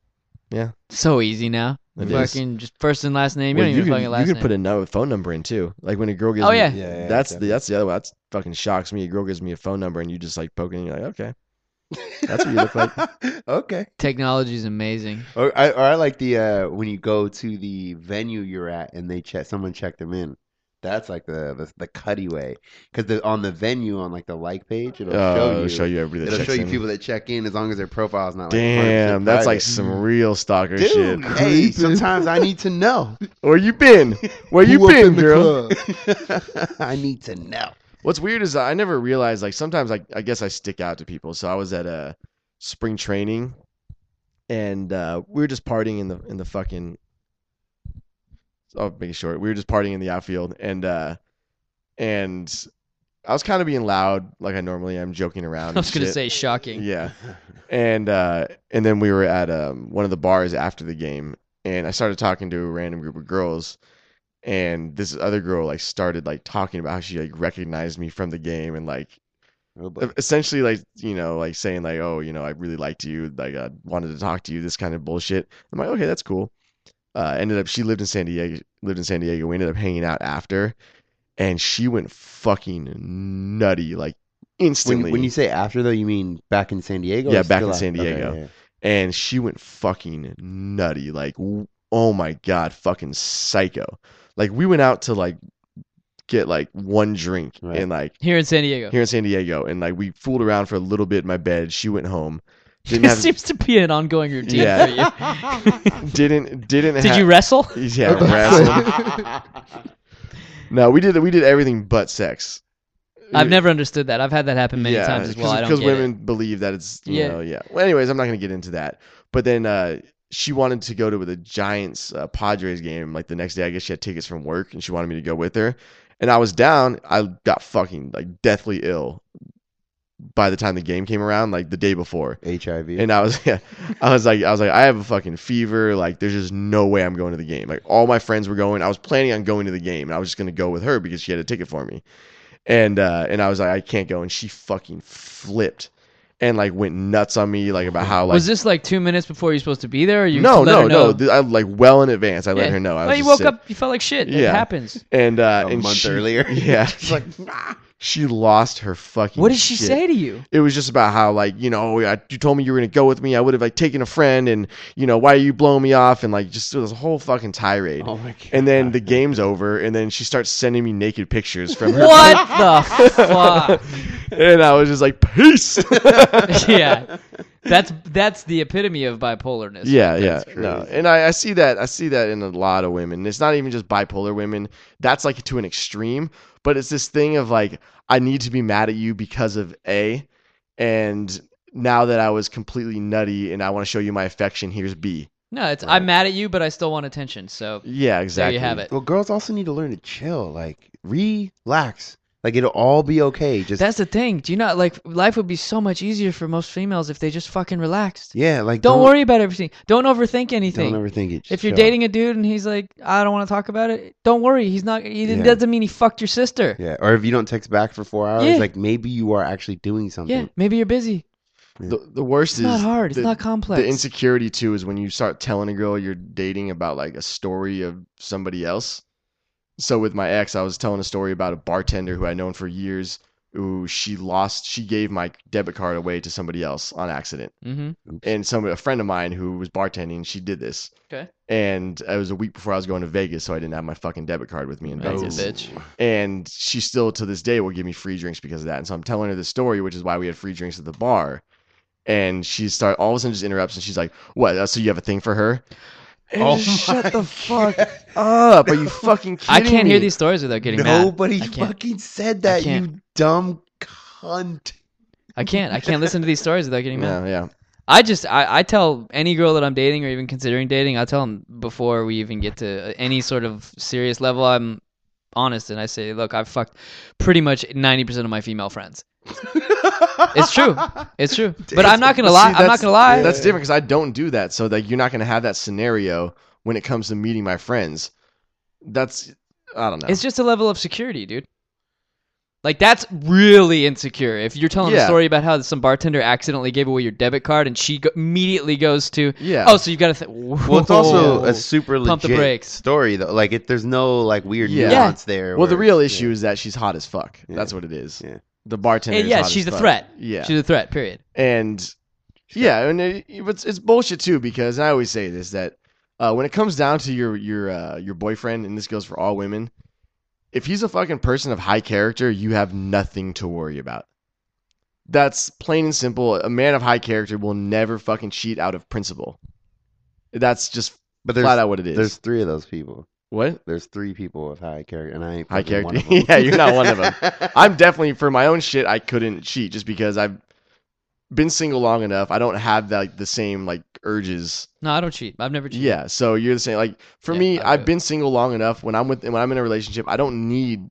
A: So easy now.
E: It is.
A: fucking just first and last name.
E: Well,
A: you don't even
E: can,
A: fucking last
E: you can
A: name.
E: put a no- phone number in too. Like when a girl gives
A: Oh,
E: me-
A: yeah.
B: Yeah, yeah,
E: that's the
B: definitely.
E: that's the other one. That's fucking shocks me. A girl gives me a phone number and you just like poking and you're like, okay. That's what you look like.
B: okay.
A: Technology is amazing.
B: Or I, or I like the uh, when you go to the venue you're at and they check someone checked them in. That's like the the, the cutaway because the, on the venue on like the like page it'll
E: Uh,
B: show
E: it'll
B: you
E: show you everybody that
B: it'll
E: checks
B: show you
E: in.
B: people that check in as long as their profile's not like 100%
E: Damn, that's like
B: private.
E: some real stalker
B: Dude,
E: shit.
B: hey,
D: Creepy.
B: sometimes I need to know.
E: Where you been? Where you
D: Who up
E: been,
D: in the
E: girl?
D: club?
B: I need to know.
E: What's weird is I never realized like sometimes I I guess I stick out to people. So I was at a spring training, and uh, we were just partying in the in the fucking. I'll make it short. We were just partying in the outfield, and uh, and I was kind of being loud, like I normally am, joking around.
A: I was
E: and
A: gonna
E: shit.
A: say shocking.
E: Yeah. And uh and then we were at um one of the bars after the game and I started talking to a random group of girls and this other girl like started like talking about how she like recognized me from the game and like e-,
B: Oh, boy.
E: essentially like you know like saying like oh you know I really liked you like I wanted to talk to you this kind of bullshit I'm like okay that's cool uh ended up she lived in San Diego lived in San Diego we ended up hanging out after and she went fucking nutty like
B: When,
E: instantly
B: when you say after though, you mean back in San Diego? or
E: Yeah, back in
B: still
E: San
B: after?
E: Diego.
B: yeah, yeah.
E: and she went fucking nutty like w- oh my god fucking psycho like we went out to like get like one drink
B: Right.
E: and like
A: Here in San Diego.
E: here in San Diego and like we fooled around for a little bit in my bed she went home didn't
A: This
E: have
A: seems to be an ongoing routine
E: Yeah.
A: for you.
E: didn't didn't
A: Did you wrestle?
E: yeah wrestled. no we did we did everything but sex
A: I've never understood that. I've had that happen many
E: Yeah,
A: times as well.
E: Cause,
A: I don't
E: 'cause
A: get
E: women
A: it.
E: believe that it's you
A: Yeah.
E: know yeah. Well, anyways, I'm not gonna get into that. But then uh, she wanted to go to the Giants uh, Padres game like the next day. I guess she had tickets from work and she wanted me to go with her, and I was down. I got fucking like deathly ill by the time the game came around, like the day before.
B: HIV.
E: And I was, yeah, I was like, I was like, I have a fucking fever. Like, there's just no way I'm going to the game. Like, all my friends were going. I was planning on going to the game, and I was just gonna go with her because she had a ticket for me. And uh, and I was like, I can't go. And she fucking flipped, and like went nuts on me, like about how like
A: was this like two minutes before you're supposed to be there? Or you
E: no,
A: let
E: no,
A: her
E: no.
A: know?
E: Th- I like well in advance. I let
A: Yeah.
E: her know. I
A: Oh,
E: was
A: you
E: just
A: woke
E: sick.
A: up. You felt like shit. It
E: Yeah.
A: happens.
E: and uh,
B: a
E: and
B: month
E: she-
B: earlier.
E: Yeah,
B: It's like, "Nah."
E: she lost her fucking.
A: What did she
E: shit.
A: say to you?
E: it was just about how like you know I, you told me you were gonna go with me i would have like taken a friend and you know why are you blowing me off and like just this whole fucking tirade
B: Oh my god.
E: and then the game's over and then she starts sending me naked pictures from her
A: What the fuck?
E: and i was just like peace
A: yeah, that's that's the epitome of bipolarness.
E: yeah yeah
B: crazy.
E: no. and I, I see that i see that in a lot of women it's not even just bipolar women that's like to an extreme but it's this thing of like i need to be mad at you because of a and now that i was completely nutty and i want to show you my affection here's b
A: No, it's I'm mad at you, but I still want attention. So
E: Yeah,
A: there
E: exactly.
A: you have it.
B: Well, girls also need to learn to chill, like relax, like it'll all be okay. Just
A: That's the thing. Do you not like life would be so much easier for most females if they just fucking relaxed.
B: yeah, like
A: Don't, worry about everything. Don't overthink anything.
B: Don't overthink it.
A: if you're
B: chill.
A: dating a dude and he's like, I don't want to talk about it. Don't worry. He's not. He, It
B: Yeah.
A: doesn't mean he fucked your sister. Yeah.
B: yeah, or if you don't text back for four hours,
A: Yeah.
B: like maybe you are actually doing something.
A: maybe you're busy.
E: The, the worst
A: It's not
E: is
A: hard. It's
E: the,
A: not complex.
E: The insecurity too is when you start telling a girl you're dating about like a story of somebody else. So with my ex, I was telling a story about a bartender who I'd known for years. Who she lost, she gave my debit card away to somebody else on accident.
A: mm-hmm.
E: And some a friend of mine who was bartending, she did this.
A: Okay.
E: And it was a week before I was going to Vegas, so I didn't have my fucking debit card with me in
A: That's a
E: Vegas.
A: bitch.
E: and she still to this day will give me free drinks because of that. And so I'm telling her the story, which is why we had free drinks at the bar. And she start all of a sudden just interrupts and she's like, "What? uh, So you have a thing for her?" And
B: Oh my
E: shut the fuck up! Are you fucking kidding
A: I can't hear
E: me?
A: these stories without getting mad.
B: Nobody
A: I can't.
B: fucking said
A: I
B: that,
A: can't.
B: you dumb cunt.
A: I can't. I can't listen to these stories without getting mad.
E: Yeah, yeah.
A: I just I, I tell any girl that I'm dating or even considering dating, I tell them before we even get to any sort of serious level, I'm honest and I say, look, I've fucked pretty much 90% of my female friends. it's true. It's true. But I'm not going to
E: See,
A: lie. I'm not
E: that's-
A: going to lie.
E: That's different because I don't do that. So like, you're not gonna have that scenario when it comes to meeting my friends. That's I don't know.
A: It's just a level of security, dude. Like that's really insecure. If you're telling a
E: Yeah.
A: story about how some bartender accidentally gave away your debit card and she go- immediately goes to,
E: Yeah.
A: oh, so you've got to. Th-
B: Well, it's also
A: Whoa.
B: a super
A: Pump the
B: legit
A: brakes.
B: story though. Like, it, there's no like weird
E: Yeah.
B: nuance there.
E: well, the
B: where-
E: real issue is that she's hot as fuck.
B: Yeah.
E: That's what it is.
B: Yeah.
E: The bartender.
A: And
E: is
A: yeah,
E: hot
A: she's
E: as
A: a
E: fuck.
A: threat.
E: Yeah.
A: She's a threat. Period.
E: and yeah, and it, it's it's bullshit too because and I always say this that uh, when it comes down to your your uh, your boyfriend, and this goes for all women, if he's a fucking person of high character, you have nothing to worry about. That's plain and simple. A man of high character will never fucking cheat out of principle. That's just
B: But there's
E: flat out what it is.
B: there's three of those people.
E: What?
B: There's three people with high character, and I ain't
E: High
B: fucking one
E: character.
B: of 'em.
E: Yeah, you're not one of 'em. I'm definitely for my own shit. I couldn't cheat just because I've been single long enough. I don't have that like, the same like urges.
A: No, I don't cheat. I've never cheated.
E: Yeah, so you're the same. Like for
A: Yeah,
E: me,
A: I
E: I've
A: bet.
E: been single long enough. When I'm with, when I'm in a relationship, I don't need,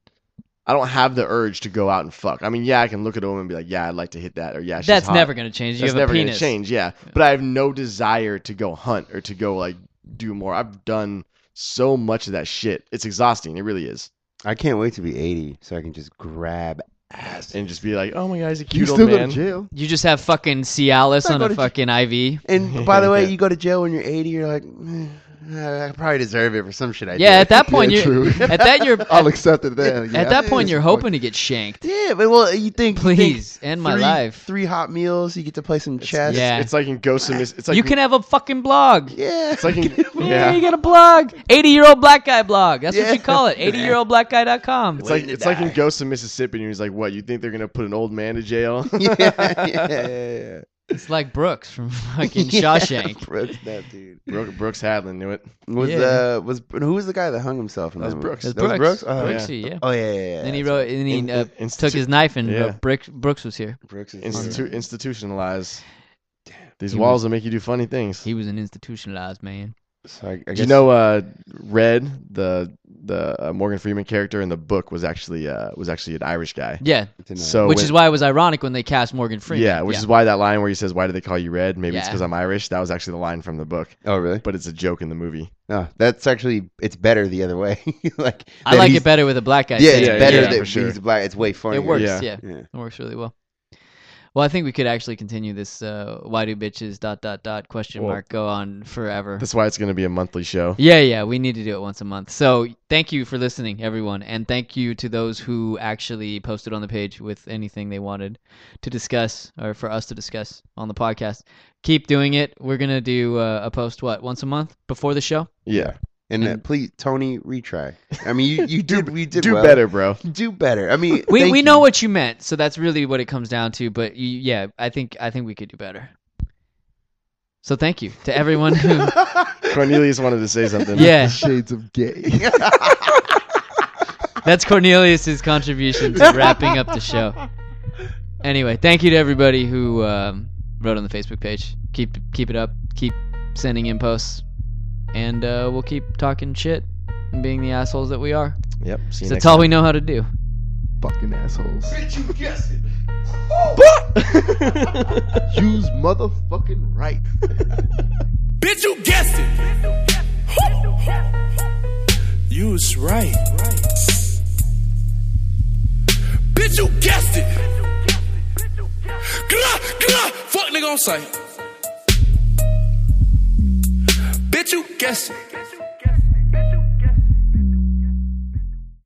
E: I don't have the urge to go out and fuck. I mean, yeah, I can look at a woman and be like, yeah, I'd like to hit that, or yeah, she's
A: That's
E: hot.
A: never gonna change. You
E: That's
A: have
E: never
A: a penis.
E: gonna change. Yeah.
A: Yeah.
E: but I have no desire to go hunt or to go like do more. I've done so much of that shit. It's exhausting. It really is.
B: I can't wait to be 80 so I can just grab ass.
E: And just be like, oh my god, he's a
D: You
E: cute old
D: still go
E: man.
D: to jail.
A: You just have fucking Cialis
B: I
A: on a
B: gotta-
A: fucking IV.
B: And by the way, you go to jail when you're 80. You're like, "Eh, I probably deserve it for some shit I
A: Yeah,
B: did."
A: at that point,
D: Yeah,
A: you
D: true.
A: at that you're
D: I'll accept it then.
A: at that point you're hoping to get shanked.
B: Yeah, but well, you think you think
A: Please end my
B: three-
A: life.
B: Three hot meals. You get to play some chess.
A: yeah.
E: It's like in Ghost of Miss. It's like
A: you can have a fucking blog.
B: yeah.
E: It's like in,
A: Yeah, you
E: yeah.
A: got a blog. 80 year old black guy blog. That's
B: Yeah.
A: what you call it. 80 year old black guy.com.
E: It's like
B: Waiting to
E: it's like in
B: die.
E: Ghost of Mississippi, and he's like, "What? You think they're gonna put an old man to jail?"
B: yeah, yeah, yeah,
A: It's like Brooks from
B: yeah.
A: fucking Shawshank.
B: Yeah, Brooks, that dude.
E: Brooks, Brooks Hadlin knew it.
B: Was
A: Yeah.
B: uh was who was the guy that hung himself? In
E: That was
B: movie?
E: Brooks. That was
B: That was Brooks. Oh,
E: Brooks.
A: Brooksy, yeah.
B: Oh yeah, yeah, yeah.
A: Then he wrote, and
E: In-
A: he uh,
E: in-
A: took his knife, and
E: Yeah.
A: uh, Brooks, Brooks was here.
B: Brooks is
E: Institu- institutionalized. These
A: He
E: walls will make you do funny things.
A: He was an institutionalized man.
B: So I, I guess
E: do you know uh, Red, the the uh, Morgan Freeman character in the book was actually uh, was actually an Irish guy.
A: Yeah,
B: it's in a-
E: So
A: which
E: when-
A: is why it was ironic when they cast Morgan Freeman.
E: yeah, which is why that line where he says, "Why do they call you Red?" Maybe it's
A: Yeah.
E: because I'm Irish. That was actually the line from the book,
B: oh really?
E: but it's a joke in the movie.
B: No, that's actually it's better the other way. like
A: I
B: that
A: like
B: he's-
A: it better with a black guy.
B: Yeah,
A: saying
B: it's
E: yeah,
A: it.
B: better
E: yeah,
B: that
E: for sure.
B: he's black. It's way funnier.
A: it works.
E: Yeah.
A: Yeah.
B: Yeah.
A: it works really well. Well, I think we could actually continue this uh, "Why do bitches dot dot dot question
E: Well,
A: mark go on forever."
E: That's why it's going to be a monthly show.
A: Yeah, yeah, we need to do it once a month. So thank you for listening, everyone, and thank you to those who actually posted on the page with anything they wanted to discuss or for us to discuss on the podcast. Keep doing it. We're gonna do uh, a post what once a month before the show.
E: Yeah,
B: And uh,
A: And-
B: please, Tony, retry. I mean, you, you did we did
E: do
B: well.
E: better, bro.
B: Do better. I mean,
A: We
B: thank
A: we know
B: you.
A: what you meant, so that's really what it comes down to. But you, yeah, I think I think we could do better. So thank you to everyone who.
E: Cornelius wanted to say something.
A: yeah,
D: Shades of gay.
A: That's Cornelius's contribution to wrapping up the show. Anyway, thank you to everybody who um, wrote on the Facebook page. Keep keep it up. Keep sending in posts, and uh, we'll keep talking shit and being the assholes that we are.
E: Yep. See you
A: That's
E: next
A: all we know how to do.
D: Fucking assholes.
E: time.
D: Use motherfucking right.
G: Bitch, you guessed it. You was right. Bitch, you guessed it. Glah, glah. Fuck nigga on sight. Bitch, you guessed it.